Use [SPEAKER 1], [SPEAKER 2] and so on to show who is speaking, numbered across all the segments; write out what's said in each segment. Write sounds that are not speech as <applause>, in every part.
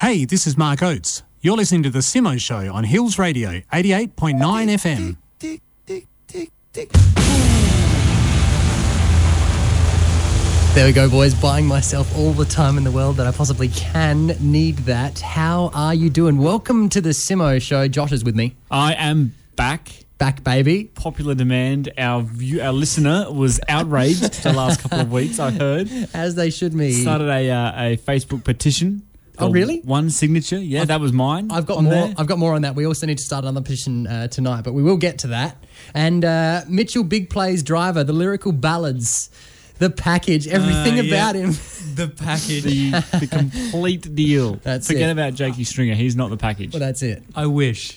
[SPEAKER 1] Hey, this is Mark Oates. You're listening to The Simo Show on Hills Radio, 88.9 FM.
[SPEAKER 2] There we go, boys. Buying myself all the time in the world that I possibly can. Need that. How are you doing? Welcome to the Simo Show. Josh is with me.
[SPEAKER 3] I am back.
[SPEAKER 2] Back, baby.
[SPEAKER 3] Popular demand. Our view, our listener was outraged the last couple of weeks. I heard
[SPEAKER 2] As they should be.
[SPEAKER 3] started a uh, a Facebook petition.
[SPEAKER 2] Oh,
[SPEAKER 3] Got
[SPEAKER 2] really?
[SPEAKER 3] One signature. Yeah, that was mine.
[SPEAKER 2] I've got
[SPEAKER 3] on
[SPEAKER 2] more. <laughs>
[SPEAKER 3] there.
[SPEAKER 2] I've got more on that. We also need to start another petition uh, tonight, but we will get to that. And uh, Mitchell Big plays driver, the lyrical ballads, the package, everything
[SPEAKER 3] Uh, yeah.
[SPEAKER 2] about him. <laughs>
[SPEAKER 4] The package.
[SPEAKER 3] the, the complete deal.
[SPEAKER 2] That's
[SPEAKER 3] Forget
[SPEAKER 2] it.
[SPEAKER 3] about Jakey Stringer. He's not the package.
[SPEAKER 2] Well, that's it.
[SPEAKER 4] I wish.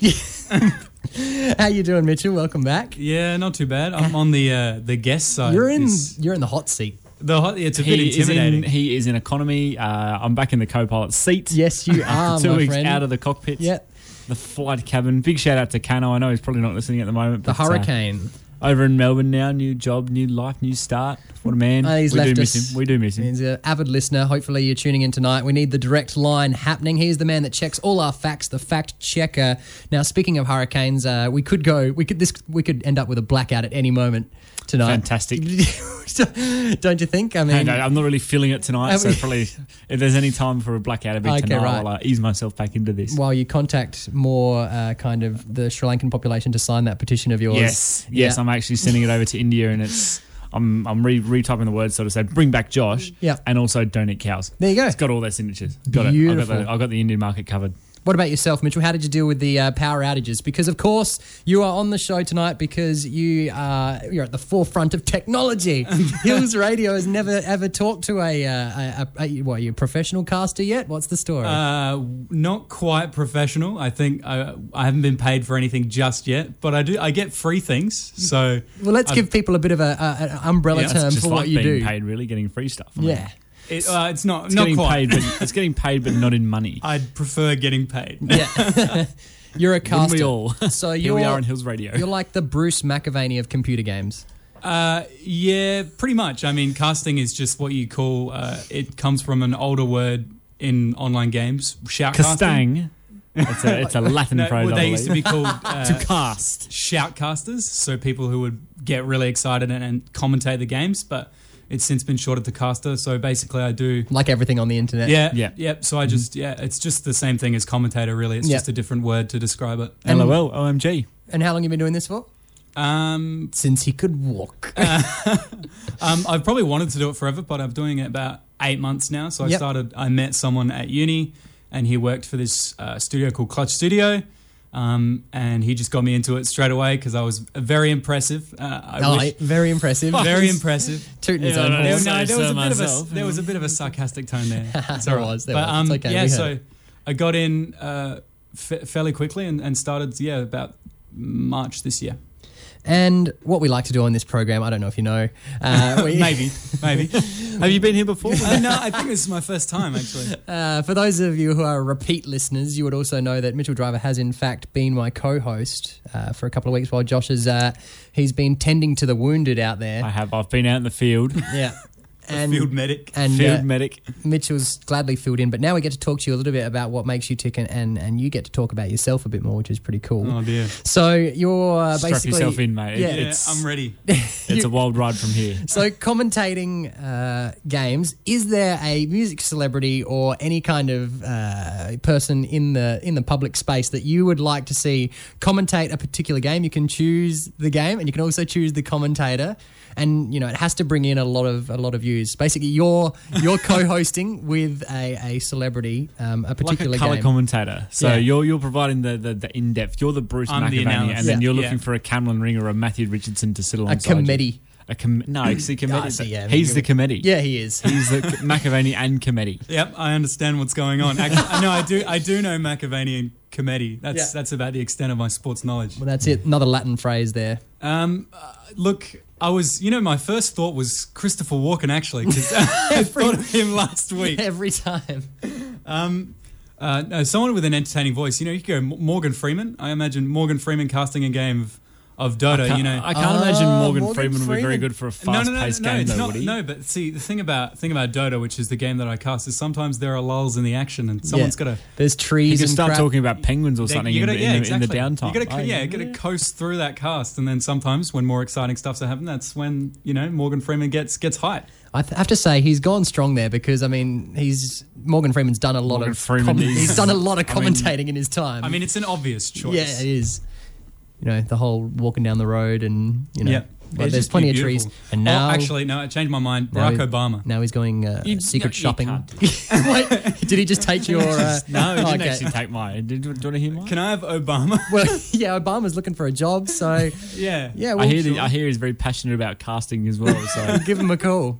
[SPEAKER 2] <laughs> How you doing, Mitchell? Welcome back.
[SPEAKER 4] Yeah, not too bad. I'm on the uh, the guest side.
[SPEAKER 2] You're in.
[SPEAKER 4] It's-
[SPEAKER 2] You're in the hot seat.
[SPEAKER 4] the hot, it's a bit
[SPEAKER 3] he is in.
[SPEAKER 4] intimidating.
[SPEAKER 3] He is in economy. Uh, I'm back in the co-pilot seat.
[SPEAKER 2] Yes,
[SPEAKER 3] <laughs>
[SPEAKER 2] you are,
[SPEAKER 3] Two
[SPEAKER 2] Ah, my
[SPEAKER 3] weeks
[SPEAKER 2] friend.
[SPEAKER 3] out of the cockpit.
[SPEAKER 2] yeah,
[SPEAKER 3] The flight cabin. Big shout out to Cano. I know he's probably not listening at the moment.
[SPEAKER 2] the
[SPEAKER 3] but, uh,
[SPEAKER 2] hurricane.
[SPEAKER 3] over in Melbourne now. New job, new life, new start. What a man!
[SPEAKER 2] Oh, he's
[SPEAKER 3] we
[SPEAKER 2] left
[SPEAKER 3] do
[SPEAKER 2] us.
[SPEAKER 3] miss him. We do miss him.
[SPEAKER 2] He's an avid listener. Hopefully, you're tuning in tonight. We need the direct line happening. He is the man that checks all our facts, the fact checker. Now, speaking of hurricanes, uh, we could go. We could this. We could end up with a blackout at any moment tonight.
[SPEAKER 3] Fantastic.
[SPEAKER 2] <laughs> Don't you think? I
[SPEAKER 3] Hey,
[SPEAKER 2] mean,
[SPEAKER 3] no, I'm not really feeling it tonight,
[SPEAKER 2] Have
[SPEAKER 3] so
[SPEAKER 2] we-
[SPEAKER 3] probably if there's any time for a blackout, it'll be
[SPEAKER 2] Okay,
[SPEAKER 3] tonight.
[SPEAKER 2] right.
[SPEAKER 3] I'll uh, ease myself back into this.
[SPEAKER 2] while you contact more uh, kind of the Sri Lankan population to sign that petition of yours.
[SPEAKER 3] yes, yes,
[SPEAKER 2] Yeah.
[SPEAKER 3] I'm actually sending it over to India, and it's I'm I'm re- retyping the words, so to say, bring back Josh,
[SPEAKER 2] Yeah.
[SPEAKER 3] and also don't eat cows.
[SPEAKER 2] There you go.
[SPEAKER 3] It's got all their signatures. Got it. I
[SPEAKER 2] Beautiful.
[SPEAKER 3] got, the, I got the Indian market covered.
[SPEAKER 2] What about yourself, Mitchell? How did you deal with the uh, power outages? Because of course you are on the show tonight because you are you're at the forefront of
[SPEAKER 3] <laughs>
[SPEAKER 2] technology. Hills Radio has never ever talked to a, uh, a, a, a what? You a professional caster yet? What's the story?
[SPEAKER 4] Uh, not quite professional. I think I, I haven't been paid for anything just yet, but I do. I get free things, so
[SPEAKER 2] well, let's
[SPEAKER 4] I've-
[SPEAKER 2] give people a bit of a, a an umbrella
[SPEAKER 3] That's
[SPEAKER 2] term
[SPEAKER 3] just
[SPEAKER 2] for
[SPEAKER 3] like
[SPEAKER 2] what you
[SPEAKER 3] being
[SPEAKER 2] do.
[SPEAKER 3] paid, really, getting free stuff. I mean,
[SPEAKER 2] Yeah.
[SPEAKER 4] it, uh, it's not
[SPEAKER 3] It's
[SPEAKER 4] not
[SPEAKER 3] getting paid,
[SPEAKER 4] quite.
[SPEAKER 3] but it's getting paid, but not in
[SPEAKER 2] <laughs>
[SPEAKER 3] money.
[SPEAKER 4] I'd prefer getting paid.
[SPEAKER 2] Yeah. <laughs> you're a
[SPEAKER 3] Wouldn't
[SPEAKER 2] caster.
[SPEAKER 3] we all?
[SPEAKER 2] So
[SPEAKER 3] <laughs> Here
[SPEAKER 2] you're
[SPEAKER 3] we are on Hills Radio.
[SPEAKER 2] You're like the Bruce McAvaney of computer games.
[SPEAKER 4] Uh, yeah, pretty much. I mean, casting is just what you call. Uh, it comes from an older word in online games. Shout casting.
[SPEAKER 3] Castang. It's a, <laughs> it's a Latin
[SPEAKER 4] No,
[SPEAKER 3] phrase.
[SPEAKER 4] well,
[SPEAKER 3] I
[SPEAKER 4] they used to be
[SPEAKER 3] believe.
[SPEAKER 4] called
[SPEAKER 3] <laughs>
[SPEAKER 4] uh,
[SPEAKER 3] to cast.
[SPEAKER 4] shoutcasters, so people who would get really excited and, and commentate the games. But it's since been shorted to caster. So basically, I do.
[SPEAKER 2] Like everything on the internet.
[SPEAKER 4] Yeah,
[SPEAKER 3] Yeah.
[SPEAKER 4] yeah, yep. So I just, yeah, it's just the same thing as commentator. Really, it's
[SPEAKER 2] Mm-hmm. Yeah.
[SPEAKER 4] just a different word to describe it.
[SPEAKER 3] LOL, OMG.
[SPEAKER 2] And how long you been doing this for?
[SPEAKER 4] Um,
[SPEAKER 2] Since he could walk.
[SPEAKER 4] um, I've probably wanted to do it forever, but I'm doing it about eight months now. So I
[SPEAKER 2] Yep.
[SPEAKER 4] started. I met someone at uni, and he worked for this uh, studio called Clutch Studio. Um, and he just got me into it straight away because I was very impressive. Uh, I
[SPEAKER 2] Oh,
[SPEAKER 4] wish,
[SPEAKER 2] very
[SPEAKER 3] <laughs>
[SPEAKER 2] impressive.
[SPEAKER 4] <laughs> very impressive.
[SPEAKER 2] Tooting his
[SPEAKER 3] Yeah,
[SPEAKER 2] own
[SPEAKER 3] no,
[SPEAKER 2] horn.
[SPEAKER 4] There,
[SPEAKER 3] Also
[SPEAKER 4] no, there was,
[SPEAKER 3] so
[SPEAKER 4] a bit of a,
[SPEAKER 3] myself.
[SPEAKER 4] there was a bit of a sarcastic tone there.
[SPEAKER 2] <laughs>
[SPEAKER 4] It's
[SPEAKER 2] There
[SPEAKER 4] all right.
[SPEAKER 2] was, there
[SPEAKER 4] but, um,
[SPEAKER 2] was. It's okay,
[SPEAKER 4] Yeah,
[SPEAKER 2] we heard
[SPEAKER 4] so
[SPEAKER 2] it.
[SPEAKER 4] I got in uh, f- fairly quickly and, and started, yeah, about March this year.
[SPEAKER 2] And what we like to do on this program, I don't know if you know.
[SPEAKER 3] <laughs>
[SPEAKER 2] Uh, we,
[SPEAKER 4] Maybe,
[SPEAKER 2] <laughs>
[SPEAKER 4] maybe.
[SPEAKER 3] Have you been here before?
[SPEAKER 4] Uh, no, I think this is my first time, actually.
[SPEAKER 2] Uh, for those of you who are repeat listeners, you would also know that Mitchell Driver has, in fact, been my co-host uh, for a couple of weeks while Josh is. Uh, he's been tending to the wounded out
[SPEAKER 3] I <laughs>
[SPEAKER 2] there.
[SPEAKER 3] have. I've been out in the <laughs> field.
[SPEAKER 2] Yeah, <laughs> and
[SPEAKER 4] Field medic.
[SPEAKER 2] and
[SPEAKER 3] Field
[SPEAKER 2] uh,
[SPEAKER 3] medic.
[SPEAKER 2] Mitchell's gladly filled in. But now we get to talk to you a little bit about what makes you tick, and and, and you get to talk about yourself a bit more, which is pretty cool.
[SPEAKER 4] Oh, dear.
[SPEAKER 2] So you're uh,
[SPEAKER 3] Strap
[SPEAKER 2] basically
[SPEAKER 3] yourself in, mate.
[SPEAKER 2] Yeah.
[SPEAKER 4] Yeah,
[SPEAKER 3] It's,
[SPEAKER 4] I'm ready.
[SPEAKER 3] it's a wild ride from here.
[SPEAKER 2] So, commentating uh, games, is there a music celebrity or any kind of uh, person in the in the public space that you would like to see commentate a particular game? You can choose the game, and you can also choose the commentator. And you know, it has to bring in a lot of a lot of views. Basically, you're you're co-hosting with a, a celebrity, um, a
[SPEAKER 3] <laughs> Like
[SPEAKER 2] particular
[SPEAKER 3] a colour
[SPEAKER 2] game.
[SPEAKER 3] commentator. So
[SPEAKER 2] Yeah.
[SPEAKER 3] you're you're providing the, the, the in depth. You're the Bruce
[SPEAKER 4] I'm the
[SPEAKER 3] McAvaney,
[SPEAKER 4] analyst.
[SPEAKER 3] and then
[SPEAKER 4] Yeah.
[SPEAKER 3] you're looking
[SPEAKER 4] Yeah.
[SPEAKER 3] for a Cameron Ring or a Matthew Richardson to sit
[SPEAKER 2] a
[SPEAKER 3] alongside. you.
[SPEAKER 2] committee.
[SPEAKER 3] A com- no, it's <clears throat> the committee.
[SPEAKER 2] I see, yeah,
[SPEAKER 3] He's the
[SPEAKER 2] you're-
[SPEAKER 3] committee.
[SPEAKER 2] Yeah, he is.
[SPEAKER 3] He's the McAvaney and <laughs> committee.
[SPEAKER 4] Yep, I understand what's going on.
[SPEAKER 2] <laughs>
[SPEAKER 4] Actually, no, I do. I do know McAvaney and Cometti. That's
[SPEAKER 2] Yeah.
[SPEAKER 4] that's about the extent of my sports knowledge.
[SPEAKER 2] Well, that's it. Another Latin phrase there.
[SPEAKER 4] Um, uh, look, I was. You know, my first thought was Christopher Walken. Actually,
[SPEAKER 2] <laughs>
[SPEAKER 4] because <laughs> I thought of him last week.
[SPEAKER 2] Every time.
[SPEAKER 4] Um, uh, no, someone with an entertaining voice. You know, you could go M- Morgan Freeman. I imagine Morgan Freeman casting a game of of Dota.
[SPEAKER 3] Can't-
[SPEAKER 4] you know,
[SPEAKER 3] I can't
[SPEAKER 2] Ah,
[SPEAKER 3] imagine Morgan,
[SPEAKER 2] Morgan
[SPEAKER 3] Freeman, would be very
[SPEAKER 2] Freeman.
[SPEAKER 3] good for a
[SPEAKER 4] no,
[SPEAKER 3] fast
[SPEAKER 4] no, no,
[SPEAKER 3] paced
[SPEAKER 4] no,
[SPEAKER 3] game,
[SPEAKER 4] it's
[SPEAKER 3] though,
[SPEAKER 4] not,
[SPEAKER 3] would he?
[SPEAKER 4] no. But see, the thing about thing about Dota, which is the game that I cast, is sometimes there are lulls in the action, and someone's got to
[SPEAKER 2] There's
[SPEAKER 3] You
[SPEAKER 2] trees and
[SPEAKER 3] could start
[SPEAKER 2] crap.
[SPEAKER 3] talking about penguins or something in, the, in, the, in the downtime.
[SPEAKER 4] You gotta,
[SPEAKER 3] Oh,
[SPEAKER 4] yeah, you gotta coast through that cast, and then sometimes when more exciting stuff's are happening, that's when you know Morgan Freeman gets gets hyped.
[SPEAKER 2] I th- have to say he's gone strong there because I mean he's Morgan Freeman's done a lot
[SPEAKER 3] Morgan
[SPEAKER 2] of
[SPEAKER 3] Freeman is-
[SPEAKER 2] he's done a lot of
[SPEAKER 3] I mean-
[SPEAKER 2] commentating in his time.
[SPEAKER 4] I mean, it's an obvious choice.
[SPEAKER 2] yeah, it is. You know the whole walking down the road and you know
[SPEAKER 4] Yeah.
[SPEAKER 2] but
[SPEAKER 4] It'd
[SPEAKER 2] there's
[SPEAKER 4] just be
[SPEAKER 2] plenty of
[SPEAKER 4] beautiful.
[SPEAKER 2] trees and now
[SPEAKER 4] oh, actually, no, I changed my mind.
[SPEAKER 2] now
[SPEAKER 4] Barack
[SPEAKER 2] he-
[SPEAKER 4] Obama.
[SPEAKER 2] Now he's going uh,
[SPEAKER 3] You-
[SPEAKER 2] secret
[SPEAKER 3] no, you
[SPEAKER 2] shopping. <laughs>
[SPEAKER 3] can't.
[SPEAKER 2] Wait, did he just
[SPEAKER 3] <laughs>
[SPEAKER 2] take your? Uh, <laughs>
[SPEAKER 3] No, he didn't
[SPEAKER 2] okay.
[SPEAKER 3] actually take mine. Did, do you want to hear mine?
[SPEAKER 4] Can I have Obama? <laughs>
[SPEAKER 2] Well, <laughs> yeah, Obama's looking for a job, so
[SPEAKER 4] yeah,
[SPEAKER 2] yeah,
[SPEAKER 3] I
[SPEAKER 2] we'll
[SPEAKER 3] hear, the, I hear he's very passionate about casting as well. So
[SPEAKER 2] give him a call.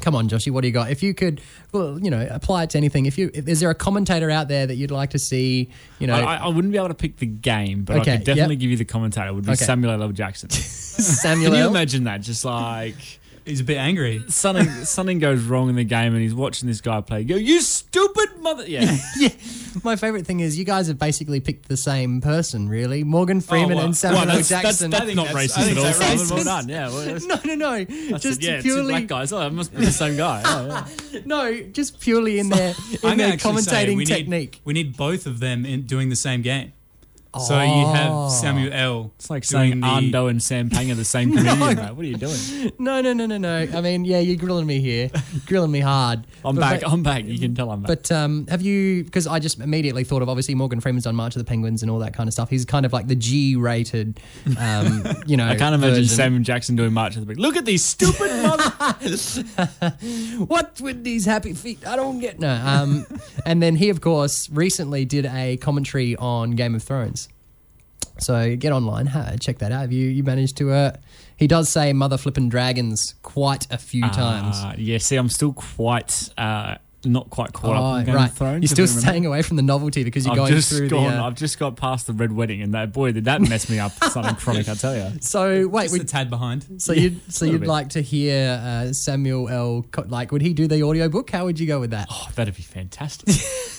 [SPEAKER 2] Come on, Joshy, what do you got? If you could, well, you know, apply it to anything. If you, if, is there a commentator out there that you'd like to see? You know,
[SPEAKER 3] I, I- I wouldn't be able to pick the game, but
[SPEAKER 2] Okay,
[SPEAKER 3] I could definitely
[SPEAKER 2] yep.
[SPEAKER 3] give you the commentator. It would be
[SPEAKER 2] Okay.
[SPEAKER 3] Samuel L. L. Jackson.
[SPEAKER 2] Samuel.
[SPEAKER 3] Can <laughs> you
[SPEAKER 2] L.
[SPEAKER 3] imagine that? Just like
[SPEAKER 4] he's a bit angry.
[SPEAKER 3] something something goes wrong in the game, and he's watching this guy play. Go, you stupid mother! Yeah,
[SPEAKER 2] yeah. My favorite thing is you guys have basically picked the same person, really.
[SPEAKER 3] Oh,
[SPEAKER 2] Morgan Freeman
[SPEAKER 4] well-
[SPEAKER 2] and Samuel
[SPEAKER 4] well,
[SPEAKER 2] L.
[SPEAKER 4] that's-
[SPEAKER 2] Jackson.
[SPEAKER 4] that's- I think
[SPEAKER 3] not
[SPEAKER 4] that's-
[SPEAKER 3] racist
[SPEAKER 4] I
[SPEAKER 3] at
[SPEAKER 4] think
[SPEAKER 3] all.
[SPEAKER 4] that's
[SPEAKER 3] Simon,
[SPEAKER 2] racist.
[SPEAKER 3] well done. Yeah, well,
[SPEAKER 2] <laughs>
[SPEAKER 3] that's-
[SPEAKER 2] no, no, no.
[SPEAKER 3] I said,
[SPEAKER 2] Just
[SPEAKER 3] yeah, it's two
[SPEAKER 2] purely,
[SPEAKER 3] black guys. Oh, it must be the same guy. Oh, yeah.
[SPEAKER 2] no, just purely in
[SPEAKER 3] <laughs>
[SPEAKER 2] their in
[SPEAKER 4] I'm
[SPEAKER 2] their
[SPEAKER 4] actually say
[SPEAKER 2] commentating
[SPEAKER 4] we need-
[SPEAKER 2] technique.
[SPEAKER 4] we need both of them in doing the same game. So you have Samuel L.
[SPEAKER 3] It's like
[SPEAKER 4] doing
[SPEAKER 3] saying
[SPEAKER 4] the-
[SPEAKER 3] Arndo and Sam Pang are
[SPEAKER 2] <laughs>
[SPEAKER 3] the same comedian. mate. What are you doing?
[SPEAKER 2] No, no, no, no, no. I mean, yeah, you're grilling me here, grilling me hard.
[SPEAKER 3] I'm
[SPEAKER 2] But-
[SPEAKER 3] back.
[SPEAKER 2] but-
[SPEAKER 3] I'm back. You can tell I'm back.
[SPEAKER 2] But um, have you? Because I just immediately thought of obviously Morgan Freeman's done March of the Penguins and all that kind of stuff. He's kind of like the G-rated, um, <laughs> you know.
[SPEAKER 3] I can't imagine
[SPEAKER 2] version.
[SPEAKER 3] Samuel Jackson doing March of the Big. Look at these
[SPEAKER 2] <laughs>
[SPEAKER 3] stupid mother.
[SPEAKER 2] What with these happy feet? I don't get no. Um, <laughs> and then he, of course, recently did a commentary on Game of Thrones. So get online, ha, check that out. Have you you managed to? Uh, he does say mother flippin' dragons quite a few times.
[SPEAKER 3] Uh, yeah, see, I'm still quite, uh, not quite caught up on Game
[SPEAKER 2] Oh, right.
[SPEAKER 3] of Thrones.
[SPEAKER 2] You're still
[SPEAKER 3] if I remember.
[SPEAKER 2] staying away from the novelty because you're
[SPEAKER 3] I've
[SPEAKER 2] going
[SPEAKER 3] just
[SPEAKER 2] through
[SPEAKER 3] gone.
[SPEAKER 2] the. uh,
[SPEAKER 3] I've just got past the red wedding, and that boy did that mess me up.
[SPEAKER 2] <laughs>
[SPEAKER 3] Something chronic, I tell you.
[SPEAKER 2] so wait,
[SPEAKER 4] Just
[SPEAKER 2] we
[SPEAKER 4] a tad <laughs> behind.
[SPEAKER 2] So you'd so
[SPEAKER 3] little
[SPEAKER 2] you'd
[SPEAKER 3] bit.
[SPEAKER 2] like to hear uh, Samuel L. Co- like would he do the audiobook? How would you go with that?
[SPEAKER 3] Oh, that'd be fantastic. <laughs>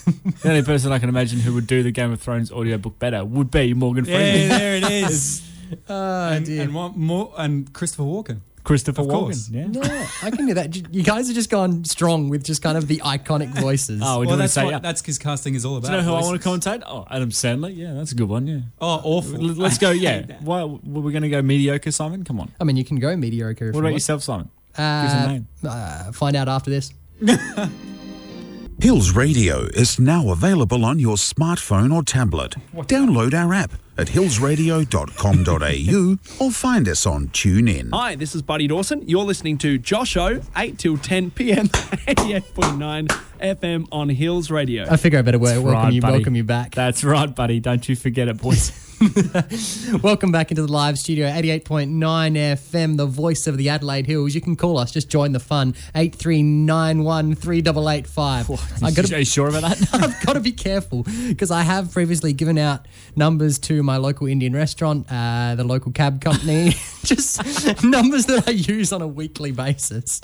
[SPEAKER 3] the only person I can imagine who would do the Game of Thrones audiobook better would be Morgan
[SPEAKER 4] Yeah,
[SPEAKER 3] Freeman,
[SPEAKER 4] there it <laughs> is.
[SPEAKER 2] Oh
[SPEAKER 4] and,
[SPEAKER 2] dear.
[SPEAKER 4] and one more, and Christopher Walken.
[SPEAKER 3] <laughs> Christopher
[SPEAKER 4] Of course.
[SPEAKER 3] Walken. Yeah.
[SPEAKER 2] yeah, I can do that. J- <laughs> You guys are just going strong with just kind of the iconic voices.
[SPEAKER 3] Oh, we
[SPEAKER 4] well,
[SPEAKER 3] do want to
[SPEAKER 4] that's
[SPEAKER 3] say.
[SPEAKER 4] what,
[SPEAKER 3] yeah.
[SPEAKER 4] that's because casting is all about.
[SPEAKER 3] Do you know who I
[SPEAKER 4] voices.
[SPEAKER 3] want to commentate? Oh, Adam Sandler. Yeah, that's a good one. Yeah.
[SPEAKER 4] Oh, awful.
[SPEAKER 3] L- Let's go. Yeah. Why? Were we going to go mediocre, Simon? Come on.
[SPEAKER 2] I mean, you can go mediocre. If
[SPEAKER 3] What
[SPEAKER 2] you
[SPEAKER 3] about
[SPEAKER 2] want.
[SPEAKER 3] yourself, Simon? Give us a
[SPEAKER 2] Uh,
[SPEAKER 3] name.
[SPEAKER 2] uh, find out after this.
[SPEAKER 5] Hills Radio is now available on your smartphone or tablet. Download our app at hillsradio.com.au or find us on TuneIn.
[SPEAKER 6] Hi, this is Buddy Dawson. You're listening to Josh O, 8 till 10 <laughs> p.m., 88.9 FM on Hills Radio.
[SPEAKER 2] I figure I better wel- welcome
[SPEAKER 3] Right,
[SPEAKER 2] you.
[SPEAKER 3] buddy.
[SPEAKER 2] Welcome you back.
[SPEAKER 3] That's right, buddy. Don't you forget it, boys.
[SPEAKER 2] <laughs> welcome back into the live studio, eighty-eight point nine FM, the voice of the Adelaide Hills. You can call us. Just join the fun. Eight three nine one three double eight five. I got
[SPEAKER 3] Are you sure about that?
[SPEAKER 2] <laughs> I've got to be careful because I have previously given out numbers to my local Indian restaurant, uh, the local cab
[SPEAKER 3] <laughs>
[SPEAKER 2] company, <laughs> just numbers that I use on a weekly basis.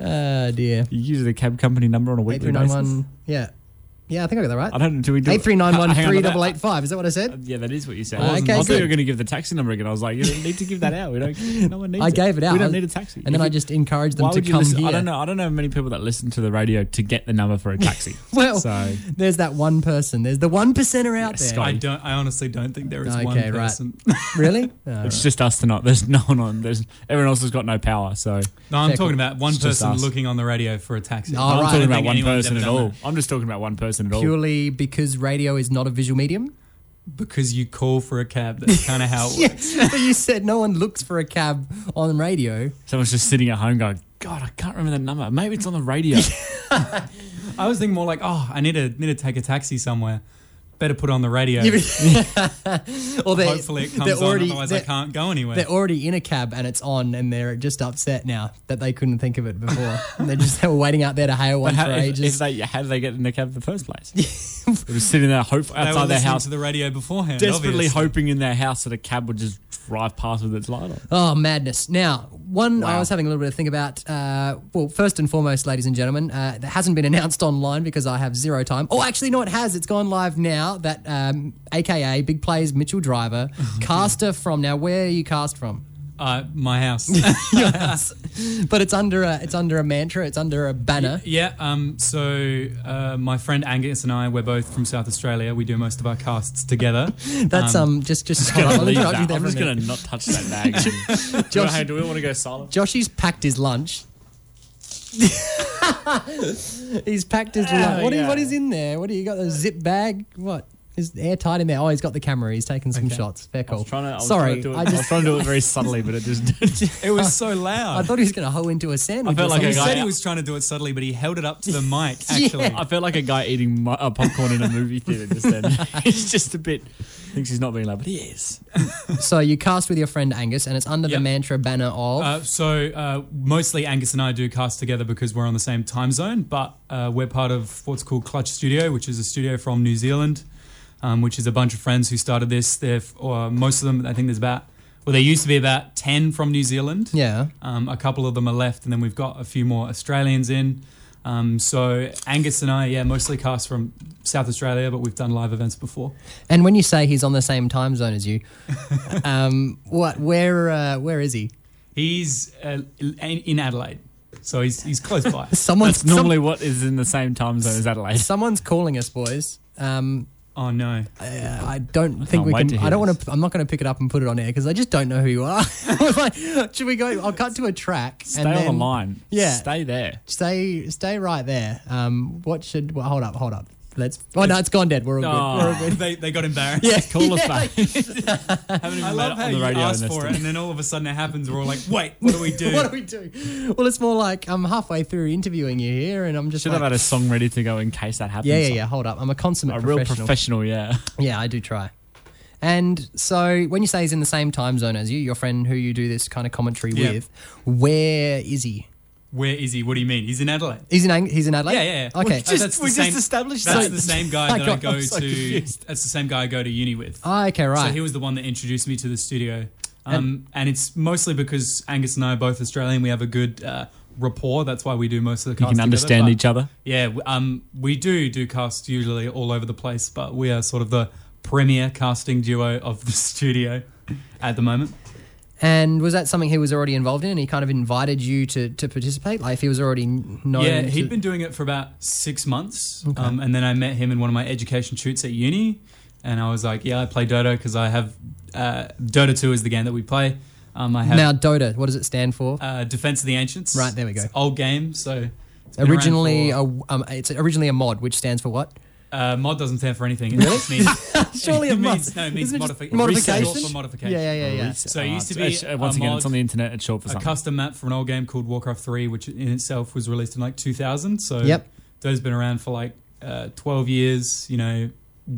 [SPEAKER 2] Oh, dear.
[SPEAKER 3] You use the cab company number on a weekly basis.
[SPEAKER 2] 8391. Yeah. Yeah, I think I got that right.
[SPEAKER 3] I don't know. Do we do it? <laughs> Hang on, that-
[SPEAKER 2] 8391 Is that what I said?
[SPEAKER 3] Yeah, that is what you said.
[SPEAKER 2] Okay,
[SPEAKER 3] I thought
[SPEAKER 2] good.
[SPEAKER 3] you were going to give the taxi number again. I was like, you don't need to give that out.
[SPEAKER 2] <laughs>
[SPEAKER 3] We don't. No one needs.
[SPEAKER 2] I gave it out.
[SPEAKER 3] We don't
[SPEAKER 2] I-
[SPEAKER 3] need a taxi.
[SPEAKER 2] And then
[SPEAKER 3] If
[SPEAKER 2] I
[SPEAKER 3] you-
[SPEAKER 2] just encouraged them
[SPEAKER 3] Why
[SPEAKER 2] to
[SPEAKER 3] would you
[SPEAKER 2] come
[SPEAKER 3] listen?
[SPEAKER 2] here.
[SPEAKER 3] I don't know. I don't know many people that listen to the radio to get the number for a taxi.
[SPEAKER 2] <laughs>
[SPEAKER 4] <laughs>
[SPEAKER 2] Well,
[SPEAKER 3] So-
[SPEAKER 2] there's that one person. There's the one percenter out there.
[SPEAKER 4] I don't. I honestly don't think there is one
[SPEAKER 2] Okay, right.
[SPEAKER 4] <laughs> person.
[SPEAKER 3] <laughs>
[SPEAKER 2] Really? Oh,
[SPEAKER 3] It's just us tonight. There's no one on. There's everyone else has got no power. So
[SPEAKER 4] No, I'm
[SPEAKER 2] Fair
[SPEAKER 4] talking
[SPEAKER 2] call.
[SPEAKER 4] about one
[SPEAKER 3] It's just
[SPEAKER 4] person
[SPEAKER 3] us.
[SPEAKER 4] looking on the radio for a taxi.
[SPEAKER 2] All right.
[SPEAKER 3] I'm talking
[SPEAKER 2] I don't
[SPEAKER 3] about
[SPEAKER 4] think
[SPEAKER 3] one
[SPEAKER 4] anyone's
[SPEAKER 3] person
[SPEAKER 4] ever
[SPEAKER 3] at
[SPEAKER 4] done
[SPEAKER 3] all.
[SPEAKER 4] that.
[SPEAKER 3] I'm just talking about one person at all.
[SPEAKER 2] Purely because radio is not a visual medium?
[SPEAKER 4] because you call for a cab. <laughs> That's kind of how it works.
[SPEAKER 2] Yes. <laughs> but you said no one looks for a cab on radio.
[SPEAKER 3] Someone's just sitting at home going, God, I can't remember that number. Maybe it's on the
[SPEAKER 4] <laughs>
[SPEAKER 3] radio.
[SPEAKER 4] I was thinking more like, oh, I need to need to take a taxi somewhere. Better put on the radio. <laughs>
[SPEAKER 2] or they,
[SPEAKER 4] Hopefully it comes
[SPEAKER 2] they're
[SPEAKER 4] on.
[SPEAKER 2] already,
[SPEAKER 4] otherwise, I
[SPEAKER 2] they're,
[SPEAKER 4] can't go anywhere.
[SPEAKER 2] they're already in a cab and it's on, and they're just upset now that they couldn't think of it
[SPEAKER 4] <laughs>
[SPEAKER 2] before. and they're just they were waiting out there to hail one
[SPEAKER 3] how,
[SPEAKER 2] for
[SPEAKER 3] if, if
[SPEAKER 2] ages.
[SPEAKER 4] <laughs>
[SPEAKER 3] they, how do they get in the cab in the first place? They were sitting there, hope
[SPEAKER 4] They were
[SPEAKER 3] outside their
[SPEAKER 4] listening
[SPEAKER 3] house,
[SPEAKER 4] to the radio beforehand.
[SPEAKER 3] desperately
[SPEAKER 4] obviously.
[SPEAKER 3] hoping in their house that a cab would just drive past with its light on.
[SPEAKER 2] Oh, madness. Now, one I was having a little bit of think about. Uh, well, first and foremost, ladies and gentlemen, uh, that hasn't been announced online because I have zero time. Oh, actually, no, it has. It's gone live now. That um, AKA Big Plays Mitchell
[SPEAKER 4] <laughs>
[SPEAKER 2] Driver,
[SPEAKER 4] Oh,
[SPEAKER 2] caster from. Now, where are you cast from?
[SPEAKER 4] Uh, my <laughs> house.
[SPEAKER 2] But it's under a it's under a mantra. It's under a banner.
[SPEAKER 4] yeah. Um, so uh, my friend Angus and I, we're both from South Australia. We do most of our casts <laughs> together.
[SPEAKER 2] That's um, just just. hold on, <laughs>
[SPEAKER 3] I'm,
[SPEAKER 2] I'll
[SPEAKER 3] leave
[SPEAKER 2] interrupt you
[SPEAKER 3] that.
[SPEAKER 2] there
[SPEAKER 3] I'm
[SPEAKER 2] for a
[SPEAKER 3] just
[SPEAKER 2] minute.
[SPEAKER 3] going to not touch that
[SPEAKER 4] <laughs>
[SPEAKER 3] bag. And- do,
[SPEAKER 2] Josh-
[SPEAKER 3] we, hey, do we want to go silent?
[SPEAKER 2] Joshy's packed his lunch. <laughs> he's packed his lunch. What, do you,
[SPEAKER 3] yeah.
[SPEAKER 2] what is in there? What do you got? A zip bag? What? Is airtight in there? Oh, he's got the camera. He's taking some shots. Fair
[SPEAKER 3] I
[SPEAKER 2] call.
[SPEAKER 3] was trying to, I was
[SPEAKER 2] Sorry,
[SPEAKER 3] trying to do it,
[SPEAKER 2] I
[SPEAKER 3] I, was
[SPEAKER 2] just
[SPEAKER 3] trying to do it very subtly, but it
[SPEAKER 4] <laughs>
[SPEAKER 3] just.
[SPEAKER 4] It was so
[SPEAKER 2] I
[SPEAKER 4] loud.
[SPEAKER 2] thought he was going to hoe into a sandwich.
[SPEAKER 3] I felt
[SPEAKER 2] or
[SPEAKER 3] like
[SPEAKER 4] he
[SPEAKER 3] a
[SPEAKER 2] something.
[SPEAKER 3] guy-
[SPEAKER 4] said he was trying to do it subtly, but he held it up <laughs> to the mic. Actually,
[SPEAKER 3] I felt like a guy eating mu- uh, popcorn in a movie theater just
[SPEAKER 4] <laughs>
[SPEAKER 3] then. <laughs> He's just a bit. Thinks he's not being loud, but he is.
[SPEAKER 2] So you cast with your friend Angus, and it's under the
[SPEAKER 4] Yep.
[SPEAKER 2] mantra banner of.
[SPEAKER 4] Uh, so uh, mostly Angus and I do cast together because we're on the same time zone, but uh, we're part of what's called Clutch Studio, which is a studio from New Zealand, um, which is a bunch of friends who started this. They're f- or most of them, I think there's about well, there used to be about ten from New Zealand.
[SPEAKER 2] yeah.
[SPEAKER 4] Um, a couple of them are left, and then we've got a few more Australians in. Um, so Angus and I, yeah, mostly cast from South Australia, but we've done live events before.
[SPEAKER 2] And when you say he's on the same time zone as you, <laughs> um, what? Where? Uh, where is he?
[SPEAKER 4] He's uh, in- in Adelaide, so he's he's close by.
[SPEAKER 2] Someone's
[SPEAKER 3] That's normally what is in the same time zone as Adelaide.
[SPEAKER 2] some- someone's calling us, boys. Um,
[SPEAKER 4] oh no.
[SPEAKER 2] Uh, I don't think
[SPEAKER 3] can't
[SPEAKER 2] we
[SPEAKER 3] wait
[SPEAKER 2] can.
[SPEAKER 3] to
[SPEAKER 2] I
[SPEAKER 3] hear
[SPEAKER 2] don't want
[SPEAKER 3] this.
[SPEAKER 2] to. I'm not going to pick it up and put it on air because I just don't know who you are. <laughs> I'm like, should we go? I'll cut to a track.
[SPEAKER 3] Stay
[SPEAKER 2] and
[SPEAKER 3] on the
[SPEAKER 2] then-
[SPEAKER 3] line.
[SPEAKER 2] Yeah. <laughs>
[SPEAKER 3] Stay there.
[SPEAKER 2] Stay, stay right there. Um, what should? Well, hold up, hold up. Let's. Oh no, it's gone dead. We're all
[SPEAKER 3] Oh.
[SPEAKER 2] good. We're all good.
[SPEAKER 4] Uh, they, they got embarrassed. <laughs>
[SPEAKER 2] Yeah,
[SPEAKER 3] Call us
[SPEAKER 2] yeah.
[SPEAKER 3] back. Haven't even
[SPEAKER 4] I
[SPEAKER 3] made
[SPEAKER 4] love
[SPEAKER 3] it
[SPEAKER 4] how
[SPEAKER 3] on the
[SPEAKER 4] you
[SPEAKER 3] radio
[SPEAKER 4] ask
[SPEAKER 3] and
[SPEAKER 4] for
[SPEAKER 3] they're
[SPEAKER 4] it, and then all of a sudden it happens. We're all like, "Wait, what do we
[SPEAKER 3] Oh.
[SPEAKER 4] do?"
[SPEAKER 2] <laughs>
[SPEAKER 4] <laughs>
[SPEAKER 2] What do we do? Well, it's more like I'm halfway through interviewing you here, and I'm just.
[SPEAKER 3] Should
[SPEAKER 2] like,
[SPEAKER 3] have had a song ready to go in case that happens.
[SPEAKER 2] yeah, yeah, yeah. Hold up. I'm a consummate
[SPEAKER 3] A real
[SPEAKER 2] professional.
[SPEAKER 3] professional, yeah.
[SPEAKER 2] Yeah, I do try. And so when you say he's in the same time zone as you, your friend who you do this kind of commentary
[SPEAKER 4] Yeah.
[SPEAKER 2] with, where is he?
[SPEAKER 4] Where is he? What do you mean? He's in Adelaide.
[SPEAKER 2] He's in Ang- he's in Adelaide.
[SPEAKER 4] Yeah, yeah. yeah.
[SPEAKER 2] Okay.
[SPEAKER 4] Uh, that's the
[SPEAKER 3] we just
[SPEAKER 4] same-
[SPEAKER 3] established
[SPEAKER 4] that's
[SPEAKER 3] that.
[SPEAKER 4] the same guy
[SPEAKER 2] I
[SPEAKER 4] that <laughs> I
[SPEAKER 2] got-
[SPEAKER 4] go
[SPEAKER 2] I'm so
[SPEAKER 4] to.
[SPEAKER 3] confused.
[SPEAKER 4] That's the same guy I go to uni with.
[SPEAKER 2] Ah, okay, right.
[SPEAKER 4] So he was the one that introduced me to the studio. Um, and it's mostly because Angus and I are both Australian. We have a good uh, rapport. That's why we do most of the
[SPEAKER 3] You
[SPEAKER 4] cast.
[SPEAKER 3] can understand each other.
[SPEAKER 4] Yeah, w- um, we do do casts usually all over the place, but we are sort of the premier casting duo of the <laughs> studio at the moment.
[SPEAKER 2] and was that something he was already involved in, and he kind of invited you to, to participate? Like if he was already known.
[SPEAKER 4] Yeah,
[SPEAKER 2] to-
[SPEAKER 4] he'd been doing it for about six months, um, and then I met him in one of my education shoots at uni, and I was like, "Yeah, I play Dota because I have uh, Dota Two is the game that we play. Um, I have
[SPEAKER 2] now Dota. What does it stand for?
[SPEAKER 4] uh, Defense of the Ancients.
[SPEAKER 2] Right, there we go.
[SPEAKER 4] It's an old game, so it's been around
[SPEAKER 2] originally,
[SPEAKER 4] for-
[SPEAKER 2] a, um, it's originally a mod, which stands for what?
[SPEAKER 4] uh, mod doesn't stand for anything. It just means
[SPEAKER 2] <laughs> Surely
[SPEAKER 4] it
[SPEAKER 2] a mod.
[SPEAKER 4] means- no, it means
[SPEAKER 2] Isn't it just
[SPEAKER 4] modifi-
[SPEAKER 2] modification?
[SPEAKER 4] reset or for modification.
[SPEAKER 2] Yeah, yeah, yeah, yeah.
[SPEAKER 4] So it used to
[SPEAKER 3] Ah,
[SPEAKER 4] be
[SPEAKER 3] it's- uh,
[SPEAKER 4] a
[SPEAKER 3] once again,
[SPEAKER 4] mod-
[SPEAKER 3] it's on the internet. It's short for
[SPEAKER 4] a
[SPEAKER 3] something.
[SPEAKER 4] custom map for an old game called Warcraft Three, which in itself was released in like 2000. So
[SPEAKER 2] Yep.
[SPEAKER 4] Dota's been around for like uh, 12 years. You know,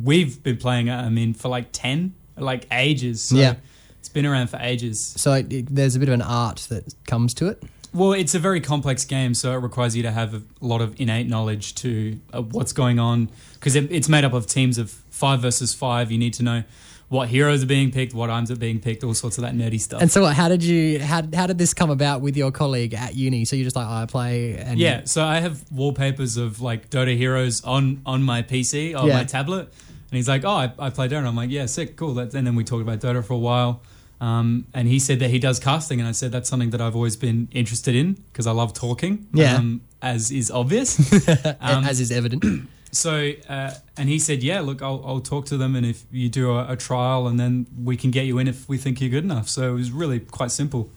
[SPEAKER 4] we've been playing it. I mean, for like 10, like ages. So
[SPEAKER 2] Yeah.
[SPEAKER 4] It's been around for ages.
[SPEAKER 2] So it, it- there's a bit of an art that comes to it.
[SPEAKER 4] Well, it's a very complex game, so it requires you to have a lot of innate knowledge to uh, what's going on because it, it's made up of teams of five versus five. You need to know what heroes are being picked, what arms are being picked, all sorts of that nerdy stuff.
[SPEAKER 2] And so, what, how did you how, how did this come about with your colleague at uni? So you're just like, I play and
[SPEAKER 4] Yeah, so I have wallpapers of like Dota heroes on on my PC on
[SPEAKER 2] Yeah.
[SPEAKER 4] my tablet, and he's like, "Oh, I, I play Dota." I'm like, "Yeah, sick, cool." That's, and then we talked about Dota for a while, um, and he said that he does casting, and I said that's something that I've always been interested in because I love talking.
[SPEAKER 2] Yeah.
[SPEAKER 4] um, as is obvious. um,
[SPEAKER 2] a- <laughs> as is evident. <clears throat>
[SPEAKER 4] So, uh, and he said, "Yeah, look, I'll, I'll talk to them, and if you do a, a trial, and then we can get you in if we think you're good enough." So it was really quite simple.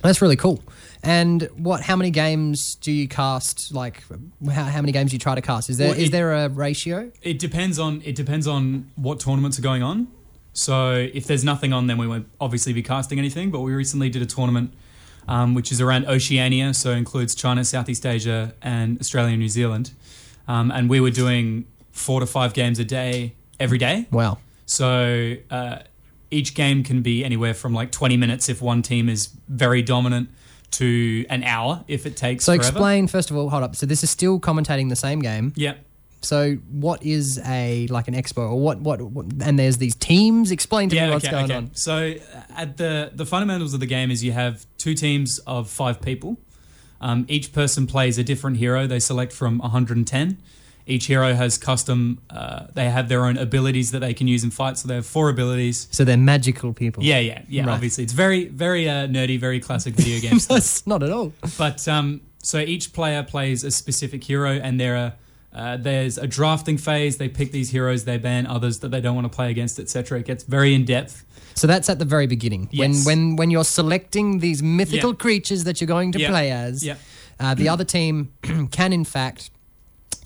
[SPEAKER 2] That's really cool. And what? How many games do you cast? Like, how, how many games do you try to cast? Is there is
[SPEAKER 4] Well, it-
[SPEAKER 2] there a ratio?
[SPEAKER 4] It depends on it depends on what tournaments are going on. So if there's nothing on, then we won't obviously be casting anything. But we recently did a tournament um, which is around Oceania, so includes China, Southeast Asia, and Australia and New Zealand. Um, and we were doing four to five games a day every day.
[SPEAKER 2] Wow.
[SPEAKER 4] So uh, each game can be anywhere from like 20 minutes if one team is very dominant to an hour if it takes.
[SPEAKER 2] So
[SPEAKER 4] forever.
[SPEAKER 2] explain first of all. Hold up. So this is still commentating the same game.
[SPEAKER 4] Yeah.
[SPEAKER 2] So what is a like an expo or what what, what and there's these teams? Explain to me what's going on.
[SPEAKER 4] So uh, at the the fundamentals of the game is you have two teams of five people. Um, each person plays a different hero. They select from 110. Each hero has custom. Uh, they have their own abilities that they can use in fight. So they have four abilities.
[SPEAKER 2] So they're magical people.
[SPEAKER 4] Yeah, yeah, yeah.
[SPEAKER 2] Right.
[SPEAKER 4] Obviously, it's very, very uh, nerdy, very classic
[SPEAKER 2] <laughs>
[SPEAKER 4] video game stuff.
[SPEAKER 2] That's <laughs> not at all.
[SPEAKER 4] But um, so each player plays a specific hero, and there are uh, there's a drafting phase. They pick these heroes, they ban others that they don't want to play against, etc. It gets very in depth.
[SPEAKER 2] So that's at the very beginning when
[SPEAKER 4] Yes.
[SPEAKER 2] when when you're selecting these mythical
[SPEAKER 4] Yeah.
[SPEAKER 2] creatures that you're going to
[SPEAKER 4] Yeah.
[SPEAKER 2] play as.
[SPEAKER 4] Yeah.
[SPEAKER 2] Uh, the other team <clears throat> can in fact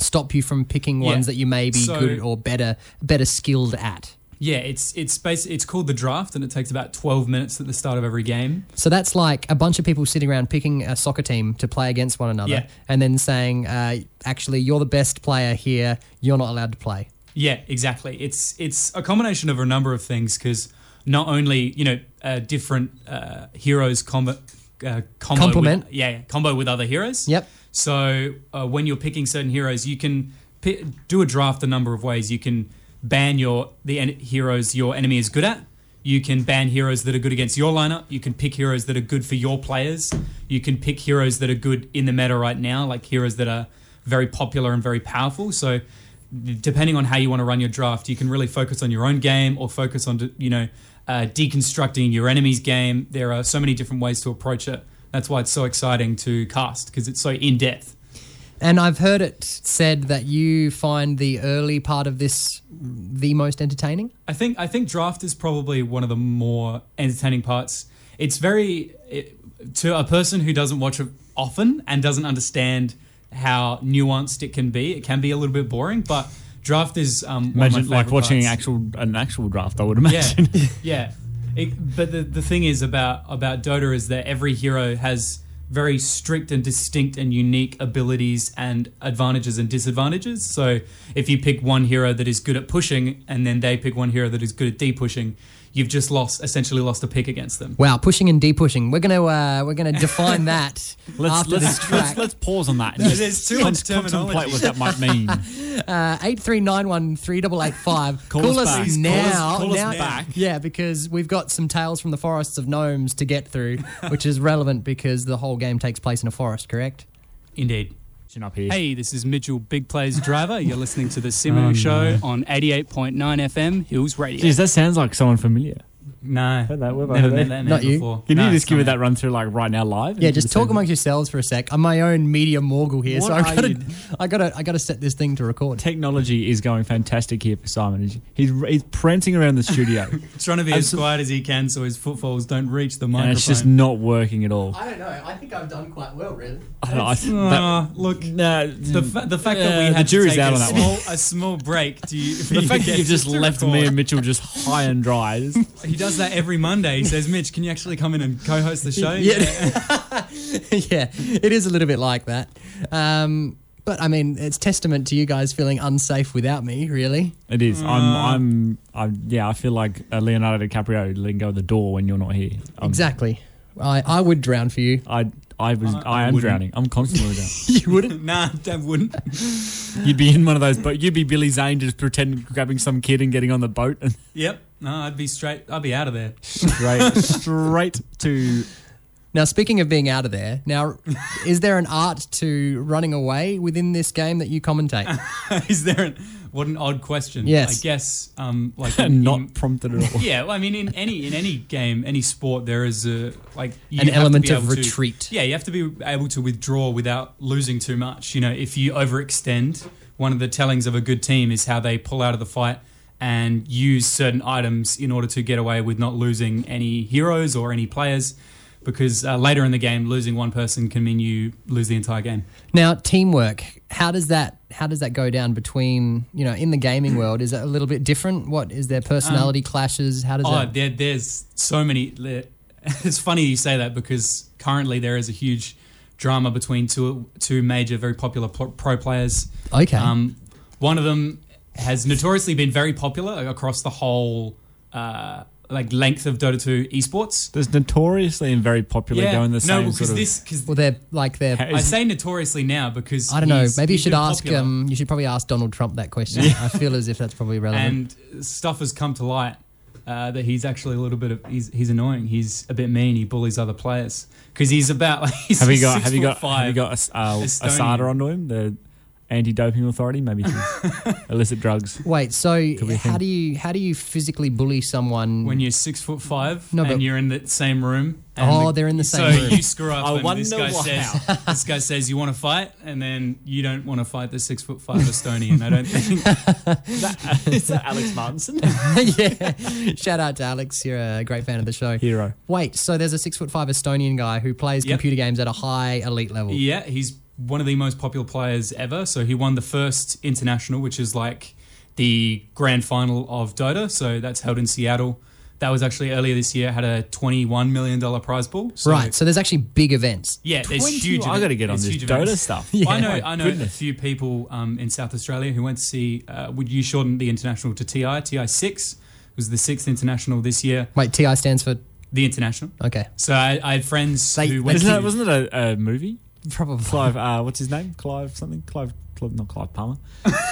[SPEAKER 2] stop you from picking
[SPEAKER 4] Yeah.
[SPEAKER 2] ones that you may be
[SPEAKER 4] So-
[SPEAKER 2] good or better better skilled at.
[SPEAKER 4] Yeah, it's it's bas- It's called the draft, and it takes about twelve minutes at the start of every game.
[SPEAKER 2] So that's like a bunch of people sitting around picking a soccer team to play against one another
[SPEAKER 4] Yeah.
[SPEAKER 2] and then saying, uh, actually, you're the best player here. You're not allowed to play.
[SPEAKER 4] Yeah, exactly. It's it's a combination of a number of things because not only you know uh, different uh, heroes combo. Uh, combo
[SPEAKER 2] Complement.
[SPEAKER 4] with, yeah, yeah, combo with other heroes.
[SPEAKER 2] Yep.
[SPEAKER 4] So uh, when you're picking certain heroes, you can pi do a draft a number of ways. You can ban your the en- heroes your enemy is good at. You can ban heroes that are good against your lineup. You can pick heroes that are good for your players. You can pick heroes that are good in the meta right now, like heroes that are very popular and very powerful. So depending on how you want to run your draft, you can really focus on your own game or focus on you know uh, deconstructing your enemy's game. There are so many different ways to approach it. That's why it's so exciting to cast because it's so in depth.
[SPEAKER 2] And I've heard it said that you find the early part of this the most entertaining.
[SPEAKER 4] I think I think draft is probably one of the more entertaining parts. It's very it, to a person who doesn't watch it often and doesn't understand how nuanced it can be. It can be a little bit boring, but draft is um, one of my
[SPEAKER 3] Imagine like
[SPEAKER 4] favourite
[SPEAKER 3] watching an
[SPEAKER 4] parts.
[SPEAKER 3] actual an actual draft. I would imagine. <laughs>
[SPEAKER 4] Yeah, yeah. It, but the, the thing is about about Dota is that every hero has very strict and distinct and unique abilities and advantages and disadvantages. So if you pick one hero that is good at pushing and then they pick one hero that is good at depushing, you've just lost essentially lost a pick against them.
[SPEAKER 2] Wow, pushing and depushing. We're gonna uh, we're gonna <laughs> define that
[SPEAKER 3] Let's,
[SPEAKER 2] after this
[SPEAKER 3] let's,
[SPEAKER 2] track.
[SPEAKER 3] let's let's pause on that. and just
[SPEAKER 4] there's too much
[SPEAKER 3] con- Contemplate
[SPEAKER 4] terminology.
[SPEAKER 3] what that might mean.
[SPEAKER 4] <laughs>
[SPEAKER 2] Uh, eight three nine one three double eight five.
[SPEAKER 3] Call us back. Please, call us-
[SPEAKER 2] now.
[SPEAKER 3] call us
[SPEAKER 2] now-
[SPEAKER 3] back.
[SPEAKER 2] Yeah, because we've got some tales from the forests of gnomes to get <laughs> through, which is relevant because the whole game takes place in a forest. Correct.
[SPEAKER 4] Indeed.
[SPEAKER 3] Chin up here.
[SPEAKER 7] Hey, this is Mitchell Big Plays Driver. You're
[SPEAKER 3] <laughs>
[SPEAKER 7] listening to The
[SPEAKER 3] Oh,
[SPEAKER 7] Simu Show on 88.9 FM Hills Radio.
[SPEAKER 3] Jeez, that sounds like someone familiar.
[SPEAKER 4] No,
[SPEAKER 3] that, we've
[SPEAKER 4] never
[SPEAKER 3] heard
[SPEAKER 4] met
[SPEAKER 3] that.
[SPEAKER 4] that man
[SPEAKER 2] Not you.
[SPEAKER 4] before.
[SPEAKER 3] Can you
[SPEAKER 4] No,
[SPEAKER 3] just give
[SPEAKER 4] it's
[SPEAKER 3] me
[SPEAKER 4] not
[SPEAKER 3] that run through like right now live?
[SPEAKER 2] Yeah, just talk amongst yourselves for a sec. I'm my own media mogul here, so
[SPEAKER 3] What
[SPEAKER 2] I
[SPEAKER 3] are
[SPEAKER 2] gotta,
[SPEAKER 3] you-
[SPEAKER 2] I gotta, I gotta set this thing to record.
[SPEAKER 3] Technology is going fantastic here for Simon. He's he's prancing around the studio,
[SPEAKER 2] <laughs>
[SPEAKER 4] me. He's trying to be as quiet as he can so his footfalls don't reach the microphone.
[SPEAKER 3] and it's just not working at all.
[SPEAKER 2] I don't know. I think I've done quite well, really.
[SPEAKER 3] I don't know, I th-
[SPEAKER 4] Ah,
[SPEAKER 3] <laughs> that-
[SPEAKER 4] look,
[SPEAKER 3] nah,
[SPEAKER 4] the, fa- the fact
[SPEAKER 3] Mm. Yeah,
[SPEAKER 4] that we
[SPEAKER 3] the
[SPEAKER 4] had to
[SPEAKER 3] jury's
[SPEAKER 4] take
[SPEAKER 3] out
[SPEAKER 4] a
[SPEAKER 3] on that
[SPEAKER 4] small,
[SPEAKER 3] one.
[SPEAKER 4] a small break
[SPEAKER 3] <laughs>
[SPEAKER 4] to you.
[SPEAKER 3] The fact that you've just left me and Mitchell just high and dry.
[SPEAKER 4] <laughs>
[SPEAKER 3] is-
[SPEAKER 4] He does that every Monday. He says, Mitch, can you actually come in and co host the show?
[SPEAKER 3] <laughs>
[SPEAKER 2] <laughs> yeah, it is a little bit like that. Um, but I mean, it's testament to you guys feeling unsafe without me, really.
[SPEAKER 3] It is.
[SPEAKER 4] Uh.
[SPEAKER 3] I'm, I'm. I'm. Yeah. I feel like uh, Leonardo DiCaprio letting go of the door when you're not here. Um,
[SPEAKER 2] Exactly. I, I would drown for you.
[SPEAKER 3] I. I was. I, am
[SPEAKER 4] wouldn't.
[SPEAKER 3] drowning. I'm constantly
[SPEAKER 4] <laughs>
[SPEAKER 3] drowning.
[SPEAKER 4] you wouldn't? nah, Dad wouldn't. <laughs>
[SPEAKER 3] You'd be in one of those. But you'd be Billy Zane, just pretending grabbing some kid and getting on the boat and <laughs>
[SPEAKER 4] Yep. No, I'd be straight. I'd be out of there. <laughs>
[SPEAKER 3] straight, straight to.
[SPEAKER 2] Now, speaking of being out of there, now, is there an art to running away within this game that you
[SPEAKER 4] <laughs>
[SPEAKER 2] commentate?
[SPEAKER 4] Is there an. What an odd question.
[SPEAKER 2] Yes.
[SPEAKER 4] I guess, um,
[SPEAKER 3] <laughs>
[SPEAKER 4] like. in-
[SPEAKER 3] Not
[SPEAKER 4] in-
[SPEAKER 3] prompted at all.
[SPEAKER 4] <laughs> yeah, well, I mean, in any in any game, any sport, there is a like you
[SPEAKER 2] An
[SPEAKER 4] have to
[SPEAKER 2] element
[SPEAKER 4] be
[SPEAKER 2] of
[SPEAKER 4] able to-
[SPEAKER 2] retreat.
[SPEAKER 4] yeah, you have to be able to withdraw without losing too much. You know, if you overextend, one of the tellings of a good team is how they pull out of the fight and use certain items in order to get away with not losing any heroes or any players. Because uh, later in the game, losing one person can mean you lose the entire game.
[SPEAKER 2] Now, teamwork. How does that how does that go down between you know in the gaming world? Is it a little bit different? What is there personality clashes? How does
[SPEAKER 4] Um, Oh,
[SPEAKER 2] that?
[SPEAKER 4] there, there's so many. there- <laughs> It's funny you say that because currently there is a huge drama between two two major, very popular pro, pro players.
[SPEAKER 2] Okay.
[SPEAKER 4] Um, one of them has notoriously been very popular across the whole uh, like length of Dota 2 esports.
[SPEAKER 3] There's notoriously and very popular going the
[SPEAKER 4] no,
[SPEAKER 3] same
[SPEAKER 4] because
[SPEAKER 3] sort of.
[SPEAKER 4] this
[SPEAKER 2] <laughs>
[SPEAKER 4] because
[SPEAKER 2] Well, they're like they're.
[SPEAKER 3] Hey,
[SPEAKER 4] I say notoriously now because
[SPEAKER 2] I don't know.
[SPEAKER 4] he's-
[SPEAKER 2] Maybe you
[SPEAKER 4] he's
[SPEAKER 2] should
[SPEAKER 4] been
[SPEAKER 2] ask.
[SPEAKER 4] popular.
[SPEAKER 2] Um, you should probably ask Donald Trump that question. I feel as if that's
[SPEAKER 4] <laughs>
[SPEAKER 2] probably
[SPEAKER 3] Uh-huh.
[SPEAKER 2] relevant.
[SPEAKER 4] and stuff has come to light uh, that he's actually a little bit of he's, he's annoying. He's a bit mean. He bullies other players because he's about <laughs> like he's
[SPEAKER 3] have you got?
[SPEAKER 4] six
[SPEAKER 3] Have you
[SPEAKER 4] foot
[SPEAKER 3] got?
[SPEAKER 4] five.
[SPEAKER 3] Have you got a, uh,
[SPEAKER 4] Estonian.
[SPEAKER 3] Asada onto him? The anti-doping authority, maybe <laughs> to illicit drugs.
[SPEAKER 2] Wait, so
[SPEAKER 3] be a
[SPEAKER 2] how
[SPEAKER 3] thing.
[SPEAKER 2] do you how do you physically bully someone?
[SPEAKER 4] when you're six foot five
[SPEAKER 2] No, but-
[SPEAKER 4] and you're in the same room. And
[SPEAKER 2] Oh, they're in the same
[SPEAKER 4] so
[SPEAKER 2] room.
[SPEAKER 4] you screw up.
[SPEAKER 3] I
[SPEAKER 4] and this
[SPEAKER 3] wonder
[SPEAKER 4] guy says this guy says you want to fight, and then you don't want to fight the six foot five Estonian. I
[SPEAKER 2] <laughs>
[SPEAKER 4] don't think
[SPEAKER 3] Is that Alex Martinson?
[SPEAKER 2] <laughs> yeah, shout out to Alex. You're a great fan of the show.
[SPEAKER 3] Hero.
[SPEAKER 2] Wait, so there's a six foot five Estonian guy who plays
[SPEAKER 4] Yep.
[SPEAKER 2] computer games at a high elite level.
[SPEAKER 4] Yeah, he's one of the most popular players ever. So he won the first international, which is like the grand final of Dota. So that's held in Seattle. That was actually earlier this year. Had a twenty-one million dollar prize pool. So,
[SPEAKER 2] right. So there's actually big events.
[SPEAKER 4] Yeah, there's
[SPEAKER 3] 22
[SPEAKER 4] huge.
[SPEAKER 3] I gotta get on
[SPEAKER 4] there's
[SPEAKER 3] this
[SPEAKER 4] huge
[SPEAKER 3] Dota
[SPEAKER 4] events.
[SPEAKER 3] stuff.
[SPEAKER 4] <laughs> I know.
[SPEAKER 3] Yeah.
[SPEAKER 4] I know a
[SPEAKER 3] Goodness.
[SPEAKER 4] few people um, in South Australia who went to see. Uh, would you shorten the international to TI? TI six was the sixth international this year.
[SPEAKER 2] Wait, TI stands for
[SPEAKER 4] The international.
[SPEAKER 2] okay,
[SPEAKER 4] Uh, So I, I had friends
[SPEAKER 2] They-
[SPEAKER 4] who went.
[SPEAKER 3] Isn't
[SPEAKER 4] to,
[SPEAKER 3] that, wasn't it a, a movie?
[SPEAKER 2] probably.
[SPEAKER 3] Clive, uh, what's his name? Clive something? Clive, Clive not Clive Palmer.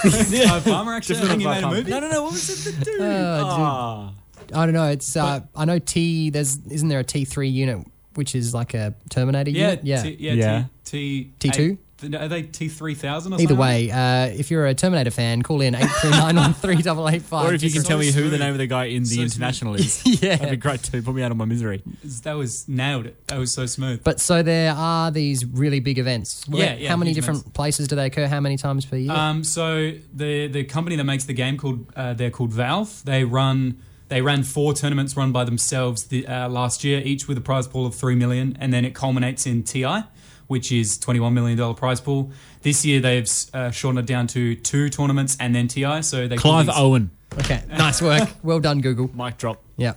[SPEAKER 4] Clive <laughs> Palmer actually? I
[SPEAKER 3] Different
[SPEAKER 4] think he
[SPEAKER 3] Clive
[SPEAKER 4] made a
[SPEAKER 3] Palmer.
[SPEAKER 4] movie.
[SPEAKER 3] No, no, no. What was it? The dude. Ah.
[SPEAKER 2] Oh, I don't know. It's uh, I know T. There's isn't there a T three unit which is like a Terminator
[SPEAKER 4] Yeah,
[SPEAKER 2] unit? Yeah.
[SPEAKER 4] T, yeah,
[SPEAKER 3] Yeah.
[SPEAKER 4] T, T,
[SPEAKER 2] T2?
[SPEAKER 4] eight- Are they T three thousand?
[SPEAKER 2] Either way, uh, if you're a Terminator fan, call in eight three nine one three double eight five.
[SPEAKER 3] Or if you can
[SPEAKER 4] so
[SPEAKER 3] tell me who the
[SPEAKER 4] smooth.
[SPEAKER 3] name of the guy in the
[SPEAKER 4] So <laughs>
[SPEAKER 3] international is. That'd be
[SPEAKER 2] yeah.
[SPEAKER 3] great too. Put me out of my misery.
[SPEAKER 4] that was nailed it. That was so smooth.
[SPEAKER 2] But so there are these really big events.
[SPEAKER 4] Yeah,
[SPEAKER 2] Where-
[SPEAKER 4] yeah,
[SPEAKER 2] how many
[SPEAKER 4] huge
[SPEAKER 2] different places do they occur? How many times per year?
[SPEAKER 4] Um, so the the company that makes the game called uh, they're called Valve. They run they ran four tournaments run by themselves the, uh, last year, each with a prize pool of three million, and then it culminates in TI, which is twenty one million dollar prize pool. This year they've uh, shortened it down to two tournaments and then TI. So they call
[SPEAKER 3] Clive
[SPEAKER 4] these-
[SPEAKER 3] Owen.
[SPEAKER 2] okay, nice
[SPEAKER 4] <laughs>
[SPEAKER 2] work. well done, Google.
[SPEAKER 3] Mic drop.
[SPEAKER 2] Yeah.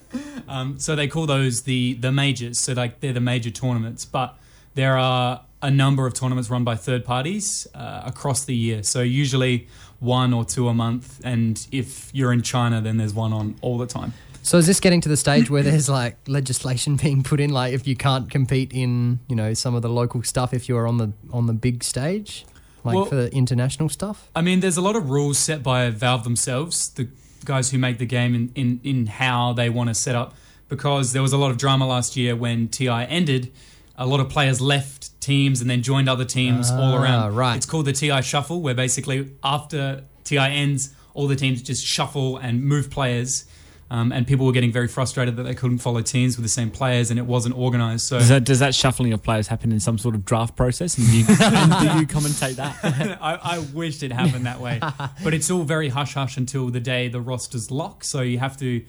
[SPEAKER 4] Um, so they call those the the majors. So like they're the major tournaments, but there are a number of tournaments run by third parties uh, across the year. So usually one or two a month, and if you're in China, then there's one on all the time.
[SPEAKER 2] So is this getting to the stage where there's like legislation <laughs> being put in, like if you can't compete in you know some of the local stuff if you're on the on the big stage, like
[SPEAKER 4] Well-
[SPEAKER 2] for the international stuff?
[SPEAKER 4] I mean, there's a lot of rules set by Valve themselves, the guys who make the game, in, in, in how they want to set up. Because there was a lot of drama last year when TI ended. A lot of players left teams and then joined other teams all around.
[SPEAKER 2] right.
[SPEAKER 4] It's called the TI Shuffle, where basically after TI ends, all the teams just shuffle and move players. Um, and people were getting very frustrated that they couldn't follow teams with the same players and it wasn't organized.
[SPEAKER 3] <laughs>
[SPEAKER 4] So
[SPEAKER 3] Does that, does that shuffling of players happen in some sort of draft process? And do you, <laughs> and do you commentate that?
[SPEAKER 4] I, <laughs> I wished it happened that way. but it's all very hush hush until the day the rosters lock. So you have to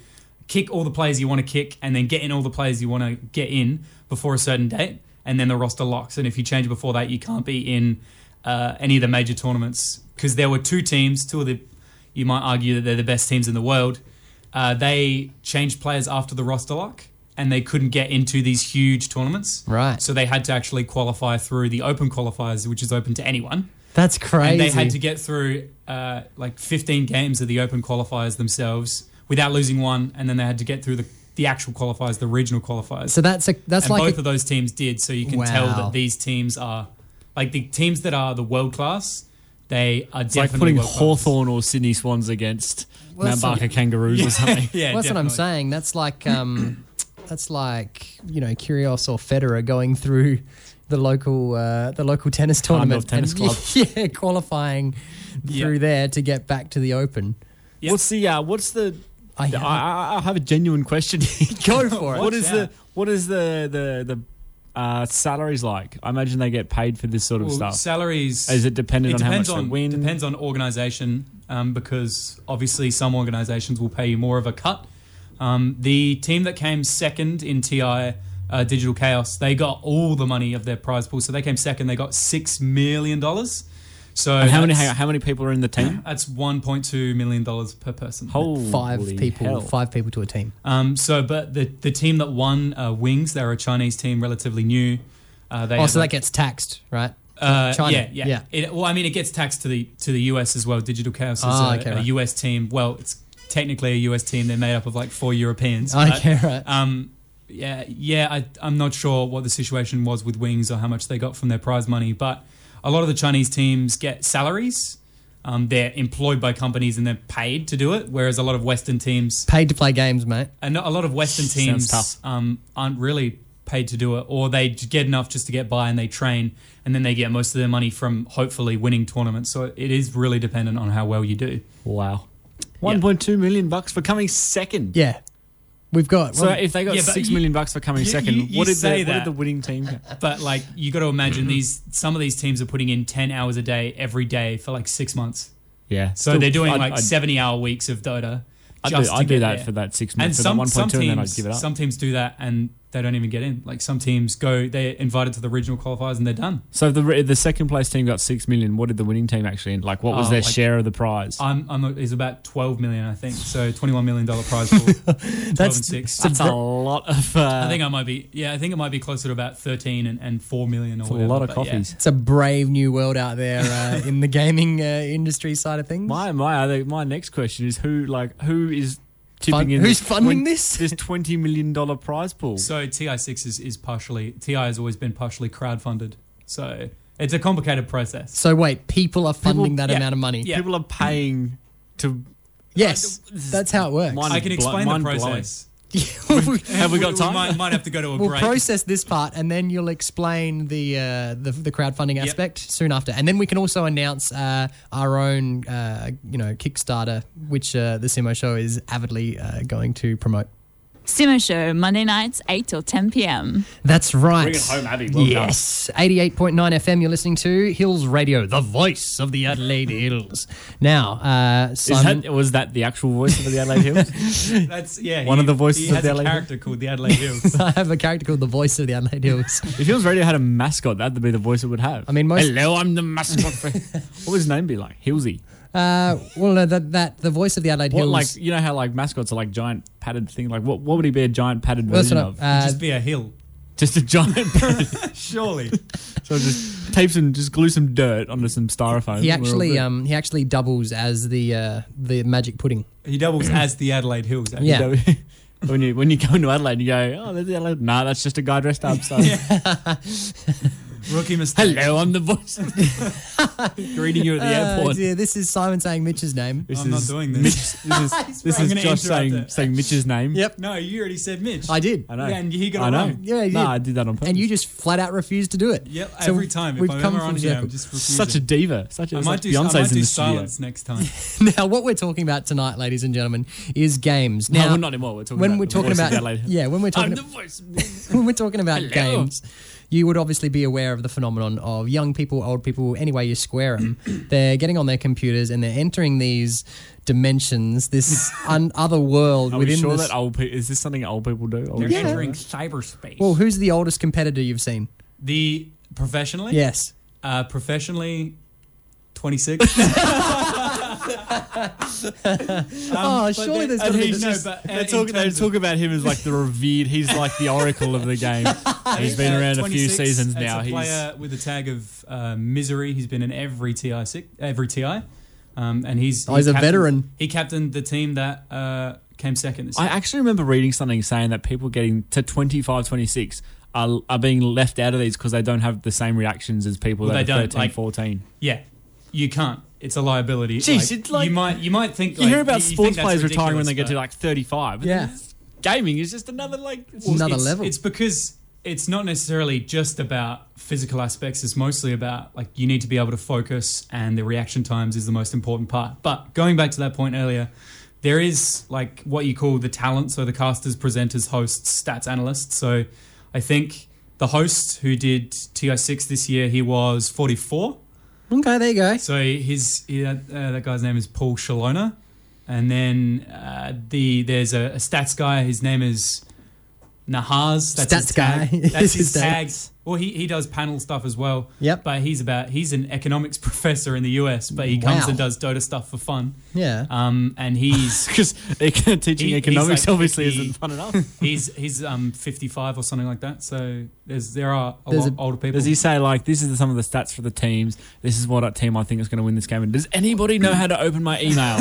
[SPEAKER 4] kick all the players you want to kick and then get in all the players you want to get in before a certain date. And then the roster locks. And if you change before that, you can't be in uh, any of the major tournaments. Because there were two teams, two of the, you might argue that they're the best teams in the world. Uh, they changed players after the roster lock and they couldn't get into these huge tournaments.
[SPEAKER 2] Right.
[SPEAKER 4] So they had to actually qualify through the open qualifiers, which is open to anyone.
[SPEAKER 2] That's crazy.
[SPEAKER 4] And they had to get through uh, like 15 games of the Open qualifiers themselves without losing one, and then they had to get through the, the actual qualifiers, the regional qualifiers.
[SPEAKER 2] so that's a that's
[SPEAKER 4] and
[SPEAKER 2] like
[SPEAKER 4] both
[SPEAKER 2] a-
[SPEAKER 4] of those teams did, so you can tell
[SPEAKER 2] Wow.
[SPEAKER 4] that these teams are like the teams that are the world class. They are
[SPEAKER 3] It's like
[SPEAKER 4] definitely
[SPEAKER 3] putting
[SPEAKER 4] world class.
[SPEAKER 3] Hawthorn or Sydney Swans against
[SPEAKER 2] Well,
[SPEAKER 3] Mount
[SPEAKER 2] that's not-
[SPEAKER 3] Barker Kangaroos or something.
[SPEAKER 4] Yeah,
[SPEAKER 2] Well, that's what I'm
[SPEAKER 4] definitely.
[SPEAKER 2] saying. That's like um, <clears throat> that's like you know Kyrgios or Federer going through the local uh, the local tennis tournament,
[SPEAKER 3] Tennis
[SPEAKER 2] and-
[SPEAKER 3] Club.
[SPEAKER 2] <laughs> yeah, qualifying
[SPEAKER 4] Yeah.
[SPEAKER 2] through there to get back to the Open.
[SPEAKER 4] <laughs> Yeah.
[SPEAKER 3] What's the uh, what's the
[SPEAKER 2] I
[SPEAKER 3] I,
[SPEAKER 2] have-
[SPEAKER 3] I, I have a genuine question.
[SPEAKER 2] <laughs> Go for it.
[SPEAKER 3] what is
[SPEAKER 4] Watch
[SPEAKER 3] the
[SPEAKER 4] out.
[SPEAKER 3] what is the the the uh, salaries like? I imagine they get paid for this sort of
[SPEAKER 4] Well,
[SPEAKER 3] stuff.
[SPEAKER 4] Salaries
[SPEAKER 3] Is it dependent on
[SPEAKER 4] it
[SPEAKER 3] how
[SPEAKER 4] depends
[SPEAKER 3] much
[SPEAKER 4] on
[SPEAKER 3] they win?
[SPEAKER 4] depends on organisation um, because obviously some organisations will pay you more of a cut. Um, the team that came second in TI uh, Digital Chaos, they got all the money of their prize pool, so they came second. They got six million dollars. So
[SPEAKER 3] And how many
[SPEAKER 4] that's-
[SPEAKER 3] how, how many people are in the
[SPEAKER 4] <clears throat>
[SPEAKER 3] team?
[SPEAKER 4] That's one point two million dollars per person.
[SPEAKER 3] Holy
[SPEAKER 2] five people,
[SPEAKER 3] hell.
[SPEAKER 2] five people to a team.
[SPEAKER 4] Um, so, but the the team that won uh, Wings, they're a Chinese team, relatively new. Uh, they
[SPEAKER 2] Oh,
[SPEAKER 4] have,
[SPEAKER 2] so that
[SPEAKER 4] like,
[SPEAKER 2] gets taxed, right?
[SPEAKER 4] Uh,
[SPEAKER 2] China.
[SPEAKER 4] Yeah, yeah. It, well, I mean, it gets taxed to the to the US as well. Digital Chaos is
[SPEAKER 2] Ah,
[SPEAKER 4] a,
[SPEAKER 2] okay,
[SPEAKER 4] a
[SPEAKER 2] right.
[SPEAKER 4] US team. Well, it's technically a US team. They're made up of like four Europeans. but,
[SPEAKER 2] Okay, right.
[SPEAKER 4] Um, yeah, yeah. I, I'm not sure what the situation was with wings or how much they got from their prize money, but a lot of the Chinese teams get salaries. Um, they're employed by companies and they're paid to do it, whereas a lot of Western teams
[SPEAKER 2] Paid to play games, mate.
[SPEAKER 4] and a lot of Western
[SPEAKER 3] Sounds
[SPEAKER 4] teams um, aren't really paid to do it, or they j- get enough just to get by and they train, and then they get most of their money from hopefully winning tournaments. So it is really dependent on how well you do.
[SPEAKER 3] Wow. 1.2 million bucks for coming second.
[SPEAKER 2] Yeah. We've got.
[SPEAKER 3] So
[SPEAKER 2] well,
[SPEAKER 3] if they got
[SPEAKER 4] Yeah,
[SPEAKER 3] six
[SPEAKER 4] but
[SPEAKER 3] million
[SPEAKER 4] you-
[SPEAKER 3] bucks for coming
[SPEAKER 4] you-
[SPEAKER 3] second,
[SPEAKER 4] you- you
[SPEAKER 3] what, did
[SPEAKER 4] say
[SPEAKER 3] the, what
[SPEAKER 4] that.
[SPEAKER 3] did the winning team get?
[SPEAKER 4] But like you got to imagine these some of these teams are putting in ten hours a day every day for like six months.
[SPEAKER 3] Yeah.
[SPEAKER 4] So they're doing like
[SPEAKER 3] I'd,
[SPEAKER 4] seventy hour weeks of Dota.
[SPEAKER 3] I'd
[SPEAKER 4] just
[SPEAKER 3] do,
[SPEAKER 4] to
[SPEAKER 3] I'd do
[SPEAKER 4] get
[SPEAKER 3] that
[SPEAKER 4] there.
[SPEAKER 3] for that six
[SPEAKER 4] and
[SPEAKER 3] minutes.
[SPEAKER 4] some
[SPEAKER 3] for the
[SPEAKER 4] some
[SPEAKER 3] 1.2 and then I'd
[SPEAKER 4] teams
[SPEAKER 3] give it up.
[SPEAKER 4] some teams do that and they don't even get in. Like some teams go they're invited to the regional qualifiers and they're done.
[SPEAKER 3] so the re- the second place team got six million. What did the winning team actually end? Like, what was
[SPEAKER 4] Oh,
[SPEAKER 3] their
[SPEAKER 4] like-
[SPEAKER 3] share of the prize?
[SPEAKER 4] I'm, I'm is about 12 million, I think. So 21 million dollar
[SPEAKER 3] <laughs>
[SPEAKER 4] prize pool. 12 and six.
[SPEAKER 3] That's a lot of. Uh,
[SPEAKER 4] I think I might be. Yeah, I think it might be closer to about 13 and, and 4 million or
[SPEAKER 3] a
[SPEAKER 4] whatever,
[SPEAKER 3] lot of
[SPEAKER 4] but yeah.
[SPEAKER 3] coffees.
[SPEAKER 2] it's a brave new world out there uh, in the gaming uh, industry side of things.
[SPEAKER 3] My my other, my next question is who like who is tipping
[SPEAKER 2] Fun-
[SPEAKER 3] in?
[SPEAKER 2] who's
[SPEAKER 3] this
[SPEAKER 2] funding
[SPEAKER 3] twen-
[SPEAKER 2] this?
[SPEAKER 3] This twenty million dollar prize pool.
[SPEAKER 4] So TI6 is, is partially TI has always been partially crowdfunded. So it's a complicated process.
[SPEAKER 2] So wait, people are funding
[SPEAKER 3] People-
[SPEAKER 2] that
[SPEAKER 4] yeah.
[SPEAKER 2] amount of money.
[SPEAKER 4] Yeah.
[SPEAKER 3] People are paying to.
[SPEAKER 2] Yes, that's how it works. <laughs>
[SPEAKER 3] Mine-
[SPEAKER 4] I
[SPEAKER 3] blo-
[SPEAKER 4] can explain the
[SPEAKER 3] mind
[SPEAKER 4] process.
[SPEAKER 3] Have we
[SPEAKER 4] <laughs>
[SPEAKER 3] got time?
[SPEAKER 4] might, might have to go to a
[SPEAKER 2] we'll
[SPEAKER 4] break.
[SPEAKER 2] process this part, and then you'll explain the uh, the, the crowdfunding
[SPEAKER 4] Yep.
[SPEAKER 2] aspect soon after, and then we can also announce uh, our own uh, you know Kickstarter, which uh, the Simo Show is avidly uh, going to promote.
[SPEAKER 8] Simo Show, Monday nights, 8 till 10 p.m.
[SPEAKER 2] That's right.
[SPEAKER 3] Bring it home, Abby. Well done.
[SPEAKER 2] yes, eighty-eight point nine FM. You're listening to Hills Radio, the voice of the Adelaide Hills. Now, uh,
[SPEAKER 3] Is
[SPEAKER 2] Simon,
[SPEAKER 3] that, was that the actual voice of the Adelaide Hills?
[SPEAKER 4] That's yeah.
[SPEAKER 3] One
[SPEAKER 4] he-
[SPEAKER 3] of the voices
[SPEAKER 4] he
[SPEAKER 3] of
[SPEAKER 4] has
[SPEAKER 3] the
[SPEAKER 4] a
[SPEAKER 3] Adelaide-
[SPEAKER 4] character called the Adelaide
[SPEAKER 3] <laughs>
[SPEAKER 4] Hills.
[SPEAKER 2] <laughs> I have a character called the voice of the Adelaide Hills.
[SPEAKER 3] if Hills Radio had a mascot, that'd be the voice it would have.
[SPEAKER 2] I mean, most-
[SPEAKER 3] hello, I'm the
[SPEAKER 1] <laughs>
[SPEAKER 3] mascot. for-" what would his name be like? Hillsy.
[SPEAKER 2] Uh, well, no, that that the voice of the Adelaide
[SPEAKER 3] What
[SPEAKER 2] Hills.
[SPEAKER 3] like you know how like mascots are like giant padded thing. Like what what would he be a giant padded
[SPEAKER 2] Well, that's
[SPEAKER 3] version
[SPEAKER 2] what I-
[SPEAKER 3] of?
[SPEAKER 2] uh,
[SPEAKER 4] Just be a hill,
[SPEAKER 3] just a giant. padded-
[SPEAKER 4] surely.
[SPEAKER 3] so just tape some, just glue some dirt onto some styrofoam.
[SPEAKER 2] he
[SPEAKER 3] We're all
[SPEAKER 2] actually
[SPEAKER 3] good. <laughs>
[SPEAKER 2] um he actually doubles as the uh, the magic pudding.
[SPEAKER 4] He doubles as the Adelaide Hills. eh? actually.
[SPEAKER 2] Yeah.
[SPEAKER 3] You know, when you when you go into Adelaide, you go, oh, that's Adelaide. Nah, that's just a guy dressed up. So.
[SPEAKER 4] Rookie
[SPEAKER 3] <laughs>
[SPEAKER 4] mistake.
[SPEAKER 3] Hello, I'm the voice.
[SPEAKER 2] <laughs>
[SPEAKER 3] Greeting you at the
[SPEAKER 2] Oh
[SPEAKER 3] airport.
[SPEAKER 2] dear, this is Simon saying Mitch's name.
[SPEAKER 3] This
[SPEAKER 4] I'm not
[SPEAKER 3] is
[SPEAKER 4] doing
[SPEAKER 2] <laughs>
[SPEAKER 3] Mitch,
[SPEAKER 4] this.
[SPEAKER 3] this is, this
[SPEAKER 4] I'm
[SPEAKER 3] is
[SPEAKER 4] gonna
[SPEAKER 3] Josh
[SPEAKER 4] interrupt
[SPEAKER 3] saying
[SPEAKER 4] it.
[SPEAKER 3] saying Mitch's name.
[SPEAKER 2] Yep.
[SPEAKER 4] No, you already said Mitch.
[SPEAKER 2] I did.
[SPEAKER 3] I know.
[SPEAKER 4] Yeah, and he got it
[SPEAKER 3] I know.
[SPEAKER 4] wrong.
[SPEAKER 2] Yeah, you
[SPEAKER 3] Nah,
[SPEAKER 2] did.
[SPEAKER 3] I did that on purpose.
[SPEAKER 2] And you just flat out refused to do it.
[SPEAKER 4] Yep,
[SPEAKER 2] So
[SPEAKER 4] every time. If
[SPEAKER 2] we've
[SPEAKER 4] I'm
[SPEAKER 2] come
[SPEAKER 4] ever on
[SPEAKER 2] full
[SPEAKER 4] here,
[SPEAKER 2] circle.
[SPEAKER 4] I'm just refusing.
[SPEAKER 3] such a diva. Such a
[SPEAKER 4] I
[SPEAKER 3] it's
[SPEAKER 4] might
[SPEAKER 3] like
[SPEAKER 4] do, I
[SPEAKER 3] Beyonce's
[SPEAKER 4] might
[SPEAKER 3] in
[SPEAKER 4] do
[SPEAKER 3] the
[SPEAKER 4] silence
[SPEAKER 3] <laughs>
[SPEAKER 4] next time.
[SPEAKER 2] <laughs> Now, what we're talking about tonight, ladies and gentlemen, is games.
[SPEAKER 3] Studio.
[SPEAKER 2] Now,
[SPEAKER 3] No, we're not anymore. We're talking
[SPEAKER 2] when
[SPEAKER 3] about
[SPEAKER 2] we're
[SPEAKER 3] the
[SPEAKER 2] talking
[SPEAKER 3] voice of
[SPEAKER 2] about
[SPEAKER 3] Adelaide.
[SPEAKER 2] <laughs> yeah, when we're
[SPEAKER 3] I'm
[SPEAKER 2] talking
[SPEAKER 3] the
[SPEAKER 2] <laughs>
[SPEAKER 3] voice. of the-
[SPEAKER 2] when we're talking about
[SPEAKER 3] Hello.
[SPEAKER 2] games, you would obviously be aware of the phenomenon of young people, old people, any way you square
[SPEAKER 3] <clears throat>
[SPEAKER 2] them, they're getting on their computers and they're entering these dimensions,
[SPEAKER 3] <laughs>
[SPEAKER 2] this un- other world
[SPEAKER 3] Are we
[SPEAKER 2] within
[SPEAKER 3] sure
[SPEAKER 2] this.
[SPEAKER 3] that old people is this something old people do? Are
[SPEAKER 4] They're
[SPEAKER 3] we sure?
[SPEAKER 4] entering cyberspace.
[SPEAKER 2] well, who's the oldest competitor you've seen?
[SPEAKER 4] the professionally,
[SPEAKER 2] Yes.
[SPEAKER 4] uh, professionally,
[SPEAKER 3] <laughs>
[SPEAKER 4] twenty six. um,
[SPEAKER 3] Um,
[SPEAKER 2] Oh,
[SPEAKER 4] but
[SPEAKER 2] surely
[SPEAKER 4] then-
[SPEAKER 2] there's
[SPEAKER 4] and
[SPEAKER 2] gotta be
[SPEAKER 4] he's-
[SPEAKER 2] just-
[SPEAKER 4] no, but, uh,
[SPEAKER 3] They
[SPEAKER 4] in
[SPEAKER 3] talk, they
[SPEAKER 4] terms of-
[SPEAKER 3] talk about him as like the revered. He's like the oracle of the
[SPEAKER 4] <laughs>
[SPEAKER 3] game. He's been
[SPEAKER 4] uh,
[SPEAKER 3] around a few
[SPEAKER 4] 26,
[SPEAKER 3] seasons
[SPEAKER 4] as
[SPEAKER 3] now.
[SPEAKER 4] A
[SPEAKER 3] He's
[SPEAKER 4] player with a tag of uh, misery. He's been in every TI six, every TI, um, and he's
[SPEAKER 2] Oh, he's
[SPEAKER 4] he
[SPEAKER 2] a
[SPEAKER 4] captained-
[SPEAKER 2] veteran.
[SPEAKER 4] He captained the team that uh, came second this
[SPEAKER 3] I
[SPEAKER 4] year.
[SPEAKER 3] actually remember reading something saying that people getting to 25, 26 are, are being left out of these because they don't have the same reactions as people
[SPEAKER 4] Well,
[SPEAKER 3] that
[SPEAKER 4] they
[SPEAKER 3] are
[SPEAKER 4] don't,
[SPEAKER 3] 13,
[SPEAKER 4] like-
[SPEAKER 3] 14.
[SPEAKER 4] yeah, you can't. It's a liability.
[SPEAKER 3] Jeez, it's like-
[SPEAKER 4] you might you might think
[SPEAKER 3] You
[SPEAKER 4] like,
[SPEAKER 3] hear about
[SPEAKER 4] think
[SPEAKER 3] sports
[SPEAKER 4] that's
[SPEAKER 3] players retiring when
[SPEAKER 4] ridiculous,
[SPEAKER 3] they get
[SPEAKER 4] but-
[SPEAKER 3] to like 35. but
[SPEAKER 2] Yeah.
[SPEAKER 3] Gaming is just another
[SPEAKER 4] <laughs>
[SPEAKER 3] like. <laughs> it's-
[SPEAKER 2] Another
[SPEAKER 3] it's-
[SPEAKER 2] level.
[SPEAKER 4] It's because it's not necessarily just about physical aspects. It's mostly about like you need to be able to focus, and the reaction times is the most important part. But going back to that point earlier, there is like what you call the talent. So the casters, presenters, hosts, stats analysts. So I think the host who did TI6 this year, he was 44.
[SPEAKER 2] Okay, there you go.
[SPEAKER 4] So his he, uh, that guy's name is Paul Shalona, and then uh, the there's a, a stats guy. His name is Nahaz. That's his
[SPEAKER 2] Stats guy. <laughs>
[SPEAKER 4] Tag. That's his
[SPEAKER 2] His
[SPEAKER 4] tag. Well, he, he does panel stuff as well.
[SPEAKER 2] Yep.
[SPEAKER 4] But he's about he's an economics <laughs> professor in the US, but he comes
[SPEAKER 2] Wow.
[SPEAKER 4] and does Dota stuff for fun.
[SPEAKER 2] Yeah.
[SPEAKER 4] Um,
[SPEAKER 2] <laughs>
[SPEAKER 4] and he's
[SPEAKER 3] Because teaching
[SPEAKER 4] He- he's
[SPEAKER 3] economics
[SPEAKER 4] like
[SPEAKER 3] obviously
[SPEAKER 4] 50
[SPEAKER 3] isn't fun enough.
[SPEAKER 4] <laughs> he's he's um 55 or something like that. So there's there are a
[SPEAKER 2] There's
[SPEAKER 4] lot
[SPEAKER 2] a-
[SPEAKER 4] older people.
[SPEAKER 3] Does he say like this is some of the stats for the teams? This is what team I think is going to win this game. And does anybody know how to open my email?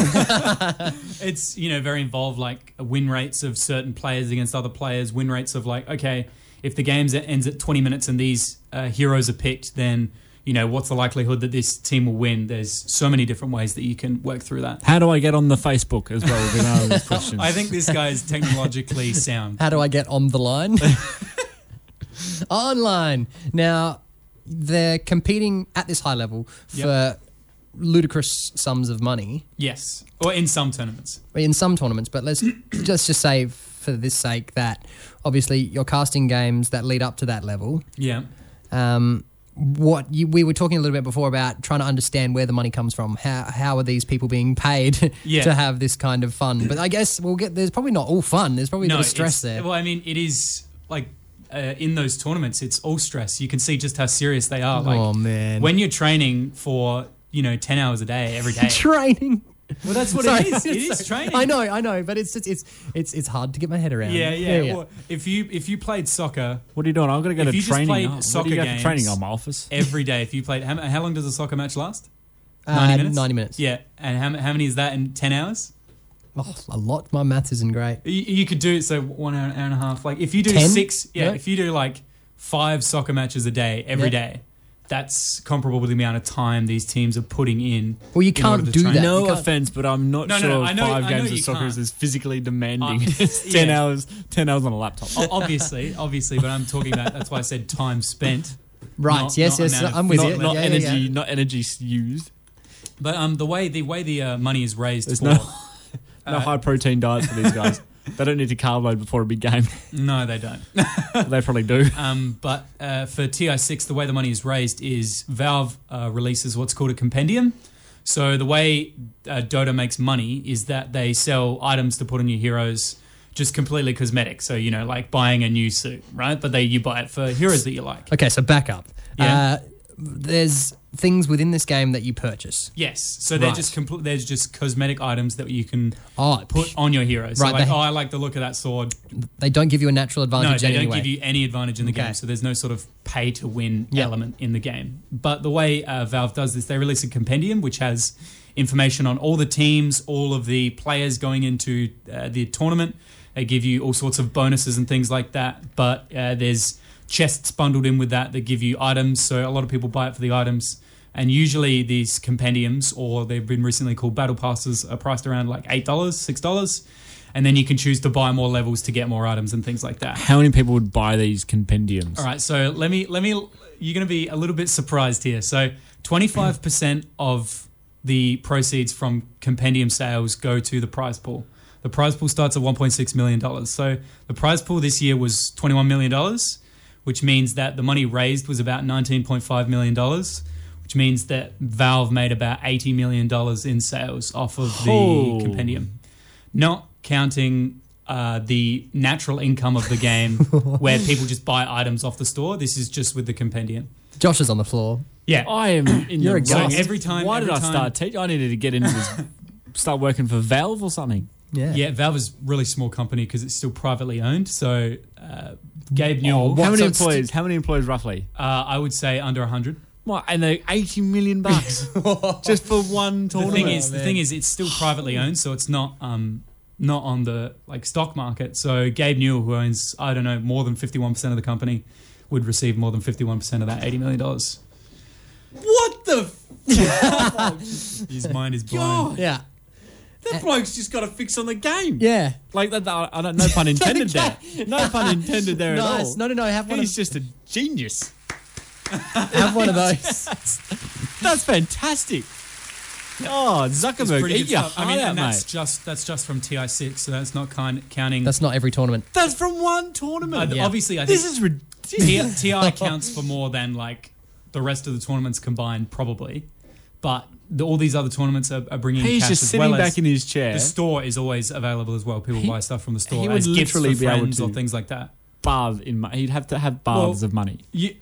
[SPEAKER 4] <laughs> it's you know very involved like win rates of certain players against other players win rates of like okay if the game ends at 20 minutes and these uh, heroes are picked then you know what's the likelihood that this team will win there's so many different ways that you can work through that
[SPEAKER 3] how do I get on the Facebook as well? would be another of
[SPEAKER 4] <laughs>
[SPEAKER 3] these questions.
[SPEAKER 4] i think this guy
[SPEAKER 2] <laughs>
[SPEAKER 4] is technologically sound
[SPEAKER 2] How do I get on the
[SPEAKER 4] <laughs>
[SPEAKER 2] line? Online. Now, they're competing at this high level for ludicrous sums of money
[SPEAKER 4] yes or in some tournaments
[SPEAKER 2] in some tournaments, but
[SPEAKER 4] <clears throat>
[SPEAKER 2] let's just, just say for this sake that obviously you're casting games that lead up to that level.
[SPEAKER 4] yeah
[SPEAKER 2] Um, what you, we were talking a little bit before about trying to understand where the money comes from. How how are these people being paid <laughs>
[SPEAKER 4] Yeah.
[SPEAKER 2] to have this kind of fun? But I guess we'll get there's probably not all fun. There's probably a bit of stress
[SPEAKER 4] it's-
[SPEAKER 2] there.
[SPEAKER 4] Well, I mean, it is like uh, in those tournaments, it's all stress. You can see just how serious they are. Like,
[SPEAKER 2] Oh, man.
[SPEAKER 4] when you're training for you know ten hours a day
[SPEAKER 2] <laughs>
[SPEAKER 4] every day.
[SPEAKER 2] Training.
[SPEAKER 4] well, that's what
[SPEAKER 2] Sorry. <laughs>
[SPEAKER 4] it is. It is training.
[SPEAKER 2] I know, I know, but it's it's it's it's, it's hard to get my head around.
[SPEAKER 4] Yeah, yeah. Well, if you if you played soccer
[SPEAKER 3] What are you doing? I'm going to go
[SPEAKER 4] If
[SPEAKER 3] to
[SPEAKER 4] you just
[SPEAKER 3] training.
[SPEAKER 4] played
[SPEAKER 3] oh, what do
[SPEAKER 4] soccer
[SPEAKER 3] you go
[SPEAKER 4] games-
[SPEAKER 3] for training on my office.
[SPEAKER 4] every day, if you played, how, how long does a soccer match last?
[SPEAKER 2] Uh,
[SPEAKER 4] 90 minutes?
[SPEAKER 2] 90 minutes.
[SPEAKER 4] Yeah, and how, how many is that in 10 hours?
[SPEAKER 2] Oh, a lot. My math isn't great.
[SPEAKER 4] You, you could do it, so one hour, hour and a half. Like, if you do
[SPEAKER 2] 10?
[SPEAKER 4] six, yeah,
[SPEAKER 2] Yeah.
[SPEAKER 4] if you do like five soccer matches a day every day,
[SPEAKER 2] Yeah.
[SPEAKER 4] that's comparable to the amount of time these teams are putting in.
[SPEAKER 2] Well, you
[SPEAKER 4] in order
[SPEAKER 2] can't
[SPEAKER 4] to
[SPEAKER 2] do
[SPEAKER 4] train.
[SPEAKER 2] that.
[SPEAKER 3] No
[SPEAKER 2] You can't-
[SPEAKER 3] offense, but I'm not
[SPEAKER 4] No, no,
[SPEAKER 3] sure
[SPEAKER 4] no, I know-
[SPEAKER 3] five
[SPEAKER 4] I know
[SPEAKER 3] games of
[SPEAKER 4] you
[SPEAKER 3] soccer is
[SPEAKER 4] can't.
[SPEAKER 3] as physically demanding.
[SPEAKER 4] Uh,
[SPEAKER 3] <laughs> as ten
[SPEAKER 4] yeah.
[SPEAKER 3] hours, ten hours on a laptop.
[SPEAKER 4] O- obviously, obviously, but I'm talking about that's why I said time spent.
[SPEAKER 2] Right.
[SPEAKER 4] Not-
[SPEAKER 2] yes,
[SPEAKER 4] <laughs> not
[SPEAKER 2] yes.
[SPEAKER 4] amount of-
[SPEAKER 2] I'm with
[SPEAKER 3] not
[SPEAKER 2] you.
[SPEAKER 3] not
[SPEAKER 2] Yeah, yeah,
[SPEAKER 3] energy,
[SPEAKER 2] yeah.
[SPEAKER 3] not energy s- used.
[SPEAKER 4] But um, the way the way the uh, money is raised
[SPEAKER 3] There's
[SPEAKER 4] for
[SPEAKER 3] no
[SPEAKER 4] Uh,
[SPEAKER 3] no high protein diets for these guys. they don't need to carb load before a big
[SPEAKER 4] <laughs>
[SPEAKER 3] game.
[SPEAKER 4] <laughs>
[SPEAKER 3] <laughs>
[SPEAKER 4] no, they don't.
[SPEAKER 3] they probably do.
[SPEAKER 4] Um, but uh, for TI6, the way the money is raised is Valve uh, releases what's called a compendium. So the way uh, Dota makes money is that they sell items to put on your heroes, just completely cosmetic. So you know, like buying a new suit, right? But they you buy it for heroes that you like.
[SPEAKER 2] Okay, so back up.
[SPEAKER 4] Yeah.
[SPEAKER 2] Uh, there's things within this game that you purchase.
[SPEAKER 4] Yes. So they're
[SPEAKER 2] Right.
[SPEAKER 4] just compl- there's just cosmetic items that you can
[SPEAKER 2] Oh,
[SPEAKER 4] put on your heroes.
[SPEAKER 2] Right,
[SPEAKER 4] so like,
[SPEAKER 2] they-
[SPEAKER 4] oh, I like the look of that sword.
[SPEAKER 2] They don't give you a natural
[SPEAKER 4] No,
[SPEAKER 2] advantage
[SPEAKER 4] they
[SPEAKER 2] anyway.
[SPEAKER 4] don't give you any advantage in the
[SPEAKER 2] Okay.
[SPEAKER 4] game, so there's no sort of pay to win
[SPEAKER 2] Yeah.
[SPEAKER 4] element in the game. But the way uh, Valve does this, they release a compendium which has information on all the teams, all of the players going into uh, the tournament. They give you all sorts of bonuses and things like that. But uh, there's chests bundled in with that that give you items. So a lot of people buy it for the items. And usually these compendiums, or they've been recently called battle passes, are priced around like eight dollars, six dollars, and then you can choose to buy more levels to get more items and things like that.
[SPEAKER 3] How many people would buy these compendiums?
[SPEAKER 4] All right, so let me let me you're going to be a little bit surprised here. So 25% of the proceeds from compendium sales go to the prize pool. The prize pool starts at 1.6 million dollars. So the prize pool this year was 21 million dollars, which means that the money raised was about 19.5 million dollars, which means that Valve made about 80 million dollars in sales off of the
[SPEAKER 3] Oh.
[SPEAKER 4] compendium not counting uh, the natural income of the game where people just buy items off the store. This is just with the compendium. Oh,
[SPEAKER 2] Josh is on the floor.
[SPEAKER 4] Yeah.
[SPEAKER 3] I am in
[SPEAKER 2] You're a
[SPEAKER 3] the wrong-
[SPEAKER 4] ghost. Every time-
[SPEAKER 3] Why
[SPEAKER 4] every
[SPEAKER 3] did I
[SPEAKER 4] time-
[SPEAKER 3] start teaching? I needed to get into
[SPEAKER 4] <laughs>
[SPEAKER 3] this, start working for Valve or something.
[SPEAKER 2] Yeah.
[SPEAKER 4] yeah, Valve is a really small company because it's still privately owned. So uh, Gabe
[SPEAKER 3] Oh,
[SPEAKER 4] Newell,
[SPEAKER 2] what?
[SPEAKER 3] how many
[SPEAKER 2] So it's-
[SPEAKER 3] employees? How many employees roughly?
[SPEAKER 4] uh, I would say under 100.
[SPEAKER 3] What, and they eighty million <laughs> bucks just for one tournament.
[SPEAKER 4] The
[SPEAKER 3] Oh,
[SPEAKER 4] thing is, the thing is, it's still privately owned, so it's not um, not on the like stock market. So Gabe Newell, who owns I don't know more than 51% of the company, would receive more than 51% of that 80 million dollars.
[SPEAKER 7] What the? F-
[SPEAKER 4] His mind is blown.
[SPEAKER 2] Yeah.
[SPEAKER 3] Eh.
[SPEAKER 7] that bloke's just got a fix on the game.
[SPEAKER 2] Yeah.
[SPEAKER 3] like that. that- I don't, <laughs> no pun intended there. No pun intended there at all.
[SPEAKER 2] Nice. No, no, no. Have one, of,
[SPEAKER 3] He's just a genius.
[SPEAKER 2] have
[SPEAKER 4] <laughs>
[SPEAKER 2] one of those.
[SPEAKER 3] <laughs> That's fantastic. Oh,
[SPEAKER 4] It's
[SPEAKER 3] Zuckerberg,
[SPEAKER 4] pretty
[SPEAKER 3] eat
[SPEAKER 4] good
[SPEAKER 3] your
[SPEAKER 4] stuff.
[SPEAKER 3] heart
[SPEAKER 4] I mean,
[SPEAKER 3] out,
[SPEAKER 4] and that's
[SPEAKER 3] mate.
[SPEAKER 4] just that's just from TI6, so that's not kind counting.
[SPEAKER 2] That's not every tournament.
[SPEAKER 3] That's from one tournament.
[SPEAKER 4] Uh,
[SPEAKER 2] yeah.
[SPEAKER 4] Obviously, I think
[SPEAKER 3] This is ridiculous.
[SPEAKER 4] T- TI
[SPEAKER 3] <laughs>
[SPEAKER 4] counts for more than like the rest of the tournaments combined, probably. But the, all these other tournaments are, are bringing.
[SPEAKER 3] He's
[SPEAKER 4] cash
[SPEAKER 3] just
[SPEAKER 4] as
[SPEAKER 3] sitting
[SPEAKER 4] well
[SPEAKER 3] back
[SPEAKER 4] as
[SPEAKER 3] in his chair,
[SPEAKER 4] The store is always available as well. People
[SPEAKER 3] He-
[SPEAKER 4] buy stuff from the store
[SPEAKER 3] he would
[SPEAKER 4] as gifts for
[SPEAKER 3] literally be able
[SPEAKER 4] friends or
[SPEAKER 3] to-
[SPEAKER 4] things like that.
[SPEAKER 3] bath in money. He'd have to have baths
[SPEAKER 4] Well,
[SPEAKER 3] of money.
[SPEAKER 4] You,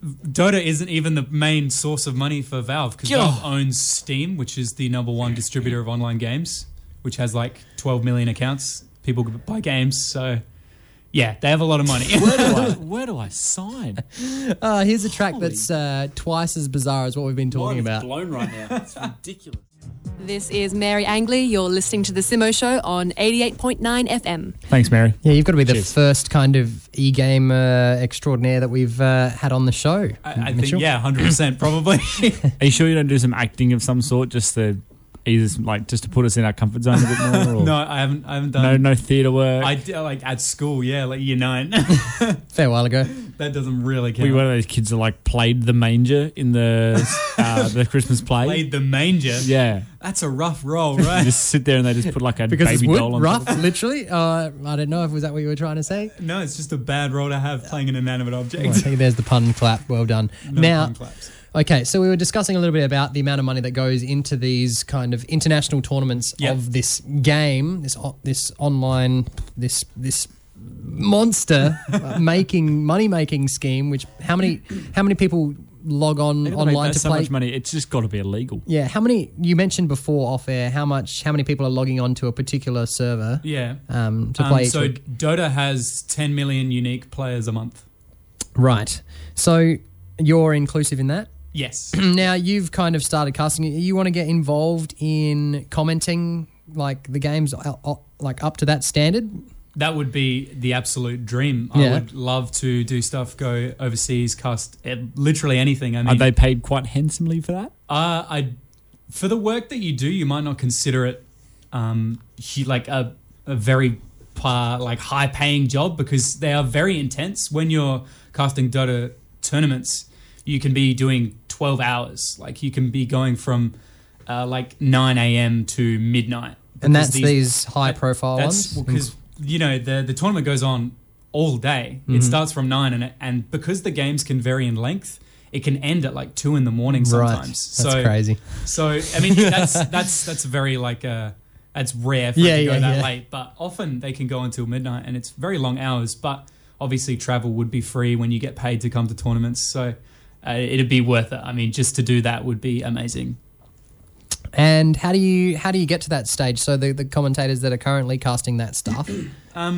[SPEAKER 4] Dota isn't even the main source of money for Valve because Valve owns Steam, which is the number one distributor of online games, which has like 12 million accounts. People buy games, so yeah, they have a lot of money.
[SPEAKER 3] Where <laughs> do I, where do I sign?
[SPEAKER 2] Uh, here's a track that's uh, twice as bizarre as what we've been talking about.
[SPEAKER 3] blown right now. It's ridiculous.
[SPEAKER 9] This is Mary Angley. You're listening to The Simo Show on 88.9 FM.
[SPEAKER 3] Thanks, Mary.
[SPEAKER 2] Yeah, you've got to be the first kind of e game uh, extraordinaire that we've uh, had on the show.
[SPEAKER 4] <laughs> I, I think
[SPEAKER 2] Mitchell?
[SPEAKER 4] yeah,
[SPEAKER 3] <laughs>
[SPEAKER 4] 100% probably.
[SPEAKER 3] Are you sure you don't do some acting of some sort just to either like just to put us in our comfort zone a bit more? Or
[SPEAKER 4] <laughs> no, I haven't. I haven't done.
[SPEAKER 3] no, no theatre work.
[SPEAKER 4] I did, like at school, yeah, like year nine. <laughs>
[SPEAKER 2] Fair while ago.
[SPEAKER 4] that doesn't really count.
[SPEAKER 3] we were one of those kids that like played the manger in the
[SPEAKER 4] <laughs>
[SPEAKER 3] uh, the Christmas play.
[SPEAKER 4] played the manger.
[SPEAKER 3] Yeah,
[SPEAKER 4] That's a rough role,
[SPEAKER 3] you <laughs>
[SPEAKER 4] right?
[SPEAKER 3] just sit there and they just put like a
[SPEAKER 2] Because
[SPEAKER 3] baby
[SPEAKER 2] it's
[SPEAKER 3] doll
[SPEAKER 2] wood,
[SPEAKER 3] on.
[SPEAKER 2] rough,
[SPEAKER 3] top of
[SPEAKER 2] literally. Uh, I don't know if was that what you were trying to say.
[SPEAKER 4] no, it's just a bad role to have playing an inanimate
[SPEAKER 2] Well, I
[SPEAKER 4] object.
[SPEAKER 2] think there's the pun clap. Well done.
[SPEAKER 4] <laughs> No
[SPEAKER 2] now,
[SPEAKER 4] hand claps.
[SPEAKER 2] okay, so we were discussing a little bit about the amount of money that goes into these kind of international tournaments
[SPEAKER 4] Yeah.
[SPEAKER 2] of this game, this o- this online, this this
[SPEAKER 3] <laughs>
[SPEAKER 2] monster uh, making money making scheme. Which how many how many people log on
[SPEAKER 3] it. They
[SPEAKER 2] online
[SPEAKER 3] make
[SPEAKER 2] to
[SPEAKER 3] so
[SPEAKER 2] play?
[SPEAKER 3] much money. It's just got to be illegal.
[SPEAKER 2] Yeah, how many you mentioned before off air? How much? How many people are logging on to a particular server
[SPEAKER 4] yeah.
[SPEAKER 2] um, to
[SPEAKER 4] Um,
[SPEAKER 2] play? each
[SPEAKER 4] so
[SPEAKER 2] week?
[SPEAKER 4] Dota has 10 million unique players a month.
[SPEAKER 2] right. So you're inclusive in that.
[SPEAKER 4] Yes.
[SPEAKER 2] now you've kind of started casting. You want to get involved in commenting like the games uh, uh, like up to that standard.
[SPEAKER 4] <clears throat> that would be the absolute dream.
[SPEAKER 2] Yeah.
[SPEAKER 4] I would love to do stuff, go overseas, cast eh, literally anything. I
[SPEAKER 3] Are
[SPEAKER 4] mean,
[SPEAKER 3] they paid quite handsomely for that?
[SPEAKER 4] Uh, I for the work that you do, you might not consider it um, hu- like a, a very pa like high paying job because they are very intense. When you're casting Dota tournaments, you can be doing twelve hours. Like you can be going from uh, like nine a.m. to midnight.
[SPEAKER 2] And
[SPEAKER 4] Because
[SPEAKER 2] that's these high profile
[SPEAKER 4] that's
[SPEAKER 2] ones?
[SPEAKER 4] because you know the the tournament goes on all day.
[SPEAKER 2] Mm-hmm.
[SPEAKER 4] It starts from nine, and it- and because the games can vary in length, it can end at like two in the morning
[SPEAKER 2] Right.
[SPEAKER 4] sometimes.
[SPEAKER 2] That's
[SPEAKER 4] so
[SPEAKER 2] crazy.
[SPEAKER 4] So I mean that's that's that's very like uh that's rare for
[SPEAKER 2] Yeah,
[SPEAKER 4] it to
[SPEAKER 2] yeah,
[SPEAKER 4] go that
[SPEAKER 2] yeah.
[SPEAKER 4] late, but often they can go until midnight, and it's very long hours. But obviously, travel would be free when you get paid to come to tournaments, so. Uh, it'd be worth it. I mean, just to do that would be amazing.
[SPEAKER 2] And how do you how do you get to that stage? So the, the commentators that are currently casting that stuff. uh,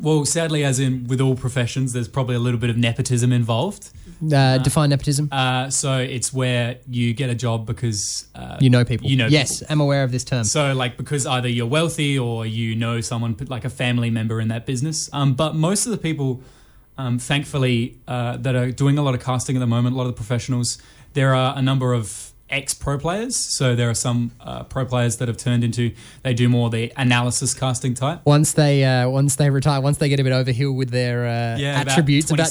[SPEAKER 4] Well, sadly, as in with all professions, there's probably a little bit of nepotism involved.
[SPEAKER 2] Uh, define nepotism.
[SPEAKER 4] Uh, so it's where you get a job because uh,
[SPEAKER 2] you know people.
[SPEAKER 4] you know
[SPEAKER 2] Yes, I'm aware of this term.
[SPEAKER 4] So like because either you're wealthy or you know someone like a family member in that business. Um, but most of the people, um, thankfully, uh, that are doing a lot of casting at the moment, a lot of the professionals, there are a number of ex pro players. So there are some uh, pro players that have turned into they do more the analysis casting type.
[SPEAKER 2] once they uh, once they retire, once they get a bit overhill with their uh,
[SPEAKER 4] Yeah, about
[SPEAKER 2] attributes, about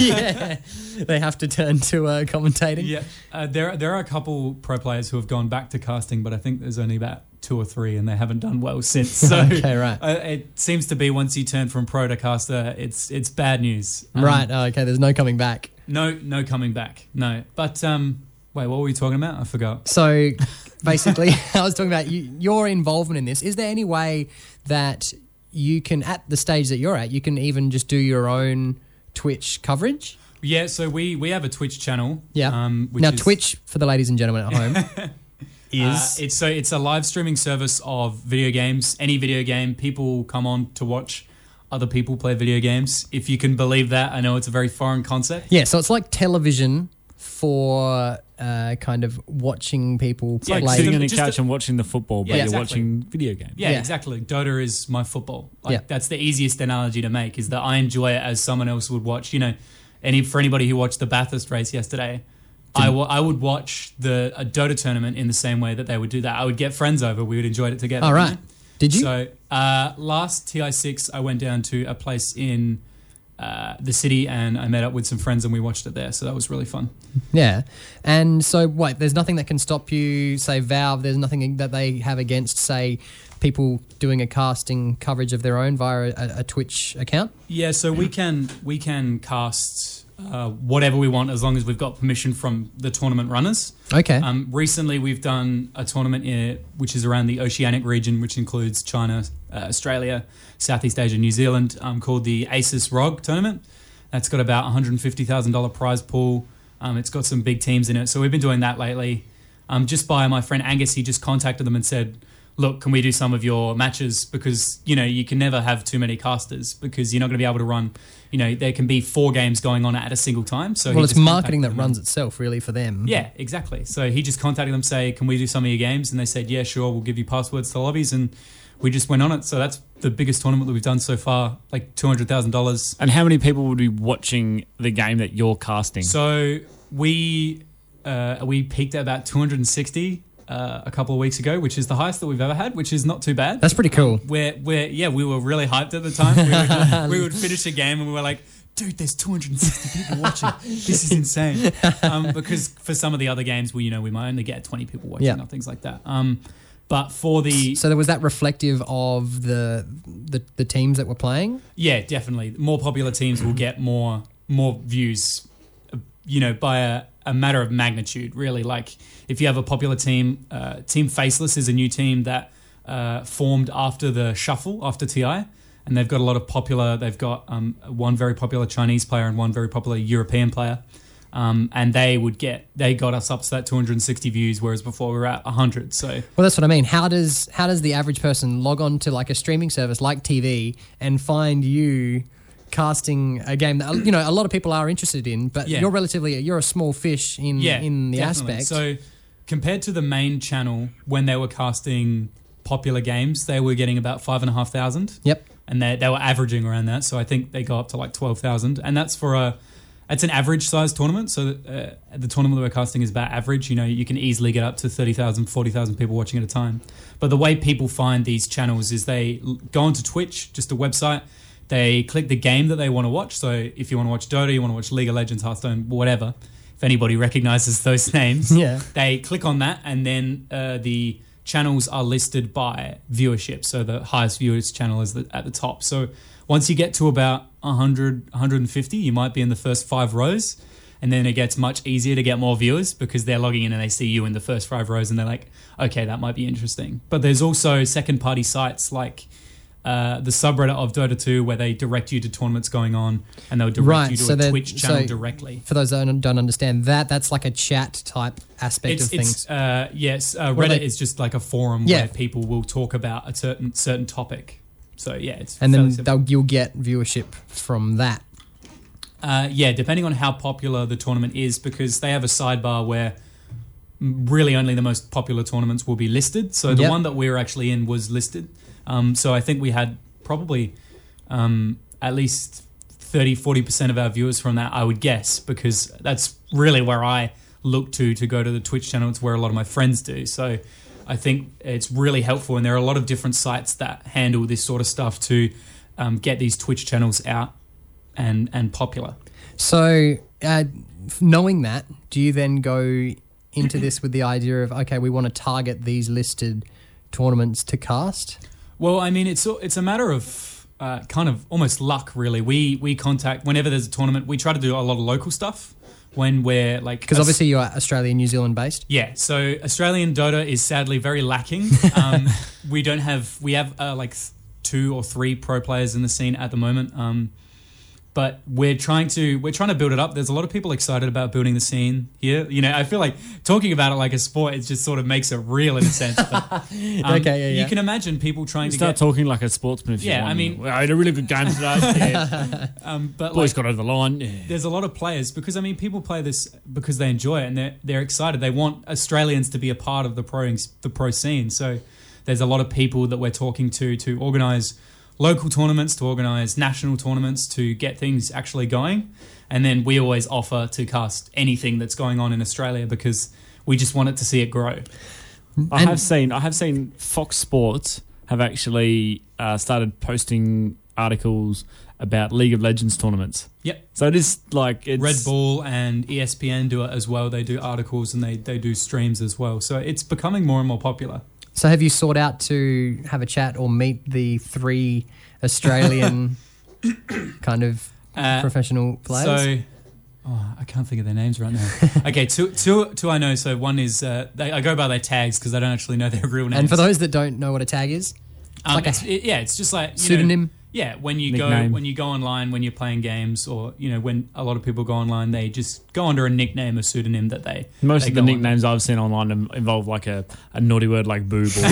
[SPEAKER 2] <laughs>
[SPEAKER 4] <laughs>
[SPEAKER 2] yeah, they have to turn to uh, commentating.
[SPEAKER 4] Yeah, uh, there there are a couple pro players who have gone back to casting, but I think there's only about two or three, and they haven't done
[SPEAKER 2] <laughs>
[SPEAKER 4] well since. So
[SPEAKER 2] Okay, right.
[SPEAKER 4] uh, it seems to be once you turn from pro to caster, it's it's bad news. Um,
[SPEAKER 2] Right. Oh, okay. There's no coming back.
[SPEAKER 4] No, no coming back. No. But um, wait, what were we talking about? I forgot.
[SPEAKER 2] So basically, <laughs> I was talking about you, your involvement in this. Is there any way that you can, at the stage that you're at, you can even just do your own Twitch coverage?
[SPEAKER 4] Yeah, so we we have a Twitch channel.
[SPEAKER 2] Yeah.
[SPEAKER 4] Um, which
[SPEAKER 2] now,
[SPEAKER 4] is-
[SPEAKER 2] Twitch for the ladies and gentlemen at
[SPEAKER 4] <laughs>
[SPEAKER 2] home.
[SPEAKER 4] Uh, it's so it's a live streaming service of video games. Any video game, people come on to watch other people play video games. If you can believe that, I know it's a very foreign concept.
[SPEAKER 2] yeah. So it's like television for uh, kind of watching people
[SPEAKER 4] Yeah,
[SPEAKER 2] play.
[SPEAKER 4] like
[SPEAKER 3] Sitting on the
[SPEAKER 4] Just
[SPEAKER 3] couch
[SPEAKER 4] a-
[SPEAKER 3] and watching the football, but
[SPEAKER 4] Yeah,
[SPEAKER 3] you're
[SPEAKER 4] exactly.
[SPEAKER 3] watching video games.
[SPEAKER 4] Yeah,
[SPEAKER 2] Yeah.
[SPEAKER 4] exactly. Dota is my football. Like
[SPEAKER 2] Yeah.
[SPEAKER 4] that's the easiest analogy to make is that I enjoy it as someone else would watch. You know, any for anybody who watched the Bathurst race yesterday, I wa- I would watch the a Dota tournament in the same way that they would do that. I would get friends over. We would enjoy it together.
[SPEAKER 2] All
[SPEAKER 4] you
[SPEAKER 2] right.
[SPEAKER 4] know?
[SPEAKER 2] Did you?
[SPEAKER 4] So uh, last TI6, I went down to a place in uh, the city and I met up with some friends and we watched it there. So that was really fun.
[SPEAKER 2] Yeah. And so, wait, there's nothing that can stop you, say, Valve, there's nothing that they have against, say, people doing a casting coverage of their own via a, a Twitch account?
[SPEAKER 4] Yeah, so we can we can cast uh, whatever we want as long as we've got permission from the tournament runners.
[SPEAKER 2] Okay.
[SPEAKER 4] Um, recently, we've done a tournament here, which is around the Oceanic region, which includes China, uh, Australia, Southeast Asia, New Zealand, um, called the ACES ROG tournament. That's got about $150,000 prize pool. Um, it's got some big teams in it. So we've been doing that lately. Um, just by my friend Angus, he just contacted them and said, look, can we do some of your matches? Because, you know, you can never have too many casters because you're not going to be able to run, you know, there can be four games going on at a single time. So
[SPEAKER 2] well,
[SPEAKER 4] he
[SPEAKER 2] it's
[SPEAKER 4] just
[SPEAKER 2] marketing
[SPEAKER 4] contacted
[SPEAKER 2] that
[SPEAKER 4] them.
[SPEAKER 2] runs itself, really, for them.
[SPEAKER 4] Yeah, exactly. So he just contacted them, say, "Can we do some of your games?" And they said, "Yeah, sure. We'll give you passwords to lobbies." And we just went on it. So that's the biggest tournament that we've done so far, like two hundred thousand dollars.
[SPEAKER 3] And how many people would be watching the game that you're casting?
[SPEAKER 4] So we uh, we peaked at about two hundred and sixty uh, a couple of weeks ago, which is the highest that we've ever had, which is not too bad.
[SPEAKER 2] That's pretty cool.
[SPEAKER 4] We're, we're yeah, we were really hyped at the time. We would, we would finish a game and we were like, dude, there's 260 people watching. This is insane. Um, because for some of the other games, we you know we might only get 20 people watching
[SPEAKER 2] Yeah.
[SPEAKER 4] or things like that. Um, but for the
[SPEAKER 2] So there was that reflective of the the, the teams that were playing.
[SPEAKER 4] yeah, definitely more popular teams will get more more views. uh, You know, by a, a matter of magnitude, really. Like if you have a popular team, uh, Team Faceless is a new team that uh, formed after the shuffle after TI, and they've got a lot of popular. They've got um, one very popular Chinese player and one very popular European player. Um, and they would get they got us up to that 260 views, whereas before we were at 100. So
[SPEAKER 2] Well, that's what I mean. How does how does the average person log on to like a streaming service like TV and find you casting a game that you know a lot of people are interested in, but
[SPEAKER 4] Yeah.
[SPEAKER 2] you're relatively you're a small fish in in the
[SPEAKER 4] definitely.
[SPEAKER 2] aspect.
[SPEAKER 4] So compared to the main channel, when they were casting popular games, they were getting about five and a half thousand.
[SPEAKER 2] Yep.
[SPEAKER 4] And they they were averaging around that. So I think they go up to like twelve thousand, and that's for a. It's an average size tournament, so uh, the tournament that we're casting is about average. You know, you can easily get up to 30,000, 40,000 people watching at a time. But the way people find these channels is they l- go onto Twitch, just a website, they click the game that they want to watch. So if you want to watch Dota, you want to watch League of Legends, Hearthstone, whatever. If anybody <laughs> recognizes those names,
[SPEAKER 2] <laughs> Yeah.
[SPEAKER 4] they click on that, and then uh, the channels are listed by viewership. So the highest viewers channel is the, at the top. So once you get to about 100, 150, you might be in the first five rows. And then it gets much easier to get more viewers because they're logging in and they see you in the first five rows and they're like, okay, that might be interesting. But there's also second party sites like uh, the subreddit of Dota 2 where they direct you to tournaments going on and they'll direct
[SPEAKER 2] Right,
[SPEAKER 4] you to
[SPEAKER 2] so
[SPEAKER 4] a
[SPEAKER 2] they're-
[SPEAKER 4] Twitch channel
[SPEAKER 2] so-
[SPEAKER 4] directly.
[SPEAKER 2] For those that don't- don't understand that, that's like a chat type aspect
[SPEAKER 4] It's,
[SPEAKER 2] of things.
[SPEAKER 4] it's uh, yes, uh,
[SPEAKER 2] What are
[SPEAKER 4] Reddit
[SPEAKER 2] they-
[SPEAKER 4] is just like a forum
[SPEAKER 2] Yeah.
[SPEAKER 4] where people will talk about a certain certain topic. So yeah, it's
[SPEAKER 2] and then
[SPEAKER 4] fairly simple.
[SPEAKER 2] they'll, you'll get viewership from that.
[SPEAKER 4] Uh, yeah, depending on how popular the tournament is, because they have a sidebar where really only the most popular tournaments will be listed. So the
[SPEAKER 2] Yep.
[SPEAKER 4] one that we were actually in was listed. Um, so I think we had probably um, at least 30, 40% of our viewers from that, I would guess, because that's really where I look to to go to the Twitch channel. It's where a lot of my friends do. So I think it's really helpful. And there are a lot of different sites that handle this sort of stuff to um, get these Twitch channels out and, and popular.
[SPEAKER 2] So, uh, f- knowing that, do you then go into this with the idea of okay, we want to target these listed tournaments to cast?
[SPEAKER 4] Well, I mean, it's it's a matter of uh, kind of almost luck, really. We we contact whenever there's a tournament. We try to do a lot of local stuff when we're like
[SPEAKER 2] Because obviously you are Australia, New Zealand based.
[SPEAKER 4] yeah. So Australian Dota is sadly very
[SPEAKER 2] <laughs>
[SPEAKER 4] lacking. Um, we don't have we have uh, like th- two or three pro players in the scene at the moment. Um, but we're trying to we're trying to build it up. There's a lot of people excited about building the scene here. You know, I feel like talking about it like a sport. It just sort of makes it real in a sense.
[SPEAKER 2] <laughs>
[SPEAKER 4] But, um,
[SPEAKER 2] Okay, yeah, yeah.
[SPEAKER 4] You can imagine people trying to
[SPEAKER 3] Start
[SPEAKER 4] get
[SPEAKER 3] talking like a sportsman if you
[SPEAKER 4] Yeah,
[SPEAKER 3] want.
[SPEAKER 4] I mean-
[SPEAKER 3] Well, I had a really good game
[SPEAKER 4] <laughs>
[SPEAKER 3] today. Yeah.
[SPEAKER 4] but
[SPEAKER 3] Boys
[SPEAKER 4] like-
[SPEAKER 3] got over the line. Yeah.
[SPEAKER 4] there's a lot of players because I mean people play this because they enjoy it and they're they're excited. They want Australians to be a part of the pro the pro scene. So there's a lot of people that we're talking to to organise local tournaments, to organise national tournaments, to get things actually going. And then we always offer to cast anything that's going on in Australia because we just want it to see it grow. Mm,
[SPEAKER 3] I
[SPEAKER 2] And-
[SPEAKER 3] have seen I have seen Fox Sports have actually uh, started posting articles about League of Legends tournaments.
[SPEAKER 4] Yep.
[SPEAKER 3] So it is like it's
[SPEAKER 4] Red Bull and E ESPN do it as well. They do articles and they, they do streams as well. So it's becoming more and more popular.
[SPEAKER 2] So, have you sought out to have a chat or meet the three
[SPEAKER 4] <coughs>
[SPEAKER 2] Australian kind of
[SPEAKER 4] Uh,
[SPEAKER 2] professional players?
[SPEAKER 4] So, oh, I can't think of their names right
[SPEAKER 3] <laughs>
[SPEAKER 4] now. okay, two, two, two I know. So one is uh, they, I go by their tags because I don't actually know their real names.
[SPEAKER 2] and for those that don't know what a tag is,
[SPEAKER 4] um,
[SPEAKER 2] like a
[SPEAKER 4] it's- it- yeah, it's just like you know,
[SPEAKER 2] pseudonym?
[SPEAKER 4] Yeah, when you
[SPEAKER 3] Nickname.
[SPEAKER 4] go when you go online when you're playing games, or you know when a lot of people go online, they just go under a nickname or pseudonym that they
[SPEAKER 3] Most
[SPEAKER 4] they
[SPEAKER 3] of the
[SPEAKER 4] go
[SPEAKER 3] nicknames I've seen online im- involve like a, a naughty word like boob
[SPEAKER 4] <laughs>
[SPEAKER 3] or the,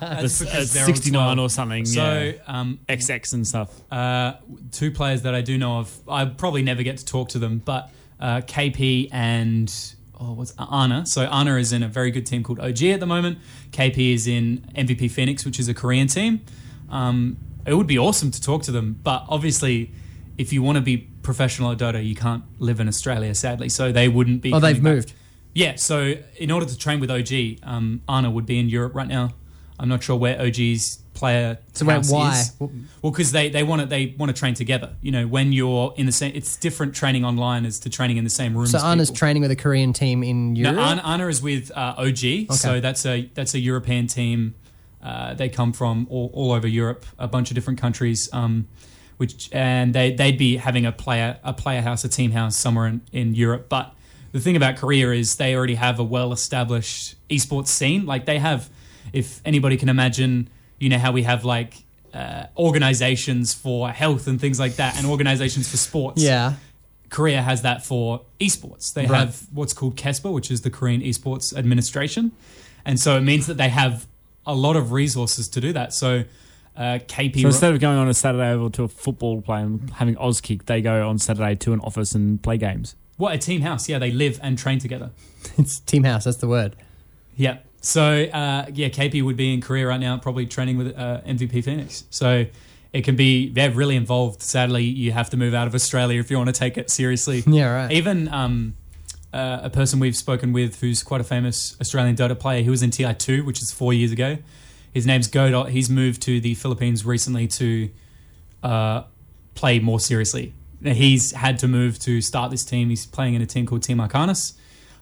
[SPEAKER 4] under.
[SPEAKER 3] a
[SPEAKER 4] That's because they're on
[SPEAKER 3] 69
[SPEAKER 4] 12.
[SPEAKER 3] or something.
[SPEAKER 4] So
[SPEAKER 3] yeah.
[SPEAKER 4] um,
[SPEAKER 3] XX and stuff.
[SPEAKER 4] uh, two players that I do know of, I probably never get to talk to them, but uh, KP and oh, what's Ana? So Ana is in a very good team called OG at the moment. KP is in MVP Phoenix, which is a Korean team. Um, it would be awesome to talk to them, but obviously, if you want to be professional at Dota, you can't live in Australia, sadly. So they wouldn't be.
[SPEAKER 2] Oh, they've
[SPEAKER 4] coming back.
[SPEAKER 2] moved.
[SPEAKER 4] Yeah, so in order to train with OG, um, Ana would be in Europe right now. I'm not sure where OG's player.
[SPEAKER 2] So wait,
[SPEAKER 4] house
[SPEAKER 2] why?
[SPEAKER 4] is. Well, because they they want to they want to train together. You know, when you're in the same, it's different training online as to training in the same room.
[SPEAKER 2] So
[SPEAKER 4] as
[SPEAKER 2] Anna's
[SPEAKER 4] people.
[SPEAKER 2] training with a Korean team in Europe.
[SPEAKER 4] No, Anna, Anna is with uh, OG, so that's a that's a European team. Uh, they come from all, all over Europe, a bunch of different countries. Um, which and they they'd be having a player a player house, a team house somewhere in, in Europe. But the thing about Korea is they already have a well established esports scene. Like they have, if anybody can imagine, you know how we have like. Uh, organizations for health and things like that, and organizations for sports.
[SPEAKER 2] yeah. <laughs>
[SPEAKER 4] Korea has that for esports. They
[SPEAKER 2] Right.
[SPEAKER 4] have what's called KESPA, which is the Korean Esports Administration. And so it means that they have a lot of resources to do that. So uh, KP.
[SPEAKER 3] So instead of going on a Saturday over to a football play and having Auskick, they go on Saturday to an office and play games.
[SPEAKER 4] what a team house. Yeah, they live and train together.
[SPEAKER 2] It's team house. That's the word.
[SPEAKER 4] Yeah. So uh, yeah, KP would be in Korea right now, probably training with uh, MVP Phoenix. So it can be they're really involved. Sadly, you have to move out of Australia if you want to take it seriously.
[SPEAKER 2] Yeah, right.
[SPEAKER 4] Even um, uh, a person we've spoken with who's quite a famous Australian Dota player, he was in TI two, which is four years ago. His name's Godot. He's moved to the Philippines recently to uh, play more seriously. He's had to move to start this team. He's playing in a team called Team Arcanus.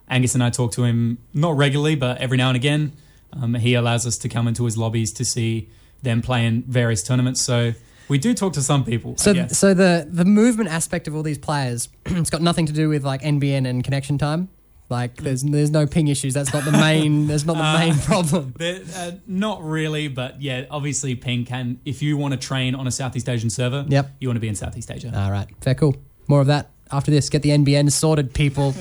[SPEAKER 4] Angus and I talk to him not regularly, but every now and again. Um, he allows us to come into his lobbies to see them play in various tournaments. So we do talk to some people. I
[SPEAKER 2] So,
[SPEAKER 4] guess.
[SPEAKER 2] so the the movement aspect of all these players, <clears throat> it's got nothing to do with like NBN and connection time. Like, there's there's no ping issues. That's not the main. that's not the
[SPEAKER 4] Uh,
[SPEAKER 2] main problem.
[SPEAKER 4] But, uh, not really, but yeah, obviously ping can. If you want to train on a Southeast Asian server,
[SPEAKER 2] Yep.
[SPEAKER 4] you want to be in Southeast Asia.
[SPEAKER 2] All right, fair, cool. More of that after this. Get the NBN sorted,
[SPEAKER 3] <laughs>
[SPEAKER 2] people.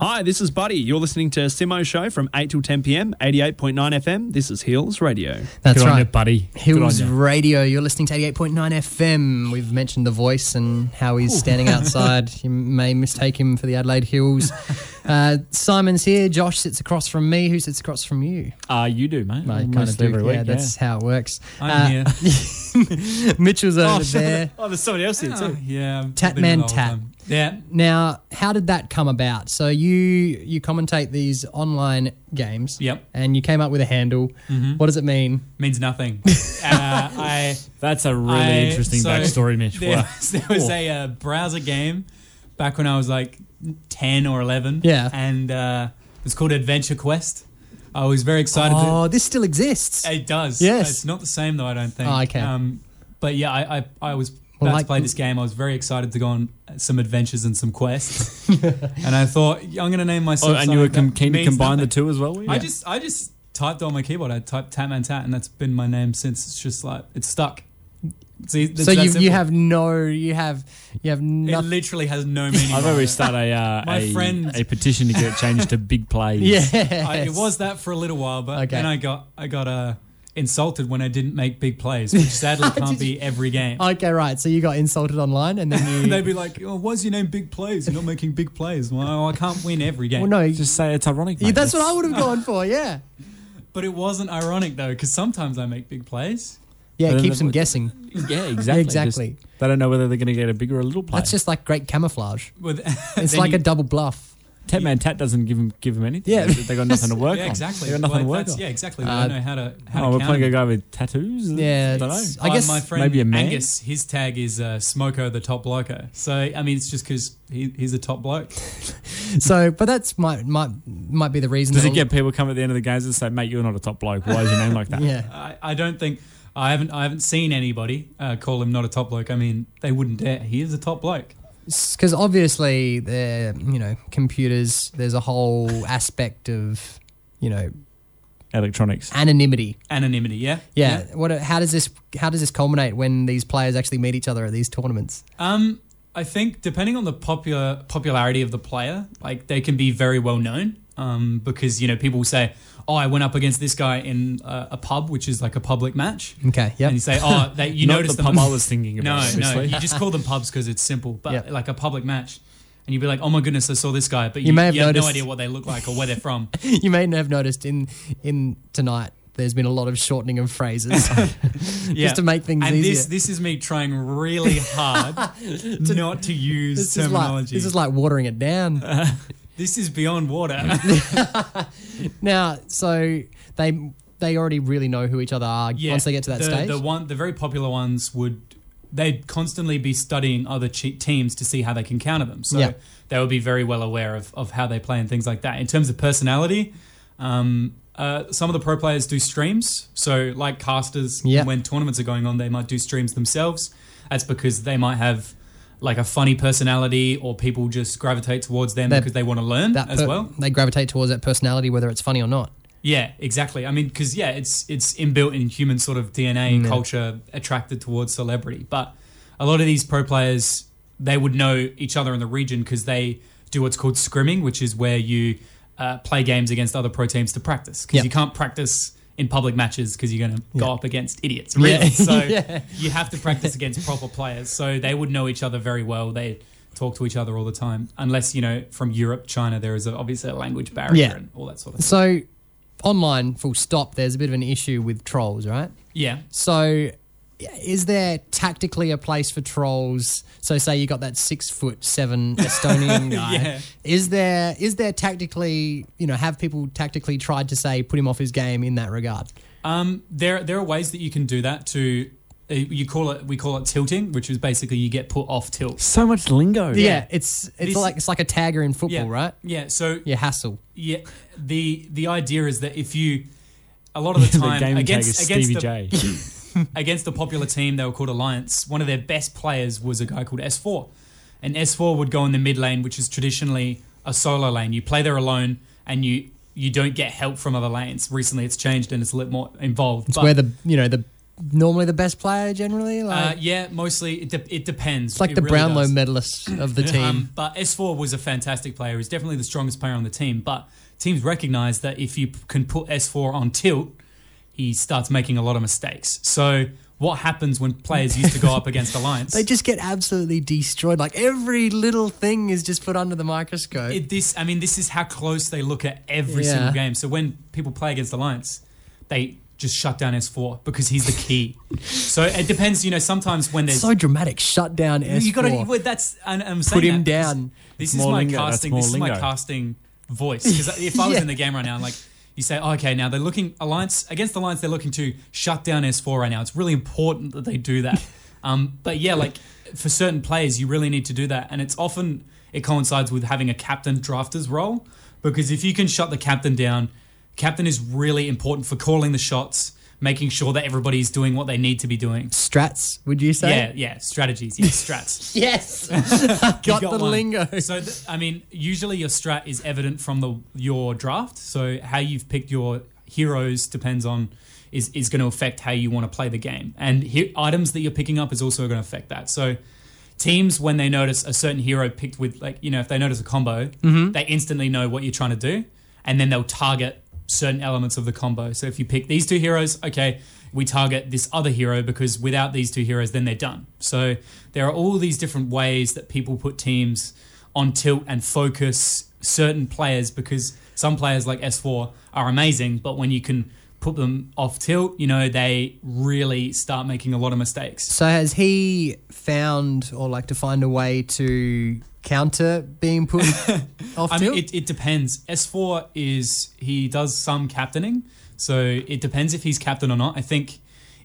[SPEAKER 6] Hi, this is Buddy. You're listening to Simo Show from 8 till 10 p.m., 88.9 FM. This is Heels Radio.
[SPEAKER 2] That's
[SPEAKER 3] Good on you,
[SPEAKER 2] right.
[SPEAKER 3] buddy. Good on
[SPEAKER 2] Hills
[SPEAKER 3] you.
[SPEAKER 2] Radio. You're listening to 88.9 FM. We've mentioned the voice and how he's
[SPEAKER 3] <laughs>
[SPEAKER 2] standing outside. you may mistake him for the Adelaide Hills. Uh, Simon's here. Josh sits across from me. Who sits across from you?
[SPEAKER 3] Uh, you do, mate.
[SPEAKER 2] I
[SPEAKER 3] Almost
[SPEAKER 2] kind of do.
[SPEAKER 3] every week.
[SPEAKER 2] yeah, that's how it works.
[SPEAKER 4] I'm
[SPEAKER 2] here. <laughs> Mitchell's over there.
[SPEAKER 6] Oh, there's somebody else here,
[SPEAKER 4] Oh, yeah, I've
[SPEAKER 2] Tat
[SPEAKER 4] been here
[SPEAKER 2] man
[SPEAKER 4] the whole
[SPEAKER 2] tat.
[SPEAKER 4] time. Yeah,
[SPEAKER 2] Now, how did that come about? So you you commentate these online games.
[SPEAKER 4] Yep.
[SPEAKER 2] And you came up with a handle.
[SPEAKER 3] Mm-hmm.
[SPEAKER 2] What does it mean?
[SPEAKER 4] means
[SPEAKER 2] <laughs>
[SPEAKER 4] nothing. uh, I
[SPEAKER 3] That's a really
[SPEAKER 4] I-
[SPEAKER 3] interesting
[SPEAKER 4] so
[SPEAKER 3] backstory,
[SPEAKER 4] <laughs>
[SPEAKER 3] Mitch.
[SPEAKER 4] There,
[SPEAKER 3] Wow.
[SPEAKER 4] was- there was a uh, browser game back when I was like 10 or 11.
[SPEAKER 2] Yeah.
[SPEAKER 4] And uh, it's called Adventure Quest. I was very excited. to-
[SPEAKER 2] Oh, this still exists.
[SPEAKER 4] it does.
[SPEAKER 2] Yes.
[SPEAKER 4] It's not the same, though, I don't think.
[SPEAKER 2] Oh, okay.
[SPEAKER 4] Um, but yeah, I, I, I was about
[SPEAKER 2] Well, like-
[SPEAKER 4] to play this game. I was very excited to go on some adventures and some
[SPEAKER 2] <laughs>
[SPEAKER 4] quests. and I thought, "Yeah, I'm going to name myself.
[SPEAKER 3] Oh, and you were com-
[SPEAKER 4] something that
[SPEAKER 3] keen to
[SPEAKER 4] means
[SPEAKER 3] combine
[SPEAKER 4] nothing."
[SPEAKER 3] the two as well? were you?
[SPEAKER 4] I just, I just typed on my keyboard. I typed Tatman Tat, and that's been my name since. It's just like, it's stuck. See,
[SPEAKER 2] so you you have no you have you have
[SPEAKER 4] It
[SPEAKER 2] <laughs> nothing.
[SPEAKER 4] literally has no meaning.
[SPEAKER 2] Oh,
[SPEAKER 3] I've always started a, uh,
[SPEAKER 4] My
[SPEAKER 3] a,
[SPEAKER 4] friend-
[SPEAKER 3] a petition to get it changed to big
[SPEAKER 4] <laughs>
[SPEAKER 3] plays.
[SPEAKER 2] Yeah.
[SPEAKER 4] I, it was that for a little while, but
[SPEAKER 2] Okay.
[SPEAKER 4] then I got I got uh, insulted when I didn't make big plays,
[SPEAKER 2] <laughs>
[SPEAKER 4] which sadly can't be every game.
[SPEAKER 2] Okay, right. So you got insulted online,
[SPEAKER 4] <laughs>
[SPEAKER 2] and then you.
[SPEAKER 4] They'd be like, oh, "Why's your name Big Plays? You're not making big plays. Well, I can't win every game."
[SPEAKER 2] well, no.
[SPEAKER 3] Just say it's ironic.
[SPEAKER 2] yeah,
[SPEAKER 3] mate.
[SPEAKER 2] that's what I would have gone for. Yeah.
[SPEAKER 4] But it wasn't ironic though, because sometimes I make big plays.
[SPEAKER 2] Yeah, it
[SPEAKER 3] But
[SPEAKER 2] keeps
[SPEAKER 3] then
[SPEAKER 2] them
[SPEAKER 3] that-
[SPEAKER 2] guessing.
[SPEAKER 3] Yeah, exactly.
[SPEAKER 2] Exactly.
[SPEAKER 3] Just- they don't know whether they're going to get a big or a little play.
[SPEAKER 2] That's just like great camouflage.
[SPEAKER 4] With <laughs>
[SPEAKER 2] It's
[SPEAKER 4] then
[SPEAKER 2] like
[SPEAKER 4] you-
[SPEAKER 2] a double bluff.
[SPEAKER 3] Tat Man Tat doesn't give him give him anything.
[SPEAKER 2] Yeah.
[SPEAKER 3] Yeah, they got
[SPEAKER 4] <laughs>
[SPEAKER 3] nothing to work
[SPEAKER 4] yeah,
[SPEAKER 3] on.
[SPEAKER 4] exactly.
[SPEAKER 3] They got nothing
[SPEAKER 4] Like,
[SPEAKER 3] to work
[SPEAKER 4] that's-
[SPEAKER 3] on.
[SPEAKER 4] yeah, exactly.
[SPEAKER 2] Uh,
[SPEAKER 4] they don't know how to how
[SPEAKER 3] Oh,
[SPEAKER 4] to
[SPEAKER 3] we're
[SPEAKER 4] count
[SPEAKER 3] playing a
[SPEAKER 4] it.
[SPEAKER 3] guy with tattoos.
[SPEAKER 2] Yeah.
[SPEAKER 3] don't know.
[SPEAKER 2] it's-
[SPEAKER 4] Uh,
[SPEAKER 2] I guess
[SPEAKER 4] my friend
[SPEAKER 3] maybe a man?
[SPEAKER 4] Angus, his tag is uh, Smoko the Top Bloker. So I mean, it's just because he, he's a top bloke.
[SPEAKER 2] so, but that's might might might be the reason.
[SPEAKER 3] Does
[SPEAKER 2] that
[SPEAKER 3] it get people come at the end of the games and say, "Mate, you're not a top bloke. Why is your name like
[SPEAKER 4] <laughs>
[SPEAKER 3] that?"
[SPEAKER 2] Yeah.
[SPEAKER 4] I, I don't think I haven't I haven't seen anybody uh, call him not a top bloke. I mean, they wouldn't dare. He is a top bloke.
[SPEAKER 2] because obviously they're you know computers there's a whole aspect of you know
[SPEAKER 3] electronics.
[SPEAKER 2] anonymity.
[SPEAKER 4] Anonymity, yeah?
[SPEAKER 2] Yeah. What? How does this? How does this culminate when these players actually meet each other at these tournaments?
[SPEAKER 4] Um, I think depending on the popular popularity of the player, like they can be very well known. Um, because you know people will say, "Oh, I went up against this guy in uh, a pub, which is like a public match."
[SPEAKER 2] Okay. Yep.
[SPEAKER 4] And you say, "Oh, they,
[SPEAKER 2] <laughs>
[SPEAKER 4] you
[SPEAKER 3] Not
[SPEAKER 4] notice
[SPEAKER 3] the
[SPEAKER 4] them."
[SPEAKER 3] pub I was thinking about,
[SPEAKER 4] <laughs> no, no,
[SPEAKER 3] obviously.
[SPEAKER 4] you just call them pubs because it's simple. But
[SPEAKER 2] Yep.
[SPEAKER 4] like a public match, and you'd be like, "Oh my goodness, I saw this guy," but you,
[SPEAKER 2] may have
[SPEAKER 4] you have no
[SPEAKER 2] noticed-
[SPEAKER 4] idea what they look like or where they're
[SPEAKER 2] <laughs>
[SPEAKER 4] from.
[SPEAKER 2] you may have noticed in in tonight. There's been a lot of shortening of
[SPEAKER 4] <laughs>
[SPEAKER 2] phrases.
[SPEAKER 4] Oh, Yeah.
[SPEAKER 2] to make things
[SPEAKER 4] and this
[SPEAKER 2] easier.
[SPEAKER 4] this is me trying really
[SPEAKER 2] <laughs>
[SPEAKER 4] hard not to
[SPEAKER 2] <laughs>
[SPEAKER 4] use
[SPEAKER 2] this is like
[SPEAKER 4] terminology.
[SPEAKER 2] this is like watering it down.
[SPEAKER 4] <laughs> this is beyond
[SPEAKER 2] <laughs>
[SPEAKER 4] water.
[SPEAKER 2] Now, so they they already really know who each other are once they get to that
[SPEAKER 4] the,
[SPEAKER 2] stage.
[SPEAKER 4] The one, the very popular ones would they'd constantly be studying other che- teams to see how they can counter them. So
[SPEAKER 2] Yeah.
[SPEAKER 4] they would be very well aware of of how they play and things like that. In terms of personality, um, uh, some of the pro players do streams. So like casters,
[SPEAKER 2] Yeah.
[SPEAKER 4] when tournaments are going on, they might do streams themselves. That's because they might have. Like a funny personality, or people just gravitate towards them
[SPEAKER 2] That-
[SPEAKER 4] because they want to learn
[SPEAKER 2] that
[SPEAKER 4] as
[SPEAKER 2] per-
[SPEAKER 4] well.
[SPEAKER 2] they gravitate towards that personality, whether it's funny or not.
[SPEAKER 4] Yeah, exactly. I mean, because yeah, it's it's inbuilt in human sort of DNA culture, attracted towards celebrity. But a lot of these pro players, they would know each other in the region because they do what's called scrimming, which is where you uh, play games against other pro teams to practice. Because
[SPEAKER 2] Yeah.
[SPEAKER 4] you can't practice in public matches because you're going to go up against idiots, really. So
[SPEAKER 2] Yeah. <laughs>
[SPEAKER 4] you have to practice against proper players. So they would know each other very well. They talk to each other all the time, unless you know from Europe, China, there is a, obviously a language barrier
[SPEAKER 2] Yeah.
[SPEAKER 4] and all that sort of. stuff.
[SPEAKER 2] So online, full stop. There's a bit of an issue with trolls, right?
[SPEAKER 4] Yeah.
[SPEAKER 2] So, is there tactically a place for trolls? So, say you got that six foot
[SPEAKER 4] <laughs>
[SPEAKER 2] seven Estonian guy.
[SPEAKER 4] Yeah.
[SPEAKER 2] Is there is there tactically you know have people tactically tried to say put him off his game in that regard?
[SPEAKER 4] Um, there there are ways that you can do that to uh, you call it we call it tilting, which is basically you get put off tilt.
[SPEAKER 3] So much lingo.
[SPEAKER 2] Yeah, it's it's
[SPEAKER 4] This-
[SPEAKER 2] like it's like a tagger in football,
[SPEAKER 4] Yeah,
[SPEAKER 2] right?
[SPEAKER 4] Yeah. So
[SPEAKER 2] Yeah, hassle.
[SPEAKER 4] yeah, the the idea is that if you a lot
[SPEAKER 2] <laughs>
[SPEAKER 4] of the
[SPEAKER 3] The
[SPEAKER 4] time
[SPEAKER 3] game against,
[SPEAKER 4] against
[SPEAKER 3] is
[SPEAKER 4] against
[SPEAKER 3] Stevie J.
[SPEAKER 4] the, <laughs> against the popular team they were called Alliance. One of their best players was a guy called S4. And S4 would go in the mid lane, which is traditionally a solo lane. You play there alone and you you don't get help from other lanes. Recently it's changed and it's a little more involved.
[SPEAKER 2] It's where the you know the normally the best player generally
[SPEAKER 4] uh,
[SPEAKER 2] like
[SPEAKER 4] yeah, mostly it, de- it depends.
[SPEAKER 2] it's like
[SPEAKER 4] It
[SPEAKER 2] the
[SPEAKER 4] really
[SPEAKER 2] Brownlow
[SPEAKER 4] does.
[SPEAKER 2] medalist of
[SPEAKER 4] <laughs>
[SPEAKER 2] the team.
[SPEAKER 4] Um, but S4 was a fantastic player. He's definitely the strongest player on the team. But teams recognize that if you p- can put S4 on tilt, he starts making a lot of mistakes. So what happens when players used to go up against Alliance?
[SPEAKER 2] <laughs> they just get absolutely destroyed. Like every little thing is just put under the microscope.
[SPEAKER 4] it, this, I mean, this is how close they look at every
[SPEAKER 2] Yeah.
[SPEAKER 4] single game. So when people play against Alliance, they just shut down S4 because he's the
[SPEAKER 2] <laughs>
[SPEAKER 4] key. so it depends. You know, sometimes when there's
[SPEAKER 2] so dramatic. Shut down S4.
[SPEAKER 4] You got to. Well, that's. And I'm saying
[SPEAKER 2] him
[SPEAKER 4] that because
[SPEAKER 2] down.
[SPEAKER 4] This
[SPEAKER 3] It's
[SPEAKER 4] is
[SPEAKER 3] more
[SPEAKER 4] my
[SPEAKER 3] lingo, that's
[SPEAKER 4] casting.
[SPEAKER 3] more
[SPEAKER 4] This is my
[SPEAKER 3] lingo.
[SPEAKER 4] casting voice.
[SPEAKER 3] <laughs>
[SPEAKER 4] Because if I was
[SPEAKER 2] Yeah.
[SPEAKER 4] in the game right now, I'm like you say, oh, okay, now they're looking alliance against alliance. They're looking to shut down S4 right now. It's really important that they
[SPEAKER 3] <laughs>
[SPEAKER 4] do that. um, but yeah, like for certain players, you really need to do that, and it's often it coincides with having a captain drafter's role because if you can shut the captain down, captain is really important for calling the shots. Making sure that everybody's doing what they need to be doing.
[SPEAKER 2] strats, would you say?
[SPEAKER 4] Yeah, yeah, strategies, yeah, strats.
[SPEAKER 2] Yes. <laughs> got,
[SPEAKER 4] You
[SPEAKER 2] the
[SPEAKER 4] one.
[SPEAKER 2] lingo.
[SPEAKER 4] <laughs> So th- I mean, usually your strat is evident from the your draft. So how you've picked your heroes depends on is is going to affect how you want to play the game, and he- items that you're picking up is also going to affect that. So teams when they notice a certain hero picked with like you know if they notice a combo, they instantly know what you're trying to do, and then they'll target certain elements of the combo. So if you pick these two heroes, okay, we target this other hero because without these two heroes, then they're done. So there are all these different ways that people put teams on tilt and focus certain players because some players like S4 are amazing, but when you can put them off tilt, you know, they really start making a lot of mistakes.
[SPEAKER 2] So has he found or like to find a way to counter being put off
[SPEAKER 4] I
[SPEAKER 2] tilt?
[SPEAKER 4] mean, it, it depends. S4 is, he does some captaining. So it depends if he's captain or not. I think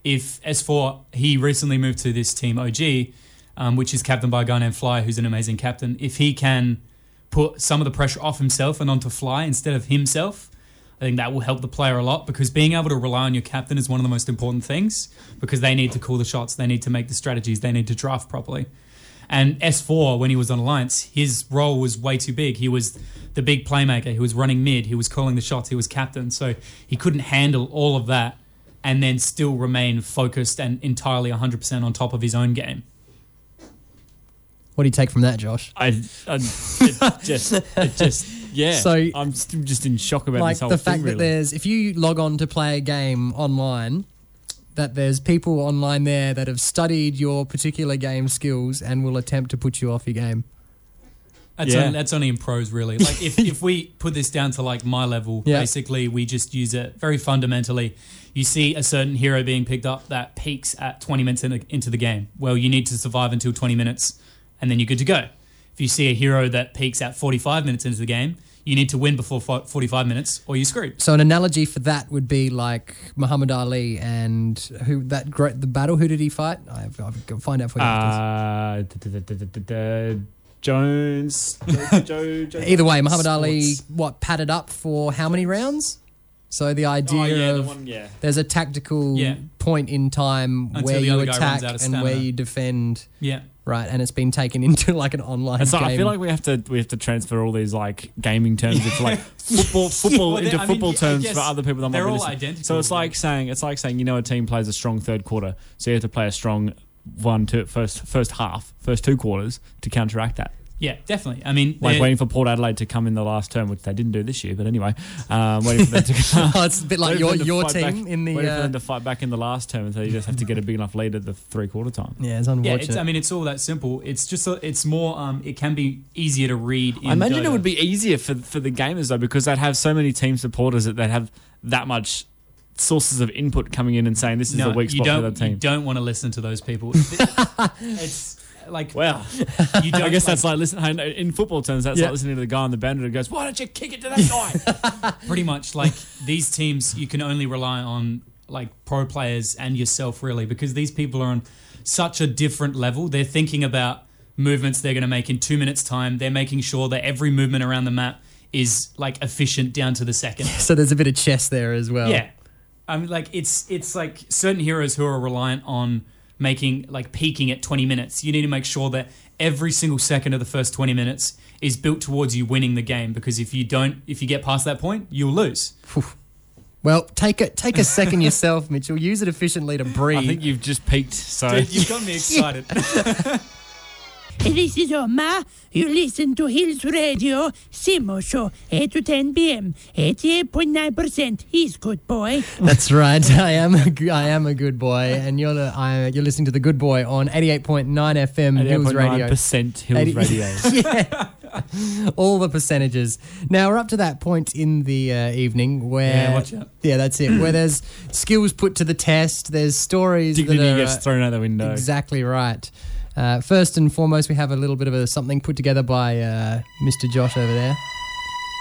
[SPEAKER 4] if S4, he recently moved to this team, OG, um, which is captained by a guy named Fly, who's an amazing captain. If he can put some of the pressure off himself and onto Fly instead of himself, I think that will help the player a lot because being able to rely on your captain is one of the most important things because they need to call the shots, they need to make the strategies, they need to draft properly. And S4, when he was on Alliance, his role was way too big. He was the big playmaker. He was running mid. He was calling the shots. He was captain. So he couldn't handle all of that and then still remain focused and entirely 100% on top of his own game.
[SPEAKER 2] What do you take from that, Josh?
[SPEAKER 3] I, I it just, it
[SPEAKER 4] <laughs>
[SPEAKER 3] just, yeah.
[SPEAKER 2] So-
[SPEAKER 3] I'm still just in shock about
[SPEAKER 2] like
[SPEAKER 3] this whole
[SPEAKER 2] the
[SPEAKER 3] thing.
[SPEAKER 2] fact that
[SPEAKER 3] really.
[SPEAKER 2] there's if you log on to play a game online that there's people online there that have studied your particular game skills and will attempt to put you off your game.
[SPEAKER 4] That's,
[SPEAKER 3] Yeah.
[SPEAKER 4] only, that's only in pros, really.
[SPEAKER 3] <laughs>
[SPEAKER 4] Like, if, if we put this down to like my level,
[SPEAKER 2] Yeah.
[SPEAKER 4] basically, we just use it very fundamentally. You see a certain hero being picked up that peaks at 20 minutes in, into the game. Well, you need to survive until 20 minutes, and then you're good to go. If you see a hero that peaks at 45 minutes into the game, you need to win before fo- 45 minutes, or you're screwed.
[SPEAKER 2] So an analogy for that would be like Muhammad Ali and who that great the battle who did he fight? I've, I've got to find out for you. afterwards.
[SPEAKER 3] Uh, da- da- da- da- da- da- Jones.
[SPEAKER 4] <laughs>
[SPEAKER 3] Joe, Joe,
[SPEAKER 2] Either way, Muhammad Ali
[SPEAKER 4] sports.
[SPEAKER 2] what padded up for how many rounds? So the idea
[SPEAKER 3] Oh, yeah,
[SPEAKER 2] of
[SPEAKER 3] the one, yeah.
[SPEAKER 2] there's a tactical
[SPEAKER 4] Yeah.
[SPEAKER 2] point in time
[SPEAKER 4] Until
[SPEAKER 2] where
[SPEAKER 4] the
[SPEAKER 2] you
[SPEAKER 4] other guy
[SPEAKER 2] attack
[SPEAKER 4] runs out of
[SPEAKER 2] and where
[SPEAKER 4] stamina.
[SPEAKER 2] you defend.
[SPEAKER 4] Yeah.
[SPEAKER 2] Right, and it's been taken <laughs> into like an online
[SPEAKER 3] And so
[SPEAKER 2] game.
[SPEAKER 3] I feel like we have to we have to transfer all these like gaming terms into
[SPEAKER 4] <laughs>
[SPEAKER 3] like football football
[SPEAKER 4] Well, they-
[SPEAKER 3] into
[SPEAKER 4] I mean,
[SPEAKER 3] football
[SPEAKER 4] I
[SPEAKER 3] terms
[SPEAKER 4] guess
[SPEAKER 3] for other people that might
[SPEAKER 4] they're
[SPEAKER 3] be
[SPEAKER 4] all
[SPEAKER 3] listening.
[SPEAKER 4] identical,
[SPEAKER 3] So it's like saying it's like saying you know a team plays a strong third quarter, so you have to play a strong one to first first half, first two quarters to counteract that.
[SPEAKER 4] Yeah, definitely. I mean,
[SPEAKER 3] Like
[SPEAKER 4] they're-
[SPEAKER 3] waiting for Port Adelaide to come in the last term, which they didn't do this year. But anyway, um, waiting for them
[SPEAKER 2] <laughs>
[SPEAKER 3] to <laughs>
[SPEAKER 2] Oh, it's a bit like
[SPEAKER 3] waiting
[SPEAKER 2] your
[SPEAKER 3] for them to
[SPEAKER 2] your
[SPEAKER 3] fight
[SPEAKER 2] team
[SPEAKER 3] back-
[SPEAKER 2] in the.
[SPEAKER 3] waiting for
[SPEAKER 2] Uh,
[SPEAKER 3] them to fight back in the last term, and so you just have to get a big enough lead at the three quarter time.
[SPEAKER 2] yeah, it's
[SPEAKER 4] yeah,
[SPEAKER 2] unfortunate.
[SPEAKER 4] it's, I mean, it's all that simple. It's just, a, it's more, um, it can be easier to read. In
[SPEAKER 3] I imagine it
[SPEAKER 4] Dota.
[SPEAKER 3] would be easier for for the gamers though, because they'd have so many team supporters that they'd have that much sources of input coming in and saying this is the weak
[SPEAKER 4] you
[SPEAKER 3] spot
[SPEAKER 4] don't,
[SPEAKER 3] for the
[SPEAKER 4] You
[SPEAKER 3] team.
[SPEAKER 4] don't want to listen to those people.
[SPEAKER 3] <laughs>
[SPEAKER 4] it's like
[SPEAKER 3] Well,
[SPEAKER 4] you
[SPEAKER 3] <laughs>
[SPEAKER 4] don't,
[SPEAKER 3] I guess that's like listen I know- in football terms. That's
[SPEAKER 2] Yeah.
[SPEAKER 3] like listening to the guy on the boundary who goes, "Why don't you kick it to that guy?" <laughs>
[SPEAKER 4] pretty much like these teams. You can only rely on like pro players and yourself really because these people are on such a different level. They're thinking about movements they're going to make in two minutes' time. They're making sure that every movement around the map is like efficient down to
[SPEAKER 3] <laughs>
[SPEAKER 4] the second.
[SPEAKER 2] so there's a bit of chess there as
[SPEAKER 3] Oh.
[SPEAKER 2] well.
[SPEAKER 4] Yeah, I mean, like it's it's like certain heroes who are reliant on making like peaking at 20 minutes. You need to make sure that every single second of the first 20 minutes is built towards you winning the game because if you don't, if you get past that point, you'll lose.
[SPEAKER 2] Well, take a take a second yourself, Mitchell. Use it efficiently to breathe.
[SPEAKER 3] <laughs> I think you've just peaked. So <laughs>
[SPEAKER 4] Dude, you've got me excited.
[SPEAKER 10] This is Omar. You listen to Hills Radio, Simo Show, 8 to 10 p.m. 88.9%. He's good boy.
[SPEAKER 2] That's right. <laughs> I am a g- I am a good boy, and you're the, I, you're listening to the Good Boy on 88.9 FM Hills Radio.
[SPEAKER 3] percent Hills
[SPEAKER 2] 80
[SPEAKER 3] Radio.
[SPEAKER 2] <laughs> yeah. All the percentages. Now we're up to that point in the uh, evening where
[SPEAKER 4] Yeah, watch out.
[SPEAKER 2] Yeah, that's it. Where there's skills put to the test. There's stories
[SPEAKER 3] Dignity
[SPEAKER 2] that are
[SPEAKER 3] gets
[SPEAKER 2] uh,
[SPEAKER 3] thrown out the window.
[SPEAKER 2] Exactly right. Uh, first and foremost, we have a little bit of a something put together by uh, Mr. Josh over there.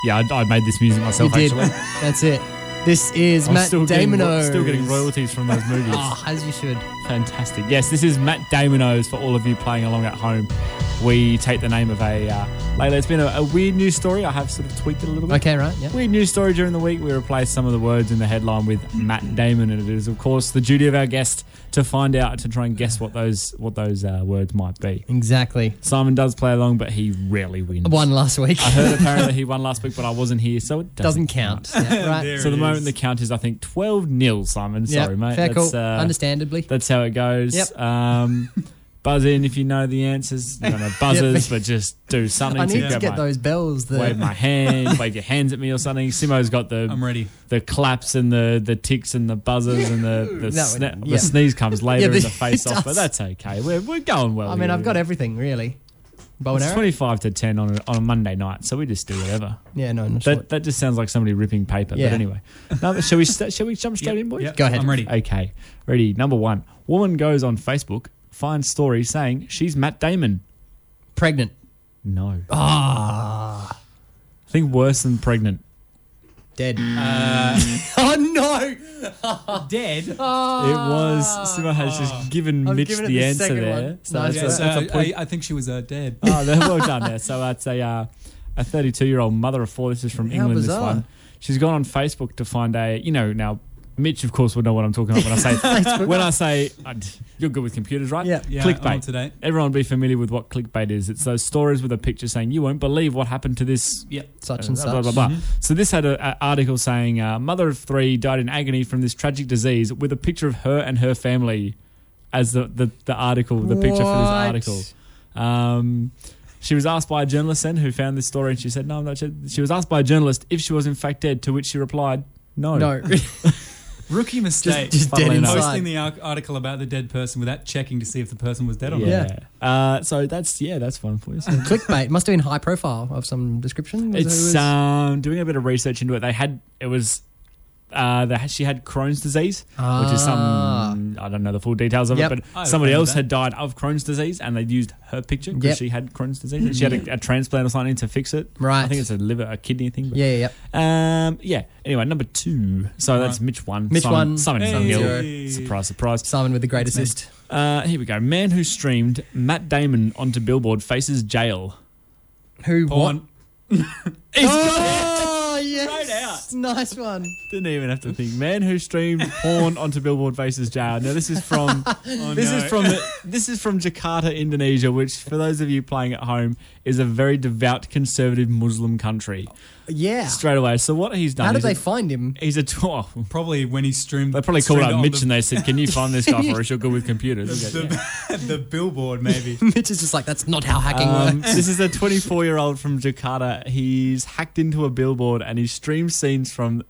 [SPEAKER 3] Yeah, I, I made this music myself.
[SPEAKER 2] you did.
[SPEAKER 3] Actually,
[SPEAKER 2] That's it. This is
[SPEAKER 3] Oh, I'm
[SPEAKER 2] Matt
[SPEAKER 3] still getting,
[SPEAKER 2] Damono.
[SPEAKER 3] ro- still getting royalties from those movies.
[SPEAKER 2] Ah, as you should.
[SPEAKER 3] Fantastic. Yes, this is Matt Damonos for all of you playing along at home. We take the name of a. Uh, Layla, it's been a, a weird news story. I have sort of tweaked it a little bit.
[SPEAKER 2] Okay, right. Yeah.
[SPEAKER 3] Weird news story during the week. We replaced some of the words in the headline with Matt Damon, and it is, of course, the duty of our guest to find out to try and guess what those what those uh, words might be.
[SPEAKER 2] Exactly.
[SPEAKER 3] Simon does play along, but he rarely wins.
[SPEAKER 2] One last week.
[SPEAKER 3] I heard apparently he won last week, but I wasn't here, so it
[SPEAKER 2] <laughs> Doesn't
[SPEAKER 3] doesn't, <laughs>
[SPEAKER 2] count. Yeah, right.
[SPEAKER 3] So the moment the count is, I think, twelve nil. Simon,
[SPEAKER 2] Yeah,
[SPEAKER 3] sorry, mate.
[SPEAKER 2] Fair call.
[SPEAKER 3] That's, uh,
[SPEAKER 2] Understandably.
[SPEAKER 3] that's how it goes.
[SPEAKER 2] Yep. <laughs>
[SPEAKER 3] Um, buzz in if you know the answers. You don't know buzzers,
[SPEAKER 2] <laughs>
[SPEAKER 3] but just do something
[SPEAKER 2] I
[SPEAKER 3] to,
[SPEAKER 2] need to
[SPEAKER 3] grab
[SPEAKER 2] get
[SPEAKER 3] my-
[SPEAKER 2] those uh, bells. The,
[SPEAKER 3] Wave my hand, <laughs> wave your hands at me or something. Simo's got
[SPEAKER 4] I'm
[SPEAKER 3] the
[SPEAKER 4] ready.
[SPEAKER 3] the claps and the the ticks and the buzzers and the
[SPEAKER 2] <laughs>
[SPEAKER 3] the,
[SPEAKER 2] That
[SPEAKER 3] sne-
[SPEAKER 2] one, <laughs> yeah.
[SPEAKER 3] the sneeze comes later
[SPEAKER 2] the-
[SPEAKER 3] in the face
[SPEAKER 2] it
[SPEAKER 3] off, but
[SPEAKER 2] does.
[SPEAKER 3] that's okay. We're, we're going well.
[SPEAKER 2] I mean,
[SPEAKER 3] here.
[SPEAKER 2] I've got everything really. Bow and
[SPEAKER 3] It's
[SPEAKER 2] arrow.
[SPEAKER 3] twenty five to ten on a, on a Monday night, so we just do whatever.
[SPEAKER 2] Yeah, no, not sure.
[SPEAKER 3] That that just sounds like somebody ripping paper.
[SPEAKER 2] Yeah.
[SPEAKER 3] But anyway, no, shall we st- shall we jump straight in, boys?
[SPEAKER 4] <laughs> Yep,
[SPEAKER 2] Go ahead.
[SPEAKER 4] I'm ready.
[SPEAKER 3] Okay, ready. Number one, woman goes on Facebook, finds story saying she's Matt Damon.
[SPEAKER 2] Pregnant.
[SPEAKER 3] No. Ah.
[SPEAKER 2] Ah.
[SPEAKER 3] I think worse than pregnant. <laughs>
[SPEAKER 2] Dead.
[SPEAKER 3] Uh,
[SPEAKER 2] <laughs> oh no!
[SPEAKER 4] Dead.
[SPEAKER 3] It was. Simo has just given
[SPEAKER 2] Ah. I've
[SPEAKER 3] Mitch
[SPEAKER 2] given it
[SPEAKER 3] the
[SPEAKER 2] the
[SPEAKER 3] answer
[SPEAKER 2] second
[SPEAKER 3] there.
[SPEAKER 2] one.
[SPEAKER 3] So
[SPEAKER 2] Nice
[SPEAKER 3] that's,
[SPEAKER 4] yeah,
[SPEAKER 3] a,
[SPEAKER 4] so
[SPEAKER 3] that's a point.
[SPEAKER 4] I, I think she was uh, dead.
[SPEAKER 3] <laughs> Oh, they're well done there. So that's a uh, a 32 year old mother of four. This is from
[SPEAKER 2] How
[SPEAKER 3] England.
[SPEAKER 2] bizarre.
[SPEAKER 3] This one. She's gone on Facebook to find a you know now. Mitch, of course, would know what I'm talking about when
[SPEAKER 2] <laughs>
[SPEAKER 3] I say when I say uh, you're good with computers, right?
[SPEAKER 2] Yep.
[SPEAKER 4] Yeah, I'm up
[SPEAKER 3] clickbait.
[SPEAKER 4] to date.
[SPEAKER 3] Everyone will be familiar with what clickbait is. It's those stories with a picture saying you won't believe what happened to this
[SPEAKER 4] Yep.
[SPEAKER 2] Such and
[SPEAKER 3] uh,
[SPEAKER 2] such. Mm-hmm.
[SPEAKER 3] Blah, blah, blah, blah. So this had an article saying uh, mother of three died in agony from this tragic disease with a picture of her and her family as the, the, the article, the picture for this
[SPEAKER 2] What?
[SPEAKER 3] article. Um, she was asked by a journalist then who found this story and she said, no, I'm not. sure." She was asked by a journalist if she was in fact dead, to which she replied, no.
[SPEAKER 2] No. <laughs>
[SPEAKER 4] Rookie mistake.
[SPEAKER 2] just dead
[SPEAKER 4] Funnily enough.
[SPEAKER 2] inside.
[SPEAKER 4] Posting the ar- article about the dead person without checking to see if the person was dead or not.
[SPEAKER 3] Yeah. Uh, so that's, yeah, that's one for you. So
[SPEAKER 2] Clickbait. Must have been high profile of some description. Was it who
[SPEAKER 3] It's
[SPEAKER 2] was-
[SPEAKER 3] um, doing a bit of research into it. They had it was uh, they had, she had Crohn's disease, which is
[SPEAKER 2] Ah.
[SPEAKER 3] some I don't know the full details of
[SPEAKER 2] Yep.
[SPEAKER 3] it,
[SPEAKER 4] I
[SPEAKER 3] but somebody
[SPEAKER 4] remember
[SPEAKER 3] else
[SPEAKER 4] that.
[SPEAKER 3] had died of Crohn's disease, and they used her picture because
[SPEAKER 2] Yep. Hmm.
[SPEAKER 3] she had Crohn's disease. And she had a, a transplant or something to fix it.
[SPEAKER 2] Right.
[SPEAKER 3] I think it's a liver, a kidney thing. But,
[SPEAKER 2] Yeah, yeah, yeah.
[SPEAKER 3] Um. Yeah. Anyway, number two. So that's
[SPEAKER 4] Right.
[SPEAKER 3] Mitch one.
[SPEAKER 2] Mitch
[SPEAKER 3] Simon,
[SPEAKER 2] one,
[SPEAKER 3] Simon
[SPEAKER 2] Simon
[SPEAKER 3] Hill.
[SPEAKER 2] zero.
[SPEAKER 3] Surprise, surprise.
[SPEAKER 2] Simon with the great assist.
[SPEAKER 3] Uh, here we go. Man who streamed Matt Damon onto Billboard faces jail.
[SPEAKER 2] Who what?
[SPEAKER 4] Porn.
[SPEAKER 2] Oh, yes. Nice one.
[SPEAKER 3] Didn't even have to think. Man who streamed <laughs> porn onto Billboard faces jail. Now this is <laughs> from oh, this is from this is from Jakarta, Indonesia, which for those of you playing at home is a very devout conservative Muslim country.
[SPEAKER 2] Yeah.
[SPEAKER 3] Straight away. So what he's done?
[SPEAKER 2] How did
[SPEAKER 3] is
[SPEAKER 2] they
[SPEAKER 3] a-
[SPEAKER 2] find him? <laughs>
[SPEAKER 3] He's a tw- oh,
[SPEAKER 4] Probably when he streamed.
[SPEAKER 3] They <laughs> probably called
[SPEAKER 4] streamed it
[SPEAKER 3] up
[SPEAKER 4] on
[SPEAKER 3] Mitch and
[SPEAKER 4] the,
[SPEAKER 3] they said, "Can you find this <laughs> guy for us? You're good with computers." He goes, "Yeah."
[SPEAKER 4] the, <laughs> the billboard, maybe.
[SPEAKER 2] Mitch is just like, that's not how hacking
[SPEAKER 3] Um,
[SPEAKER 2] works.
[SPEAKER 3] this is a 24 year old from Jakarta. He's hacked into a billboard and he streams scenes from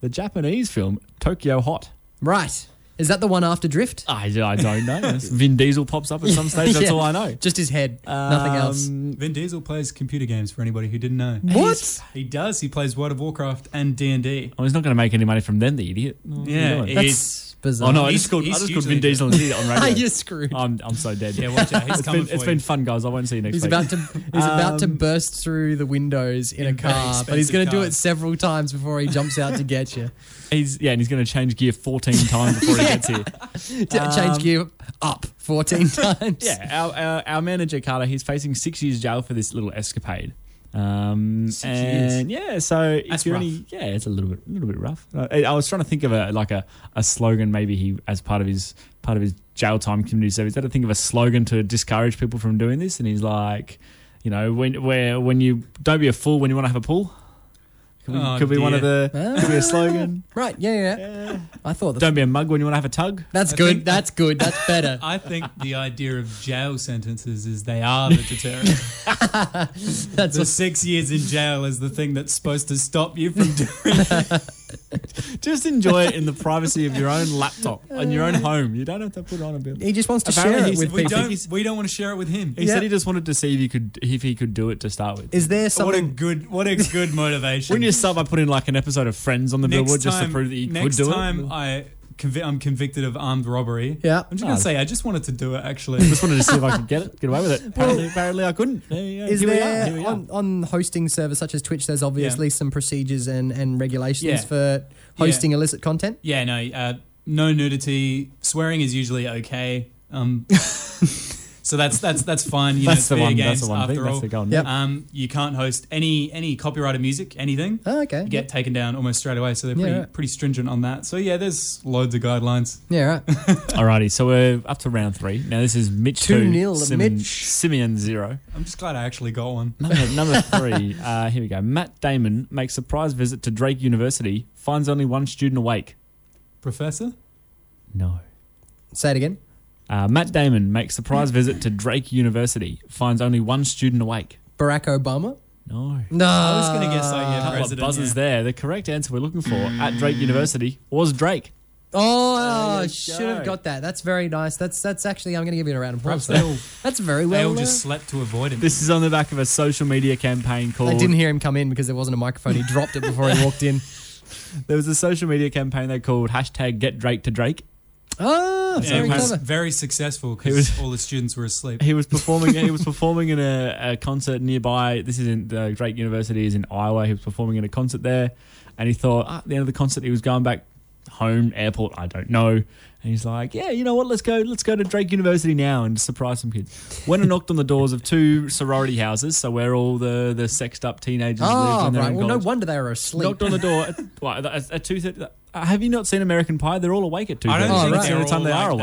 [SPEAKER 3] the Japanese film Tokyo Hot.
[SPEAKER 2] Right. Is that the one after Drift?
[SPEAKER 3] I, I don't know.
[SPEAKER 2] <laughs>
[SPEAKER 3] Vin Diesel pops up at <laughs> some stage. That's
[SPEAKER 2] Yeah.
[SPEAKER 3] all I know.
[SPEAKER 2] Just his head. Nothing else.
[SPEAKER 3] Um,
[SPEAKER 4] <laughs> Vin Diesel plays computer games for anybody who didn't know.
[SPEAKER 2] What?
[SPEAKER 4] He does. He plays World of Warcraft and D and D.
[SPEAKER 3] Oh, he's not going to make any money from them, the idiot. Oh,
[SPEAKER 4] Yeah,
[SPEAKER 3] what are you doing?
[SPEAKER 2] That's bizarre.
[SPEAKER 3] oh no, Oh, I
[SPEAKER 4] he's-
[SPEAKER 3] just called, I
[SPEAKER 4] he's
[SPEAKER 3] just called
[SPEAKER 4] hugely
[SPEAKER 3] Vin Diesel and did it on
[SPEAKER 2] <laughs>
[SPEAKER 3] radio.
[SPEAKER 2] You're screwed.
[SPEAKER 3] I'm, I'm so dead.
[SPEAKER 4] Yeah, watch out. He's
[SPEAKER 3] it's
[SPEAKER 4] coming
[SPEAKER 3] been,
[SPEAKER 4] for
[SPEAKER 3] it's
[SPEAKER 4] you.
[SPEAKER 3] been fun, guys. I won't see you next
[SPEAKER 2] He's
[SPEAKER 3] week.
[SPEAKER 2] about to he's about
[SPEAKER 3] Um,
[SPEAKER 2] to burst through the windows in, a
[SPEAKER 4] very
[SPEAKER 2] car, but he's
[SPEAKER 4] expensive
[SPEAKER 2] going to do
[SPEAKER 4] cars.
[SPEAKER 2] it several times before he jumps out to get you.
[SPEAKER 3] He's yeah, and he's going to change gear 14 times before he
[SPEAKER 2] <laughs>
[SPEAKER 3] gets here.
[SPEAKER 2] T- Change gear up 14 times.
[SPEAKER 3] Yeah, our, our, our manager Carter, he's facing six years jail for this little escapade. Um,
[SPEAKER 4] Six
[SPEAKER 3] and yeah, so if
[SPEAKER 4] That's
[SPEAKER 3] you're
[SPEAKER 4] rough.
[SPEAKER 3] any, yeah, it's a little bit, little bit rough. Uh, I, I was trying to think of a like a, a slogan maybe he as part of his part of his jail time community service. Had to think of a slogan to discourage people from doing this, and he's like, you know, when where when you don't be a fool when you want to have a pool. Could be,
[SPEAKER 4] Oh,
[SPEAKER 3] could be one of
[SPEAKER 4] dear.
[SPEAKER 3] the could be a
[SPEAKER 4] <laughs>
[SPEAKER 3] slogan.
[SPEAKER 2] Right. Yeah, yeah. yeah. I thought that's,
[SPEAKER 3] Don't be a mug when you want to have a tug.
[SPEAKER 2] that's
[SPEAKER 4] I
[SPEAKER 2] good.
[SPEAKER 4] think-
[SPEAKER 2] that's good. That's
[SPEAKER 4] <laughs>
[SPEAKER 2] better.
[SPEAKER 4] I think the idea of jail sentences is they are the <laughs> deterrent.
[SPEAKER 2] That's
[SPEAKER 4] the six years in jail is the thing that's supposed to stop you
[SPEAKER 3] <laughs>
[SPEAKER 4] from doing.
[SPEAKER 3] Just enjoy it in the privacy of your own laptop and
[SPEAKER 4] <laughs>
[SPEAKER 3] your own home. You don't have to put on a bill.
[SPEAKER 2] he just wants to
[SPEAKER 3] Apparently
[SPEAKER 2] share it
[SPEAKER 3] he's-
[SPEAKER 2] with
[SPEAKER 4] We
[SPEAKER 2] people.
[SPEAKER 4] don't. We don't want to share it with him.
[SPEAKER 3] He said he just wanted to see if he could if he could do it to start with.
[SPEAKER 2] Is there
[SPEAKER 4] What a
[SPEAKER 2] something?
[SPEAKER 4] good.
[SPEAKER 3] <laughs>
[SPEAKER 4] What a good motivation.
[SPEAKER 3] Wouldn't you start by putting like an episode of Friends on the
[SPEAKER 4] next
[SPEAKER 3] billboard
[SPEAKER 4] time,
[SPEAKER 3] just to prove that you could
[SPEAKER 4] next
[SPEAKER 3] do
[SPEAKER 4] time
[SPEAKER 3] it?
[SPEAKER 4] I convi- I'm convicted of armed robbery.
[SPEAKER 2] Yeah.
[SPEAKER 4] I'm just gonna
[SPEAKER 3] No.
[SPEAKER 4] say I just wanted to do it actually.
[SPEAKER 3] <laughs> Just wanted to see if I could get it, get away with it. Apparently, apparently I couldn't. There you go.
[SPEAKER 2] Is
[SPEAKER 3] Here we are,
[SPEAKER 2] there
[SPEAKER 3] here we are.
[SPEAKER 2] on, on hosting servers such as Twitch? There's obviously some procedures and, and regulations
[SPEAKER 4] Yeah.
[SPEAKER 2] for hosting illicit content.
[SPEAKER 4] yeah, no, uh, no nudity. Swearing is usually okay.
[SPEAKER 3] <laughs>
[SPEAKER 4] Um, so that's that's that's fine. You
[SPEAKER 3] That's
[SPEAKER 4] know,
[SPEAKER 3] the
[SPEAKER 4] it's fair
[SPEAKER 3] one.
[SPEAKER 4] games
[SPEAKER 3] That's the one
[SPEAKER 4] after
[SPEAKER 3] thing.
[SPEAKER 4] all.
[SPEAKER 3] That's the golden.
[SPEAKER 2] Yep.
[SPEAKER 4] Um, you can't host any any copyrighted music, anything.
[SPEAKER 2] Oh, okay.
[SPEAKER 4] You get taken down almost straight away, so they're
[SPEAKER 2] Yeah,
[SPEAKER 4] pretty
[SPEAKER 2] right.
[SPEAKER 4] pretty stringent on that. So yeah, there's loads of guidelines.
[SPEAKER 2] Yeah. Right. <laughs>
[SPEAKER 3] Alrighty, so we're up to round three. Now this is Mitch
[SPEAKER 2] Two
[SPEAKER 3] two,
[SPEAKER 2] nil,
[SPEAKER 3] Simeon,
[SPEAKER 2] Mitch.
[SPEAKER 3] Simeon zero.
[SPEAKER 4] I'm just glad I actually got one.
[SPEAKER 3] Number, number three. Uh, here we go. Matt Damon makes surprise visit to Drake University. Finds only one student awake.
[SPEAKER 4] Professor,
[SPEAKER 3] No.
[SPEAKER 2] Say it again.
[SPEAKER 3] Uh, Matt Damon makes surprise visit to Drake University. Finds only one student awake.
[SPEAKER 2] Barack Obama.
[SPEAKER 3] No.
[SPEAKER 2] No.
[SPEAKER 4] I was gonna guess
[SPEAKER 2] oh,
[SPEAKER 4] like yeah,
[SPEAKER 3] couple of
[SPEAKER 4] president.
[SPEAKER 3] buzzers
[SPEAKER 4] yeah.
[SPEAKER 3] there. The correct answer we're looking for at Drake University was Drake.
[SPEAKER 2] Oh,
[SPEAKER 3] There you
[SPEAKER 2] should have
[SPEAKER 3] go.
[SPEAKER 2] got that. That's very nice. That's that's actually. I'm going to give you a round of applause.
[SPEAKER 4] Perhaps
[SPEAKER 2] for
[SPEAKER 4] they
[SPEAKER 2] that.
[SPEAKER 4] all
[SPEAKER 2] That's very
[SPEAKER 4] they
[SPEAKER 2] well.
[SPEAKER 4] all
[SPEAKER 2] uh,
[SPEAKER 4] just slept to avoid him.
[SPEAKER 3] This is on the back of a social media campaign
[SPEAKER 2] I
[SPEAKER 3] called.
[SPEAKER 2] didn't hear him come in because there wasn't a microphone. He dropped it before he
[SPEAKER 3] <laughs>
[SPEAKER 2] walked in.
[SPEAKER 3] There was a social media campaign they called hashtag Get Drake to Drake.
[SPEAKER 2] Oh,
[SPEAKER 4] Yeah,
[SPEAKER 2] very
[SPEAKER 4] it was
[SPEAKER 2] clever.
[SPEAKER 4] very successful
[SPEAKER 3] It
[SPEAKER 4] because
[SPEAKER 3] was-
[SPEAKER 4] all the students were asleep.
[SPEAKER 3] He was performing. he was performing in a, a concert nearby. This is in the Drake University is in Iowa. He was performing in a concert there, and he thought ah, at the end of the concert he was going back home airport. I don't know. And he's like, yeah, you know what? Let's go. Let's go to Drake University now and surprise some kids. Went and knocked on the doors of two sorority houses, so where all the the sexed up teenagers live
[SPEAKER 2] Oh,
[SPEAKER 3] when they're
[SPEAKER 2] right.
[SPEAKER 3] in
[SPEAKER 2] Well, no
[SPEAKER 3] college.
[SPEAKER 2] wonder they were asleep.
[SPEAKER 3] <laughs> Knocked on the door at, what, at, at two thirty. uh, have you not seen American Pie? They're all awake at two.
[SPEAKER 4] I don't
[SPEAKER 2] think
[SPEAKER 3] that's the
[SPEAKER 4] they're
[SPEAKER 3] only time
[SPEAKER 4] all
[SPEAKER 3] they are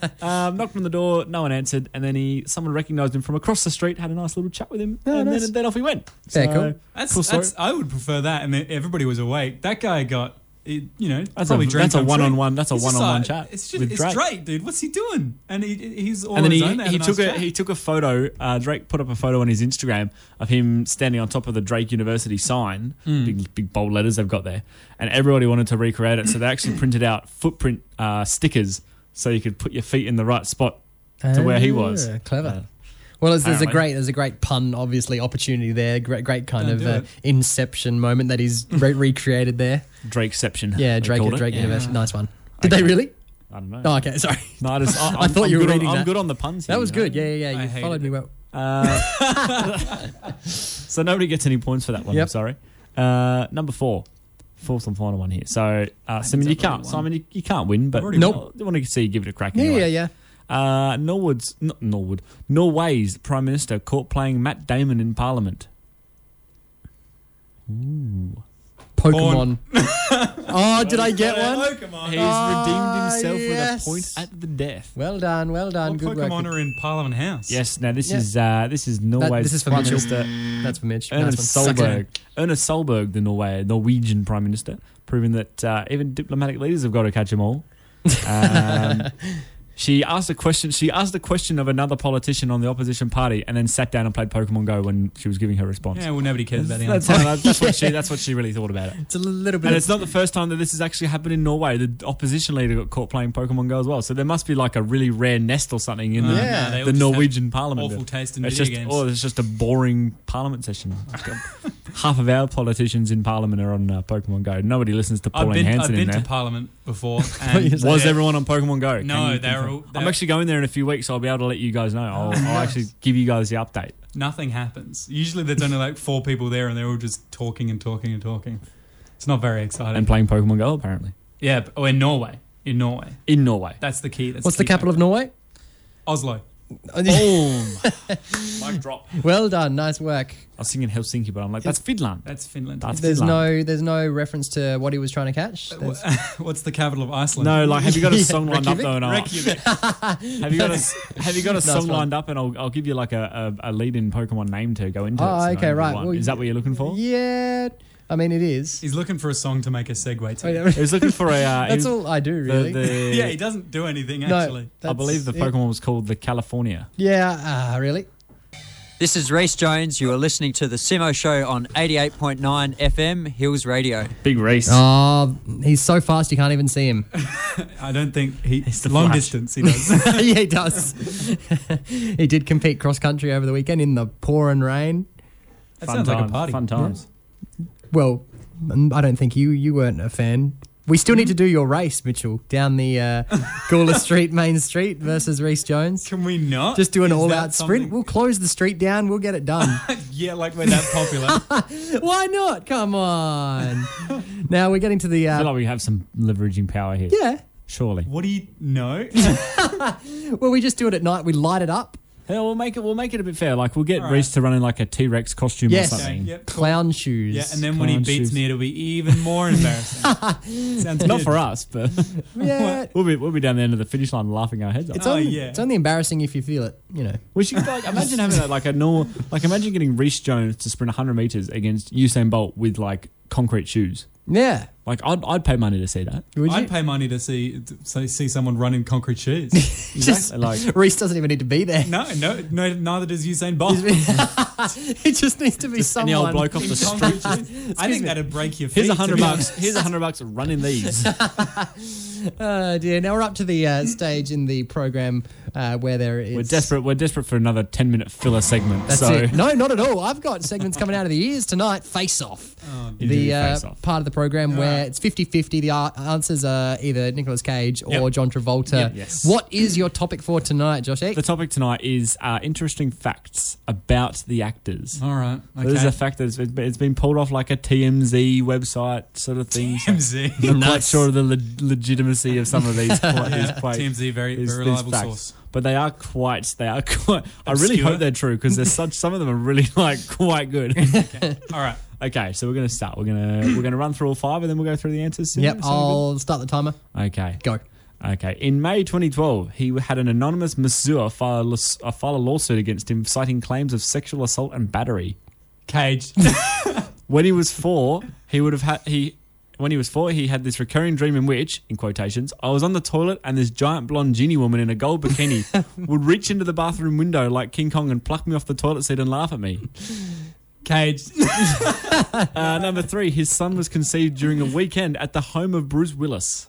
[SPEAKER 4] like
[SPEAKER 3] awake. <laughs> um, knocked on the door, no one answered, and then he someone recognised him from across the street, had a nice little chat with him, and
[SPEAKER 2] Oh, nice.
[SPEAKER 3] then, then off he went.
[SPEAKER 2] Very cool.
[SPEAKER 4] That's,
[SPEAKER 3] Cool story.
[SPEAKER 4] that's I would prefer that. I mean, everybody was awake. That guy got, it, you know,
[SPEAKER 3] That's
[SPEAKER 4] probably
[SPEAKER 3] a-
[SPEAKER 4] dream
[SPEAKER 3] that's a
[SPEAKER 4] come true.
[SPEAKER 3] one-on-one- that's a
[SPEAKER 4] He's just
[SPEAKER 3] one-on-one
[SPEAKER 4] like,
[SPEAKER 3] chat
[SPEAKER 4] It's just
[SPEAKER 3] with
[SPEAKER 4] it's
[SPEAKER 3] Drake.
[SPEAKER 4] Drake, dude. What's he doing? And he, he's all
[SPEAKER 3] and then
[SPEAKER 4] on
[SPEAKER 3] he,
[SPEAKER 4] his own. They had
[SPEAKER 3] he
[SPEAKER 4] nice
[SPEAKER 3] took a
[SPEAKER 4] chat.
[SPEAKER 3] he took a photo. Uh, Drake put up a photo on his Instagram of him standing on top of the Drake University sign,
[SPEAKER 2] Hmm.
[SPEAKER 3] big big bold letters they've got there, and everybody wanted to recreate it. So they actually printed out footprint uh, stickers so you could put your feet in the right spot to where he was.
[SPEAKER 2] Ah, Clever. well, there's, there's a
[SPEAKER 3] apparently.
[SPEAKER 2] great there's a great pun, obviously opportunity there. Great, great kind
[SPEAKER 4] Don't
[SPEAKER 2] of
[SPEAKER 4] do
[SPEAKER 2] uh,
[SPEAKER 4] it.
[SPEAKER 2] inception moment that he's
[SPEAKER 3] <laughs>
[SPEAKER 2] re- recreated there.
[SPEAKER 3] Drakeception.
[SPEAKER 2] Yeah,
[SPEAKER 3] they
[SPEAKER 2] Drake
[SPEAKER 3] called it.
[SPEAKER 2] Drake University, nice one. Did they really?
[SPEAKER 3] I don't know.
[SPEAKER 2] Oh, okay, <laughs> sorry.
[SPEAKER 3] No, I, just,
[SPEAKER 2] <laughs> I
[SPEAKER 3] I, I'm-
[SPEAKER 2] thought
[SPEAKER 3] I'm
[SPEAKER 2] you were
[SPEAKER 3] good on-
[SPEAKER 2] reading that.
[SPEAKER 3] I'm good on the puns.
[SPEAKER 2] That
[SPEAKER 3] here,
[SPEAKER 2] was
[SPEAKER 3] you know?
[SPEAKER 2] good. Yeah, yeah, yeah.
[SPEAKER 4] I
[SPEAKER 2] You
[SPEAKER 4] hated
[SPEAKER 2] followed me
[SPEAKER 4] it.
[SPEAKER 2] well.
[SPEAKER 3] Uh, <laughs> So nobody gets any points for that one. I'm
[SPEAKER 2] Yep.
[SPEAKER 3] sorry. Uh, number four, fourth and final one here. So uh, Simon, you
[SPEAKER 4] I've already
[SPEAKER 3] can't.
[SPEAKER 4] won.
[SPEAKER 3] Simon, you, you can't win. But
[SPEAKER 4] already
[SPEAKER 2] Nope.
[SPEAKER 3] I want to see you give it a crack.
[SPEAKER 2] Yeah,
[SPEAKER 3] anyway.
[SPEAKER 2] yeah, yeah.
[SPEAKER 3] Uh, Norwood's not Norwood. Norway's prime minister caught playing Matt Damon in Parliament. <laughs>
[SPEAKER 2] Pokemon. oh, did I get
[SPEAKER 4] Yeah,
[SPEAKER 2] one?
[SPEAKER 4] Pokemon.
[SPEAKER 3] He's
[SPEAKER 2] Ah,
[SPEAKER 3] redeemed himself
[SPEAKER 2] yes.
[SPEAKER 3] with a point at the death.
[SPEAKER 2] Well done, well done.
[SPEAKER 4] What
[SPEAKER 2] Good
[SPEAKER 4] Pokemon
[SPEAKER 2] work.
[SPEAKER 4] are in Parliament House?
[SPEAKER 3] Yes. Now this
[SPEAKER 2] Yeah.
[SPEAKER 3] is uh, this is
[SPEAKER 2] That,
[SPEAKER 3] Norway's
[SPEAKER 2] this is for
[SPEAKER 3] prime
[SPEAKER 2] Mitchell.
[SPEAKER 3] minister.
[SPEAKER 2] That's for Mitch.
[SPEAKER 3] Ernest
[SPEAKER 2] Nice one. Suck it.
[SPEAKER 3] Solberg, Ernest Solberg, the Norway, Norwegian Prime Minister, proving that uh, even diplomatic leaders have got to catch them all. Um, she asked a question. She asked a question of another politician on the opposition party, and then sat down and played Pokemon Go when she was giving her response.
[SPEAKER 4] Yeah, well, nobody cares about the
[SPEAKER 3] that's,
[SPEAKER 4] answer.
[SPEAKER 3] how, that's what she. That's what she really thought about it.
[SPEAKER 2] It's a little bit.
[SPEAKER 3] And
[SPEAKER 2] of-
[SPEAKER 3] it's not the first time that this has actually happened in Norway. The opposition leader got caught playing Pokemon Go as well. So there must be like a really rare nest or something in the,
[SPEAKER 2] Yeah.
[SPEAKER 4] no, they all
[SPEAKER 3] the
[SPEAKER 4] just have
[SPEAKER 3] Norwegian parliament.
[SPEAKER 4] awful taste in
[SPEAKER 3] it's
[SPEAKER 4] video
[SPEAKER 3] just,
[SPEAKER 4] games.
[SPEAKER 3] Oh, it's just a boring parliament session. <laughs> Half of our politicians in parliament are on uh, Pokemon Go. Nobody listens to
[SPEAKER 4] I've
[SPEAKER 3] Pauline
[SPEAKER 4] been, I've
[SPEAKER 3] Hanson in
[SPEAKER 4] been
[SPEAKER 3] there.
[SPEAKER 4] to Parliament
[SPEAKER 3] <laughs>
[SPEAKER 4] before.
[SPEAKER 2] you
[SPEAKER 4] And
[SPEAKER 2] say?
[SPEAKER 3] was
[SPEAKER 4] Yeah.
[SPEAKER 3] everyone on Pokemon Go? Can
[SPEAKER 4] No,
[SPEAKER 3] you
[SPEAKER 4] they were
[SPEAKER 3] confirm?
[SPEAKER 4] all- they
[SPEAKER 3] I'm
[SPEAKER 4] were-
[SPEAKER 3] actually going there in a few weeks, so I'll be able to let you guys know. I'll, I'll actually give you guys the update.
[SPEAKER 4] Nothing happens. Usually there's only like four people there and they're all just talking and talking and talking. It's not very exciting.
[SPEAKER 3] And playing Pokemon Go, apparently.
[SPEAKER 4] yeah, but, oh, in Norway. In Norway.
[SPEAKER 3] In Norway.
[SPEAKER 4] That's the key. That's
[SPEAKER 2] What's the
[SPEAKER 4] key
[SPEAKER 2] capital of
[SPEAKER 4] factor.
[SPEAKER 2] Norway?
[SPEAKER 4] Oslo.
[SPEAKER 3] Mic drop. I
[SPEAKER 2] <laughs> well done, nice work.
[SPEAKER 3] was singing Helsinki, but I'm like, that's Finland.
[SPEAKER 4] That's Finland.
[SPEAKER 3] That's
[SPEAKER 2] There's
[SPEAKER 3] Finland.
[SPEAKER 2] no, there's no reference to what he was trying to catch. There's-
[SPEAKER 4] <laughs> What's the capital of Iceland?
[SPEAKER 3] No,
[SPEAKER 4] <laughs>
[SPEAKER 3] like have you got a song lined
[SPEAKER 2] Reykjavik?
[SPEAKER 3] up though? And I'll,
[SPEAKER 4] Reykjavik.
[SPEAKER 3] have you got a have you got a
[SPEAKER 2] Nice one.
[SPEAKER 3] song lined up? And I'll, I'll give you like a, a, a lead in Pokemon name to go into.
[SPEAKER 2] Oh,
[SPEAKER 3] it, so
[SPEAKER 2] okay,
[SPEAKER 3] you
[SPEAKER 2] right.
[SPEAKER 3] want-
[SPEAKER 2] Well,
[SPEAKER 3] is that what you're looking for?
[SPEAKER 2] yeah, I mean it is.
[SPEAKER 4] He's looking for a song to make a segue to.
[SPEAKER 2] Wait,
[SPEAKER 3] I was looking for a. Uh,
[SPEAKER 2] <laughs>
[SPEAKER 3] it
[SPEAKER 2] That's
[SPEAKER 3] was
[SPEAKER 2] all I do
[SPEAKER 3] the-
[SPEAKER 2] really. <laughs>
[SPEAKER 3] the-
[SPEAKER 4] <laughs> yeah, he doesn't do anything
[SPEAKER 2] No,
[SPEAKER 4] actually.
[SPEAKER 3] I
[SPEAKER 2] that's-
[SPEAKER 3] believe the
[SPEAKER 2] it-
[SPEAKER 3] Pokemon was called the California.
[SPEAKER 2] Yeah, uh, really.
[SPEAKER 11] This is Reese Jones. You are listening to The Simo Show on 88.9 FM Hills Radio.
[SPEAKER 3] Big race.
[SPEAKER 2] Oh, he's so fast you can't even see
[SPEAKER 3] <laughs>
[SPEAKER 2] him. <laughs>
[SPEAKER 4] I don't think he.
[SPEAKER 3] He's the
[SPEAKER 4] long
[SPEAKER 3] Flash.
[SPEAKER 4] distance.
[SPEAKER 3] <laughs>
[SPEAKER 4] He does.
[SPEAKER 2] yeah, he does. <laughs> he did compete cross country over the weekend in the pouring rain.
[SPEAKER 4] That
[SPEAKER 3] Fun
[SPEAKER 4] sounds like
[SPEAKER 3] times.
[SPEAKER 4] a party.
[SPEAKER 3] Fun times.
[SPEAKER 2] Well, mm, I don't think you you weren't a fan. We still need to do your race, Mitchell, down the
[SPEAKER 3] <laughs>
[SPEAKER 2] uh, Gawler Street, Main Street versus Reese Jones.
[SPEAKER 4] Can we not
[SPEAKER 2] Just do an
[SPEAKER 4] Is that
[SPEAKER 2] all out sprint.
[SPEAKER 4] something-
[SPEAKER 2] We'll close the street down. We'll get it
[SPEAKER 4] <laughs>
[SPEAKER 2] done.
[SPEAKER 4] yeah, like we're that
[SPEAKER 2] <laughs>
[SPEAKER 4] popular. <laughs>
[SPEAKER 2] Why not? Come on. now we're getting to the.
[SPEAKER 3] I feel
[SPEAKER 2] Uh,
[SPEAKER 3] like we have some leveraging power here.
[SPEAKER 2] yeah.
[SPEAKER 3] Surely.
[SPEAKER 4] what do you
[SPEAKER 2] <laughs>
[SPEAKER 4] know?
[SPEAKER 2] Well, we just do it at night. We light it up.
[SPEAKER 3] Yeah, we'll make it. We'll make it a bit fair. Like we'll get
[SPEAKER 4] All
[SPEAKER 3] Reese to run in like a T Rex costume
[SPEAKER 2] Yes.
[SPEAKER 3] or
[SPEAKER 2] Okay,
[SPEAKER 3] something.
[SPEAKER 4] yep, cool.
[SPEAKER 2] Clown shoes.
[SPEAKER 4] Yeah, and then when he
[SPEAKER 3] Clown
[SPEAKER 4] beats
[SPEAKER 3] shoes.
[SPEAKER 4] me, it'll be
[SPEAKER 2] <laughs>
[SPEAKER 4] even more embarrassing. Sounds
[SPEAKER 3] Not
[SPEAKER 4] good.
[SPEAKER 3] for us, <laughs> but
[SPEAKER 4] <laughs>
[SPEAKER 2] Yeah.
[SPEAKER 3] we'll be we'll be down the end of the finish line laughing our heads off.
[SPEAKER 2] It's
[SPEAKER 4] Oh,
[SPEAKER 2] only,
[SPEAKER 4] yeah.
[SPEAKER 2] it's only embarrassing if you feel it, you know.
[SPEAKER 3] We should like imagine having that, like a normal like imagine getting Reese Jones to sprint 100 meters against Usain Bolt with like concrete shoes.
[SPEAKER 2] Yeah.
[SPEAKER 3] Like I'd I'd pay money to see that.
[SPEAKER 2] Would
[SPEAKER 4] I'd
[SPEAKER 2] you?
[SPEAKER 4] pay money to see to see- see someone run in
[SPEAKER 2] <laughs>
[SPEAKER 4] concrete shoes.
[SPEAKER 2] Just-
[SPEAKER 3] Like
[SPEAKER 2] Reese doesn't even need to be <laughs> there.
[SPEAKER 4] no, no, no. Neither does Usain Bolt.
[SPEAKER 2] it just needs to be
[SPEAKER 3] any
[SPEAKER 2] someone.
[SPEAKER 3] old bloke off
[SPEAKER 4] In
[SPEAKER 3] the street.
[SPEAKER 4] concrete shoes. I think that'd break your feet.
[SPEAKER 3] Here's a
[SPEAKER 2] <laughs>
[SPEAKER 4] to
[SPEAKER 3] hundred
[SPEAKER 4] be
[SPEAKER 3] bucks.
[SPEAKER 4] honest.
[SPEAKER 3] Here's a hundred bucks. Running these.
[SPEAKER 2] Oh dear! Now we're up to the uh, stage in the program uh, where there is.
[SPEAKER 3] We're desperate. We're desperate for another ten minute filler segment.
[SPEAKER 2] That's
[SPEAKER 3] so
[SPEAKER 2] it. No, not at all. I've got segments coming out of the ears tonight. Face off.
[SPEAKER 3] You do
[SPEAKER 2] the
[SPEAKER 3] face
[SPEAKER 2] uh,
[SPEAKER 3] off.
[SPEAKER 2] part of the program where it's 50-50. The ar- answers are either Nicolas Cage or
[SPEAKER 4] Yep.
[SPEAKER 2] John Travolta.
[SPEAKER 3] Yes.
[SPEAKER 2] What is your topic for tonight, Josh? Eck?
[SPEAKER 3] the topic tonight is uh, interesting facts about the actors.
[SPEAKER 4] All right. Oh, Okay.
[SPEAKER 3] There's a fact that it's been, it's been pulled off like a TMZ website sort of thing.
[SPEAKER 4] <laughs>
[SPEAKER 3] So <laughs>
[SPEAKER 4] TMZ.
[SPEAKER 3] I'm not quite
[SPEAKER 2] Nice.
[SPEAKER 3] sure of the le- legitimacy of some of
[SPEAKER 4] <laughs>
[SPEAKER 3] these. pla- these pla- these-
[SPEAKER 4] TMZ, very, very
[SPEAKER 3] these
[SPEAKER 4] reliable
[SPEAKER 3] facts.
[SPEAKER 4] source.
[SPEAKER 3] but they are quite. They are <laughs> quite. I really <laughs>
[SPEAKER 4] Obscure. <laughs>
[SPEAKER 3] hope they're true because there's such. Some of them are really like quite good.
[SPEAKER 4] All right.
[SPEAKER 3] Okay, so we're gonna start. We're gonna we're gonna run through all five, and then we'll go through the answers. Soon.
[SPEAKER 2] Yep,
[SPEAKER 3] Sound
[SPEAKER 2] I'll start the timer.
[SPEAKER 3] good? Okay.
[SPEAKER 2] Go.
[SPEAKER 3] Okay. In May 2012, he had an anonymous masseur file a, laws- uh, file a lawsuit against him, citing claims of sexual assault and battery.
[SPEAKER 4] Cage.
[SPEAKER 3] <laughs> When he was four, he would have had he. When he was four, he had this recurring dream in which, in quotations, I was on the toilet and this giant blonde genie woman in a gold bikini
[SPEAKER 4] <laughs>
[SPEAKER 3] would reach into the bathroom window like King Kong and pluck me off the toilet seat and laugh at me.
[SPEAKER 4] Cage.
[SPEAKER 3] <laughs> Uh, number three, his son was conceived during a weekend at the home of Bruce Willis.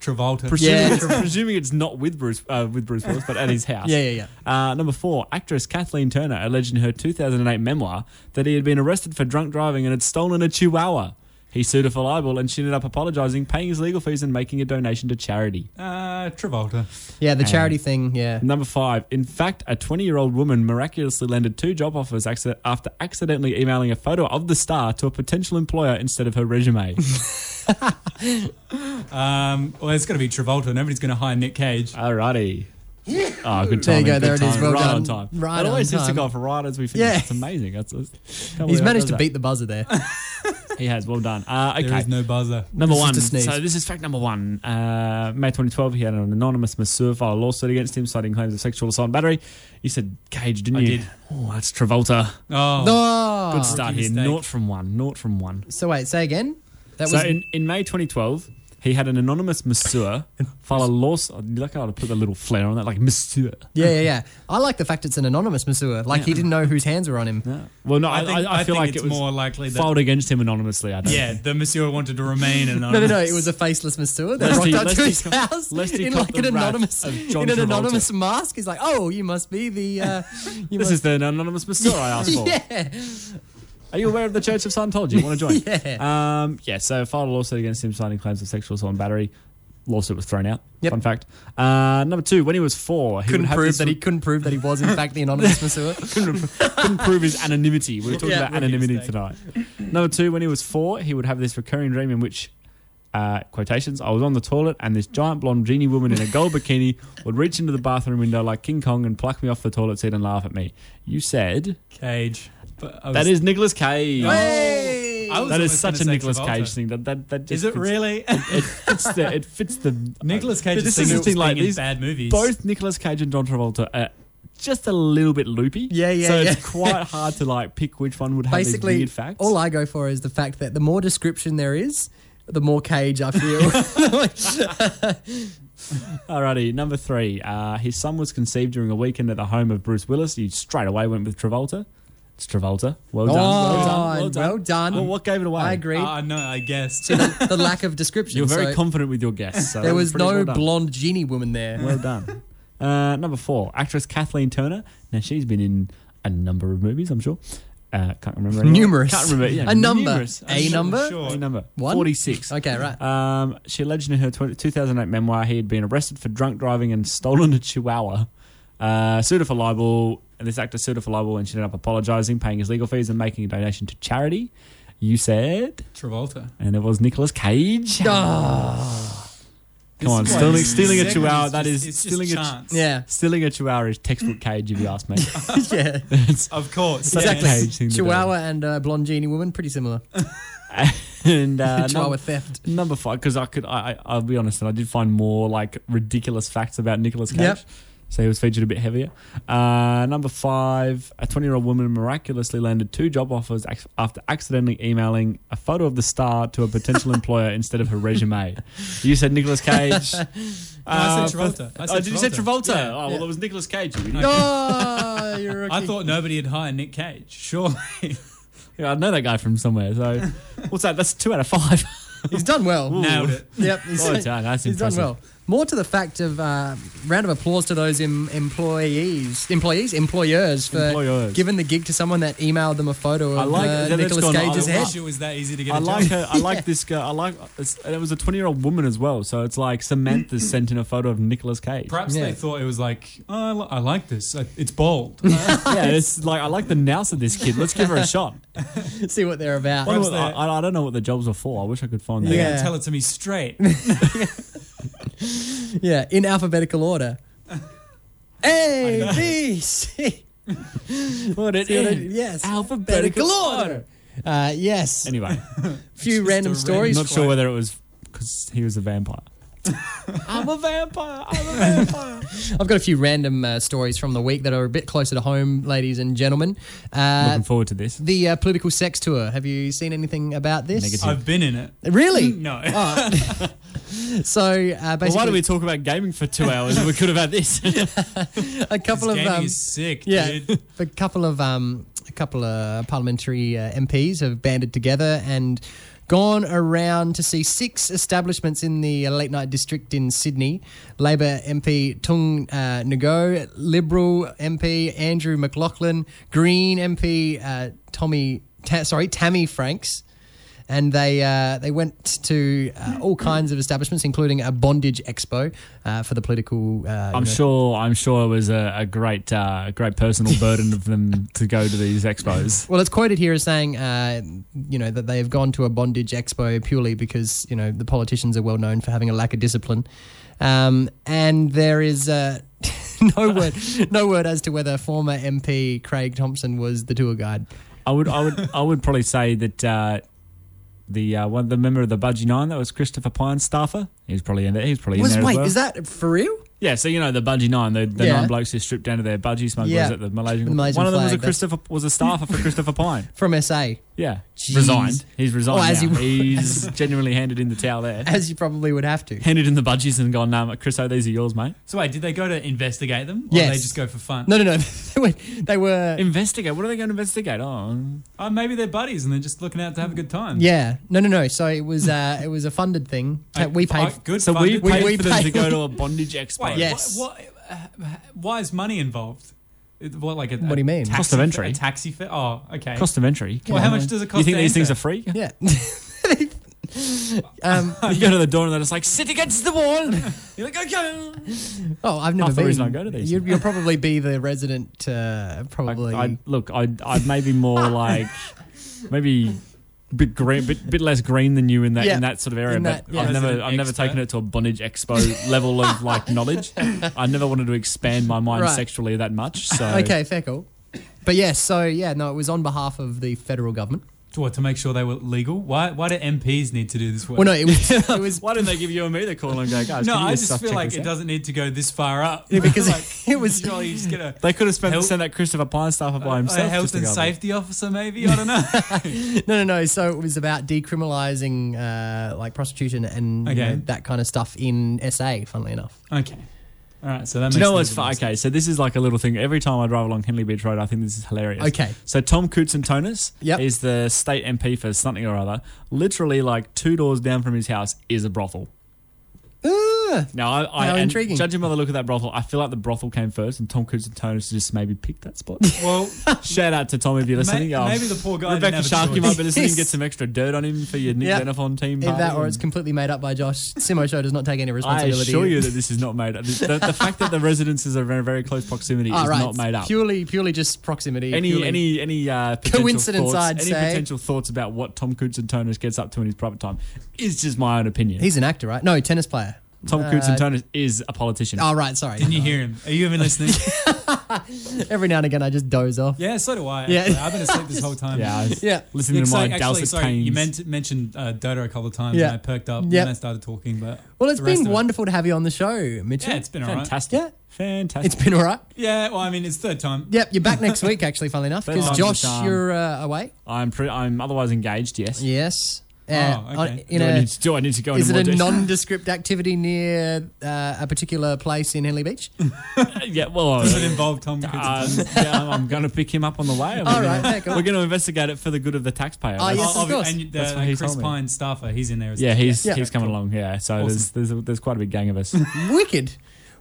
[SPEAKER 4] Travolta.
[SPEAKER 3] Presuming,
[SPEAKER 2] Yeah.
[SPEAKER 3] it's, <laughs> presuming it's not with Bruce uh, with Bruce Willis, but at his house.
[SPEAKER 2] Yeah, yeah, yeah.
[SPEAKER 3] Uh, number four, actress Kathleen Turner alleged in her 2008 memoir that he had been arrested for drunk driving and had stolen a chihuahua. He sued her for libel, and she ended up apologising, paying his legal fees, and making a donation to charity.
[SPEAKER 4] Uh, Travolta.
[SPEAKER 2] Yeah, the charity thing. Yeah.
[SPEAKER 3] Number five. In fact, a 20 year old woman miraculously landed two job offers acci- after accidentally emailing a photo of the star to a potential employer instead of her resume.
[SPEAKER 4] Um, well, it's got to be Travolta. Nobody's going to hire Nick Cage.
[SPEAKER 3] Alrighty. Oh, good
[SPEAKER 2] There you
[SPEAKER 3] timing.
[SPEAKER 2] go,
[SPEAKER 3] good
[SPEAKER 2] there it is,
[SPEAKER 3] timing.
[SPEAKER 2] well
[SPEAKER 3] right
[SPEAKER 2] done.
[SPEAKER 3] on time.
[SPEAKER 2] Right
[SPEAKER 3] it always
[SPEAKER 2] on
[SPEAKER 3] seems to
[SPEAKER 2] time.
[SPEAKER 3] go off right as we finish.
[SPEAKER 2] Yeah.
[SPEAKER 3] It's amazing. That's, that's, can't believe
[SPEAKER 2] He's
[SPEAKER 3] that
[SPEAKER 2] managed
[SPEAKER 3] does
[SPEAKER 2] to
[SPEAKER 3] that.
[SPEAKER 2] beat the buzzer
[SPEAKER 3] <laughs>
[SPEAKER 2] there.
[SPEAKER 3] He has. Well done. Uh, okay.
[SPEAKER 4] There is no buzzer.
[SPEAKER 3] Number
[SPEAKER 2] It's
[SPEAKER 3] one.
[SPEAKER 2] just a sneeze.
[SPEAKER 3] So this is fact number one. Uh, May 2012, he had an anonymous masseur file a lawsuit against him, citing claims of sexual assault and battery. You said Cage, didn't
[SPEAKER 4] I
[SPEAKER 3] you?
[SPEAKER 4] did.
[SPEAKER 3] Oh, that's Travolta.
[SPEAKER 4] Oh,
[SPEAKER 2] No.
[SPEAKER 3] Good start here.
[SPEAKER 4] mistake.
[SPEAKER 3] Naught from one. Naught from one.
[SPEAKER 2] So wait, say again. That
[SPEAKER 3] so
[SPEAKER 2] was
[SPEAKER 3] in, in May 2012, he had an anonymous masseur file a lawsuit. I like how to put the little flair on that, like masseur.
[SPEAKER 2] yeah, yeah, yeah. I like the fact it's an anonymous masseur. Like he didn't know whose hands were on him.
[SPEAKER 3] No. Well, no, I,
[SPEAKER 4] I, think,
[SPEAKER 3] I, I feel
[SPEAKER 4] think
[SPEAKER 3] like
[SPEAKER 4] it's
[SPEAKER 3] it was
[SPEAKER 4] more likely that.
[SPEAKER 3] filed against him anonymously. I don't
[SPEAKER 4] Yeah, the monsieur wanted
[SPEAKER 3] <laughs>
[SPEAKER 4] to remain anonymous.
[SPEAKER 2] No, no, no! It was a faceless masseur that
[SPEAKER 3] Let's
[SPEAKER 2] rocked
[SPEAKER 3] de-
[SPEAKER 2] up
[SPEAKER 3] let's
[SPEAKER 2] to his
[SPEAKER 3] de-
[SPEAKER 2] house
[SPEAKER 3] let's
[SPEAKER 2] in
[SPEAKER 3] decouple
[SPEAKER 2] like an
[SPEAKER 3] the wrath
[SPEAKER 2] anonymous
[SPEAKER 3] of
[SPEAKER 2] in
[SPEAKER 3] John
[SPEAKER 2] an
[SPEAKER 3] Travolta.
[SPEAKER 2] anonymous mask. He's like, "Oh, you must be the uh, you
[SPEAKER 3] <laughs> This
[SPEAKER 2] must."
[SPEAKER 3] is the anonymous masseur I asked
[SPEAKER 2] <laughs>
[SPEAKER 3] for.
[SPEAKER 2] yeah,
[SPEAKER 3] Are you aware of the Church of Scientology? Want to join?
[SPEAKER 2] <laughs> Yeah.
[SPEAKER 3] Um, yeah. So filed a lawsuit against him, citing claims of sexual assault and battery. Lawsuit was thrown out.
[SPEAKER 2] Yep.
[SPEAKER 3] Fun fact. Uh, number two, when he was four, he
[SPEAKER 2] couldn't
[SPEAKER 3] would have
[SPEAKER 2] prove
[SPEAKER 3] this
[SPEAKER 2] that he couldn't prove that he was in fact the <laughs> anonymous masseur.
[SPEAKER 3] <laughs> couldn't prove his anonymity. We were talking
[SPEAKER 2] Yeah.
[SPEAKER 3] about anonymity tonight. Number two, when he was four, he would have this recurring dream in which, uh, quotations, I was on the toilet and this giant blonde genie woman in a gold bikini would reach into the bathroom window like King Kong and pluck me off the toilet seat and laugh at me. You said
[SPEAKER 4] Cage. But I was,
[SPEAKER 3] that is Nicolas Cage.
[SPEAKER 2] Hey!
[SPEAKER 4] I was
[SPEAKER 3] That is
[SPEAKER 4] almost gonna
[SPEAKER 3] such a
[SPEAKER 4] say
[SPEAKER 3] Nicolas
[SPEAKER 4] Travolta.
[SPEAKER 3] Cage thing. That that, that just
[SPEAKER 4] Is it
[SPEAKER 3] fits-
[SPEAKER 4] really?
[SPEAKER 3] <laughs> It fits the. It fits the.
[SPEAKER 2] <laughs>
[SPEAKER 4] Nicholas Cage
[SPEAKER 3] This
[SPEAKER 4] is
[SPEAKER 3] is
[SPEAKER 4] singing
[SPEAKER 3] the thing. Like
[SPEAKER 4] in
[SPEAKER 3] these
[SPEAKER 4] bad movies.
[SPEAKER 3] both Nicolas Cage and John Travolta are just a little bit loopy.
[SPEAKER 2] Yeah, yeah,
[SPEAKER 3] So
[SPEAKER 2] yeah.
[SPEAKER 3] it's
[SPEAKER 2] <laughs>
[SPEAKER 3] quite hard to like pick which one would have these
[SPEAKER 2] Basically,
[SPEAKER 3] weird facts.
[SPEAKER 2] all I go for is the fact that the more description there is, the more cage I <laughs>
[SPEAKER 3] <laughs>
[SPEAKER 2] feel.
[SPEAKER 3] Alrighty, number three. Uh, his son was conceived during a weekend at the home of Bruce Willis. You straight away went with Travolta. It's Travolta. Well done. well done. Well
[SPEAKER 2] Oh,
[SPEAKER 3] done.
[SPEAKER 2] well done.
[SPEAKER 3] Well, what gave it away?
[SPEAKER 2] I agree.
[SPEAKER 4] Ah, no, I guess.
[SPEAKER 2] See, the, the lack of description.
[SPEAKER 3] Uh, You're very
[SPEAKER 2] so
[SPEAKER 3] confident with your guess. So
[SPEAKER 2] There was
[SPEAKER 3] pretty
[SPEAKER 2] no
[SPEAKER 3] well done.
[SPEAKER 2] blonde genie woman there.
[SPEAKER 3] Well done. <laughs> Uh, number four, actress Kathleen Turner. Now she's been in a number of movies, I'm sure. Uh, can't remember. anymore.
[SPEAKER 2] Numerous.
[SPEAKER 3] Can't remember. Yeah,
[SPEAKER 2] <laughs> A number.
[SPEAKER 3] numerous.
[SPEAKER 2] A number?
[SPEAKER 3] Sure. A number.
[SPEAKER 2] One?
[SPEAKER 3] Forty-six.
[SPEAKER 2] Okay, right.
[SPEAKER 3] <laughs> Um, she alleged in her 20, 2008 memoir he had been arrested for drunk driving and stolen a chihuahua. Uh, sued her for libel. And this actor sued her for libel, and she ended up apologising, paying his legal fees, and making a donation to charity. You said,
[SPEAKER 4] Travolta.
[SPEAKER 3] and it was Nicolas Cage.
[SPEAKER 2] Ah.
[SPEAKER 3] Come on,
[SPEAKER 4] This
[SPEAKER 3] stealing,
[SPEAKER 4] one's
[SPEAKER 3] stealing a
[SPEAKER 4] second
[SPEAKER 3] chihuahua.
[SPEAKER 4] is
[SPEAKER 3] That
[SPEAKER 4] just-
[SPEAKER 3] is
[SPEAKER 4] it's just
[SPEAKER 3] stealing a
[SPEAKER 4] chance.
[SPEAKER 2] Yeah. <laughs>
[SPEAKER 3] Stealing a chihuahua is
[SPEAKER 4] <laughs>
[SPEAKER 3] textbook cage, if you ask me.
[SPEAKER 2] yeah.
[SPEAKER 4] Of
[SPEAKER 3] <laughs>
[SPEAKER 4] course.
[SPEAKER 3] Such a
[SPEAKER 4] yes.
[SPEAKER 3] cage thing to do.
[SPEAKER 2] Chihuahua and uh, blonde genie woman, pretty similar.
[SPEAKER 3] and uh,
[SPEAKER 2] Chihuahua
[SPEAKER 3] number,
[SPEAKER 2] theft.
[SPEAKER 3] number five, because I could, I, I, I'll be honest, and I did find more like ridiculous facts about Nicolas Cage.
[SPEAKER 2] Yep.
[SPEAKER 3] So he was featured a bit heavier. Uh, number five, a 20 year old woman miraculously landed two job offers ac- after accidentally emailing a photo of the star to a potential
[SPEAKER 4] <laughs>
[SPEAKER 3] employer instead of her resume. You said Nicolas Cage.
[SPEAKER 4] I
[SPEAKER 3] Uh,
[SPEAKER 4] said
[SPEAKER 3] for-
[SPEAKER 4] Travolta. I
[SPEAKER 3] oh,
[SPEAKER 4] said
[SPEAKER 3] did you say Travolta?
[SPEAKER 4] Yeah.
[SPEAKER 3] Oh, well, it was Nicolas Cage.
[SPEAKER 2] <laughs>
[SPEAKER 4] <laughs>
[SPEAKER 2] Oh, you're a
[SPEAKER 4] I
[SPEAKER 2] kid.
[SPEAKER 4] thought nobody had hired Nick Cage. Surely.
[SPEAKER 3] Yeah, I know that guy from somewhere. So,
[SPEAKER 4] <laughs>
[SPEAKER 3] what's that? That's two out of five.
[SPEAKER 2] he's done well.
[SPEAKER 4] Nailed it.
[SPEAKER 2] Yep, he's,
[SPEAKER 3] Well done, that's
[SPEAKER 2] he's done
[SPEAKER 3] impressive.
[SPEAKER 2] well. More to the fact of uh, round of applause to those em- employees, employees, employers for
[SPEAKER 3] Employers.
[SPEAKER 2] giving the gig to someone that emailed them a photo of
[SPEAKER 3] I like that
[SPEAKER 2] uh,
[SPEAKER 3] it's
[SPEAKER 2] Nicolas
[SPEAKER 3] gone
[SPEAKER 2] Cage's
[SPEAKER 3] either
[SPEAKER 2] head.
[SPEAKER 3] way.
[SPEAKER 4] It was that easy to get
[SPEAKER 3] I
[SPEAKER 4] a
[SPEAKER 3] like
[SPEAKER 4] job.
[SPEAKER 3] her. I like this girl. I like. It's, and it was a twenty-year-old woman as well. So it's like Samantha's sent in a photo of Nicolas Cage.
[SPEAKER 4] Perhaps
[SPEAKER 2] Yeah.
[SPEAKER 4] they thought it was like, oh, I, li- I like this. I-
[SPEAKER 2] <laughs>
[SPEAKER 4] It's bold.
[SPEAKER 3] yeah, it's like I like the nous of this kid. Let's give her a shot.
[SPEAKER 2] <laughs> See what they're about.
[SPEAKER 3] I,
[SPEAKER 4] Perhaps they-
[SPEAKER 3] I, I don't know what the jobs are for. I wish I could find that.
[SPEAKER 4] They're
[SPEAKER 2] Yeah.
[SPEAKER 4] going to tell it to
[SPEAKER 2] <laughs>
[SPEAKER 4] me straight.
[SPEAKER 2] Yeah, in alphabetical
[SPEAKER 3] <laughs>
[SPEAKER 2] order. A B C.
[SPEAKER 3] Put it
[SPEAKER 2] See what I
[SPEAKER 3] in.
[SPEAKER 2] did? Yes.
[SPEAKER 3] <laughs> Alphabetical
[SPEAKER 2] Alphabetical
[SPEAKER 3] order.
[SPEAKER 2] order. Uh, yes.
[SPEAKER 3] Anyway,
[SPEAKER 2] Few random stories.
[SPEAKER 3] Not sure whether it was because he was a vampire.
[SPEAKER 2] I'm a vampire. I'm a vampire. I've got a few random uh, stories from the week that are a bit closer to home, ladies and gentlemen. Uh,
[SPEAKER 3] Looking forward to this.
[SPEAKER 2] The uh, political sex tour. Have you seen anything about this?
[SPEAKER 4] I've been in it.
[SPEAKER 2] Really?
[SPEAKER 4] No.
[SPEAKER 2] Oh. <laughs> so uh, basically,
[SPEAKER 3] well, why do we talk about gaming
[SPEAKER 7] <laughs>
[SPEAKER 3] for two hours? we could have had this.
[SPEAKER 2] a couple of
[SPEAKER 4] Gaming
[SPEAKER 2] um,
[SPEAKER 4] is sick,
[SPEAKER 2] yeah,
[SPEAKER 4] dude.
[SPEAKER 2] <laughs> a couple of um, a couple of parliamentary uh, MPs have banded together and gone around to see six establishments in the uh, late night district in Sydney. Labor MP Tung uh, Ngo, Liberal MP Andrew McLaughlin, Green MP uh, Tommy, ta- sorry Tammy Franks and they uh, they went to uh, all kinds of establishments, including a bondage expo uh, for the political. Uh, you know-
[SPEAKER 3] I'm sure. I'm sure it was a, a great, uh, great personal burden of them to go to these expos.
[SPEAKER 2] Well, it's quoted here as saying, uh, you know, that they have gone to a bondage expo purely because you know the politicians are well known for having a lack of discipline, um, and there is. Uh, <laughs> no word, no word as to whether former MP Craig Thompson was the tour guide.
[SPEAKER 3] I would, I would, I would probably say that uh, the uh, one, the member of the Budgie Nine that was Christopher Pine staffer. He was probably in there. He was probably in
[SPEAKER 2] Was
[SPEAKER 3] there. as
[SPEAKER 2] wait,
[SPEAKER 3] well.
[SPEAKER 2] is that for real?
[SPEAKER 3] Yeah, so you know the budgie nine, the, the
[SPEAKER 2] Yeah.
[SPEAKER 3] nine blokes who stripped down to their budgie smugglers
[SPEAKER 2] Yeah.
[SPEAKER 3] at the Malaysian.
[SPEAKER 2] The Malaysian
[SPEAKER 3] one of them was a
[SPEAKER 2] flag, that's-
[SPEAKER 3] Christopher was a staffer
[SPEAKER 2] <laughs>
[SPEAKER 3] for Christopher Pine.
[SPEAKER 2] From SA,
[SPEAKER 3] Yeah,
[SPEAKER 2] Jeez.
[SPEAKER 3] resigned. He's resigned.
[SPEAKER 2] Oh, as
[SPEAKER 3] now.
[SPEAKER 2] he-
[SPEAKER 3] He's genuinely handed in the towel there.
[SPEAKER 2] as you probably would have to.
[SPEAKER 3] handed in the budgies and gone, nah, mate, Chris, oh, these are yours, mate.
[SPEAKER 4] So wait, did they go to investigate them, or
[SPEAKER 2] Yes.
[SPEAKER 4] did they just go for fun?
[SPEAKER 2] No, <laughs> no, no. They were- they were
[SPEAKER 3] Investigate. What are they going to investigate? Oh,
[SPEAKER 4] Oh, maybe they're buddies and they're just looking out to have a good time.
[SPEAKER 2] Yeah, no, no, no. So it was uh, it was a funded thing. Ta-
[SPEAKER 4] I-
[SPEAKER 2] we
[SPEAKER 4] I-
[SPEAKER 2] paid.
[SPEAKER 4] good.
[SPEAKER 3] so we,
[SPEAKER 4] funded-
[SPEAKER 2] we-
[SPEAKER 3] paid
[SPEAKER 2] we
[SPEAKER 3] for them to
[SPEAKER 2] paid-
[SPEAKER 3] go to a bondage expo.
[SPEAKER 4] Wait,
[SPEAKER 2] Yes.
[SPEAKER 4] What, what, uh, why is money involved? It- What like a,
[SPEAKER 2] What do you mean?
[SPEAKER 4] taxi
[SPEAKER 3] Cost of
[SPEAKER 4] fare-
[SPEAKER 3] entry.
[SPEAKER 4] a taxi fare? Oh, okay.
[SPEAKER 3] Cost of entry.
[SPEAKER 4] well, how much does it cost?
[SPEAKER 3] You think
[SPEAKER 4] to
[SPEAKER 3] these things
[SPEAKER 4] enter?
[SPEAKER 3] are free?
[SPEAKER 2] <laughs> yeah. <laughs>
[SPEAKER 3] You go to the door and they're just like, sit against
[SPEAKER 2] <laughs>
[SPEAKER 3] the wall. You're like, okay.
[SPEAKER 2] Oh, I've never
[SPEAKER 3] Half the
[SPEAKER 2] been.
[SPEAKER 3] reason I go to these.
[SPEAKER 2] You'd, you'll probably be the resident. Uh, probably.
[SPEAKER 3] I, I, look, I'd, I'd
[SPEAKER 2] <laughs>
[SPEAKER 3] maybe more like maybe a bit green, bit, bit less green than you in that
[SPEAKER 2] Yeah.
[SPEAKER 3] in that sort of area.
[SPEAKER 2] In
[SPEAKER 3] but
[SPEAKER 2] that, yeah.
[SPEAKER 3] I've never
[SPEAKER 4] Resident
[SPEAKER 3] I've never
[SPEAKER 4] expert.
[SPEAKER 3] taken it to a bondage expo <laughs> level of like knowledge. I never wanted to expand my mind
[SPEAKER 2] Right.
[SPEAKER 3] sexually that much. So
[SPEAKER 2] <laughs> okay, fair call. But yes, so yeah, no, it was on behalf of the federal government.
[SPEAKER 4] To what? To make sure they were legal. Why? Why do MPs need to do this work?
[SPEAKER 2] Well, no, it was it was
[SPEAKER 3] why didn't they give you and me the call and go, guys?
[SPEAKER 4] No,
[SPEAKER 3] can you
[SPEAKER 4] I
[SPEAKER 3] stuff
[SPEAKER 4] just feel
[SPEAKER 3] check
[SPEAKER 4] like
[SPEAKER 3] this
[SPEAKER 4] it
[SPEAKER 3] out?"
[SPEAKER 4] doesn't need to go this far up. <laughs>
[SPEAKER 2] Yeah, because
[SPEAKER 3] <laughs>
[SPEAKER 4] Like,
[SPEAKER 2] it was-
[SPEAKER 4] surely you just get a,
[SPEAKER 3] They could have spent
[SPEAKER 4] Help-
[SPEAKER 3] sent that Christopher Pine staffer <laughs> by
[SPEAKER 4] a
[SPEAKER 3] himself. just
[SPEAKER 4] health
[SPEAKER 3] to
[SPEAKER 4] and
[SPEAKER 3] go,
[SPEAKER 4] safety officer, maybe. I don't know.
[SPEAKER 3] <laughs>
[SPEAKER 4] <laughs>
[SPEAKER 2] no, no, no. So it was about decriminalizing uh, like prostitution and you
[SPEAKER 4] Okay.
[SPEAKER 2] know, that kind of stuff in SA. Funnily enough,
[SPEAKER 4] okay. All right. So that makes
[SPEAKER 3] Do you know
[SPEAKER 4] a
[SPEAKER 3] what's
[SPEAKER 4] little
[SPEAKER 3] fun?
[SPEAKER 4] bit more
[SPEAKER 3] Okay, so this is like a little thing. Every time I drive along Henley Beach Road, I think this is hilarious.
[SPEAKER 2] Okay.
[SPEAKER 3] So Tom Coots and Tonus
[SPEAKER 2] Yep.
[SPEAKER 3] is the state MP for something or other. Literally, like two doors down from his house is a brothel.
[SPEAKER 4] Ah.
[SPEAKER 2] Ugh.
[SPEAKER 3] Now, I, I
[SPEAKER 2] How
[SPEAKER 3] and
[SPEAKER 2] intriguing.
[SPEAKER 3] judging by the look of that brothel, I feel like the brothel came first, and Tom Coots and Tonus just maybe picked that
[SPEAKER 4] <laughs>
[SPEAKER 3] spot. <laughs>
[SPEAKER 4] Well,
[SPEAKER 3] Shout out to Tom if you're
[SPEAKER 4] May-
[SPEAKER 3] listening. Oh,
[SPEAKER 4] maybe the poor guy didn't
[SPEAKER 3] Rebecca
[SPEAKER 4] have a
[SPEAKER 3] Shark, you
[SPEAKER 4] choice.
[SPEAKER 3] might be listening.
[SPEAKER 2] Yes.
[SPEAKER 4] <laughs>
[SPEAKER 3] Get some extra dirt on him for your Nick
[SPEAKER 2] Yeah.
[SPEAKER 3] Xenophon team.
[SPEAKER 2] either that
[SPEAKER 3] party
[SPEAKER 2] or
[SPEAKER 3] and-
[SPEAKER 2] it's completely made up by Josh. Simo Show does not take any
[SPEAKER 3] um, I
[SPEAKER 2] responsibility. <laughs>
[SPEAKER 3] assure you that this is not made up. The, the fact that the residences are in very close proximity
[SPEAKER 2] All
[SPEAKER 3] is
[SPEAKER 2] Ah, right,
[SPEAKER 3] not made up.
[SPEAKER 2] Purely, purely just proximity.
[SPEAKER 3] any
[SPEAKER 2] purely-
[SPEAKER 3] any any uh, potential
[SPEAKER 2] Coincidence,
[SPEAKER 3] Thoughts,
[SPEAKER 2] I'd
[SPEAKER 3] any
[SPEAKER 2] say.
[SPEAKER 3] potential thoughts about what Tom Coots and Tonus gets up to in his private time is just my own opinion.
[SPEAKER 2] He's an actor, right? No, tennis player.
[SPEAKER 3] Tom Coots
[SPEAKER 2] uh,
[SPEAKER 3] and Tonus is a politician.
[SPEAKER 2] Oh, right. Sorry.
[SPEAKER 4] Didn't you hear him? Are you even listening?
[SPEAKER 3] <laughs>
[SPEAKER 2] <laughs> Every now and again, I just doze off.
[SPEAKER 4] yeah. So do I.
[SPEAKER 2] Yeah.
[SPEAKER 4] actually. I've been asleep
[SPEAKER 3] <laughs>
[SPEAKER 4] this whole time.
[SPEAKER 3] yeah, I was
[SPEAKER 2] Yeah.
[SPEAKER 3] listening
[SPEAKER 4] Yeah,
[SPEAKER 3] to my
[SPEAKER 4] sorry,
[SPEAKER 3] Dowsett
[SPEAKER 4] sorry,
[SPEAKER 3] Pains.
[SPEAKER 4] You meant, mentioned uh, Dodo a couple of times,
[SPEAKER 2] Yeah.
[SPEAKER 4] and I perked up,
[SPEAKER 2] Yeah.
[SPEAKER 4] and I started talking. But
[SPEAKER 2] Well, it's
[SPEAKER 4] the rest
[SPEAKER 2] been
[SPEAKER 4] of it-
[SPEAKER 2] wonderful to have you on the show, Mitchell.
[SPEAKER 4] Yeah, it's been alright.
[SPEAKER 3] fantastic,
[SPEAKER 2] Yeah.
[SPEAKER 3] fantastic.
[SPEAKER 2] It's been all right.
[SPEAKER 4] Yeah, well, I mean, it's third time.
[SPEAKER 2] Yep, you're back next week, actually, funnily enough,
[SPEAKER 3] Third
[SPEAKER 2] because
[SPEAKER 3] time's a
[SPEAKER 2] Josh,
[SPEAKER 3] charm.
[SPEAKER 2] you're uh, away.
[SPEAKER 3] I'm pre- I'm otherwise engaged. Yes.
[SPEAKER 2] Yes. Uh,
[SPEAKER 4] Oh,
[SPEAKER 2] on-
[SPEAKER 4] okay.
[SPEAKER 2] In
[SPEAKER 3] do, I
[SPEAKER 2] a,
[SPEAKER 3] need to, do I need to go
[SPEAKER 2] is
[SPEAKER 3] into
[SPEAKER 2] it
[SPEAKER 3] more
[SPEAKER 2] a
[SPEAKER 3] detail?
[SPEAKER 2] nondescript activity near uh, a particular place in Henley
[SPEAKER 3] <laughs>
[SPEAKER 2] Beach?
[SPEAKER 3] yeah.
[SPEAKER 2] <laughs>
[SPEAKER 3] Well.
[SPEAKER 4] Does it involve Tom Cruise?
[SPEAKER 3] um, yeah, I'm- I'm going to pick him up on the way.
[SPEAKER 2] All
[SPEAKER 3] We're
[SPEAKER 2] right,
[SPEAKER 3] gonna-
[SPEAKER 2] yeah, cool.
[SPEAKER 3] <laughs> We're going to investigate it for the good of the taxpayer.
[SPEAKER 2] Oh,
[SPEAKER 3] That's-
[SPEAKER 2] yes, of course.
[SPEAKER 4] And you- the,
[SPEAKER 3] That's what he
[SPEAKER 4] Chris
[SPEAKER 3] told me.
[SPEAKER 4] Pine staffer, he's in there as
[SPEAKER 3] yeah,
[SPEAKER 4] well.
[SPEAKER 3] he's
[SPEAKER 2] Yeah.
[SPEAKER 3] he's coming along. Yeah, so there's there's a, there's quite a big gang of us. so
[SPEAKER 2] Wicked.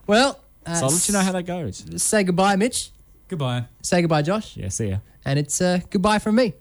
[SPEAKER 2] Well, uh,
[SPEAKER 3] I'll let you know how that goes.
[SPEAKER 2] say goodbye, Mitch.
[SPEAKER 4] Goodbye.
[SPEAKER 2] Say goodbye, Josh.
[SPEAKER 3] Yeah, see ya.
[SPEAKER 2] And it's uh, goodbye from me.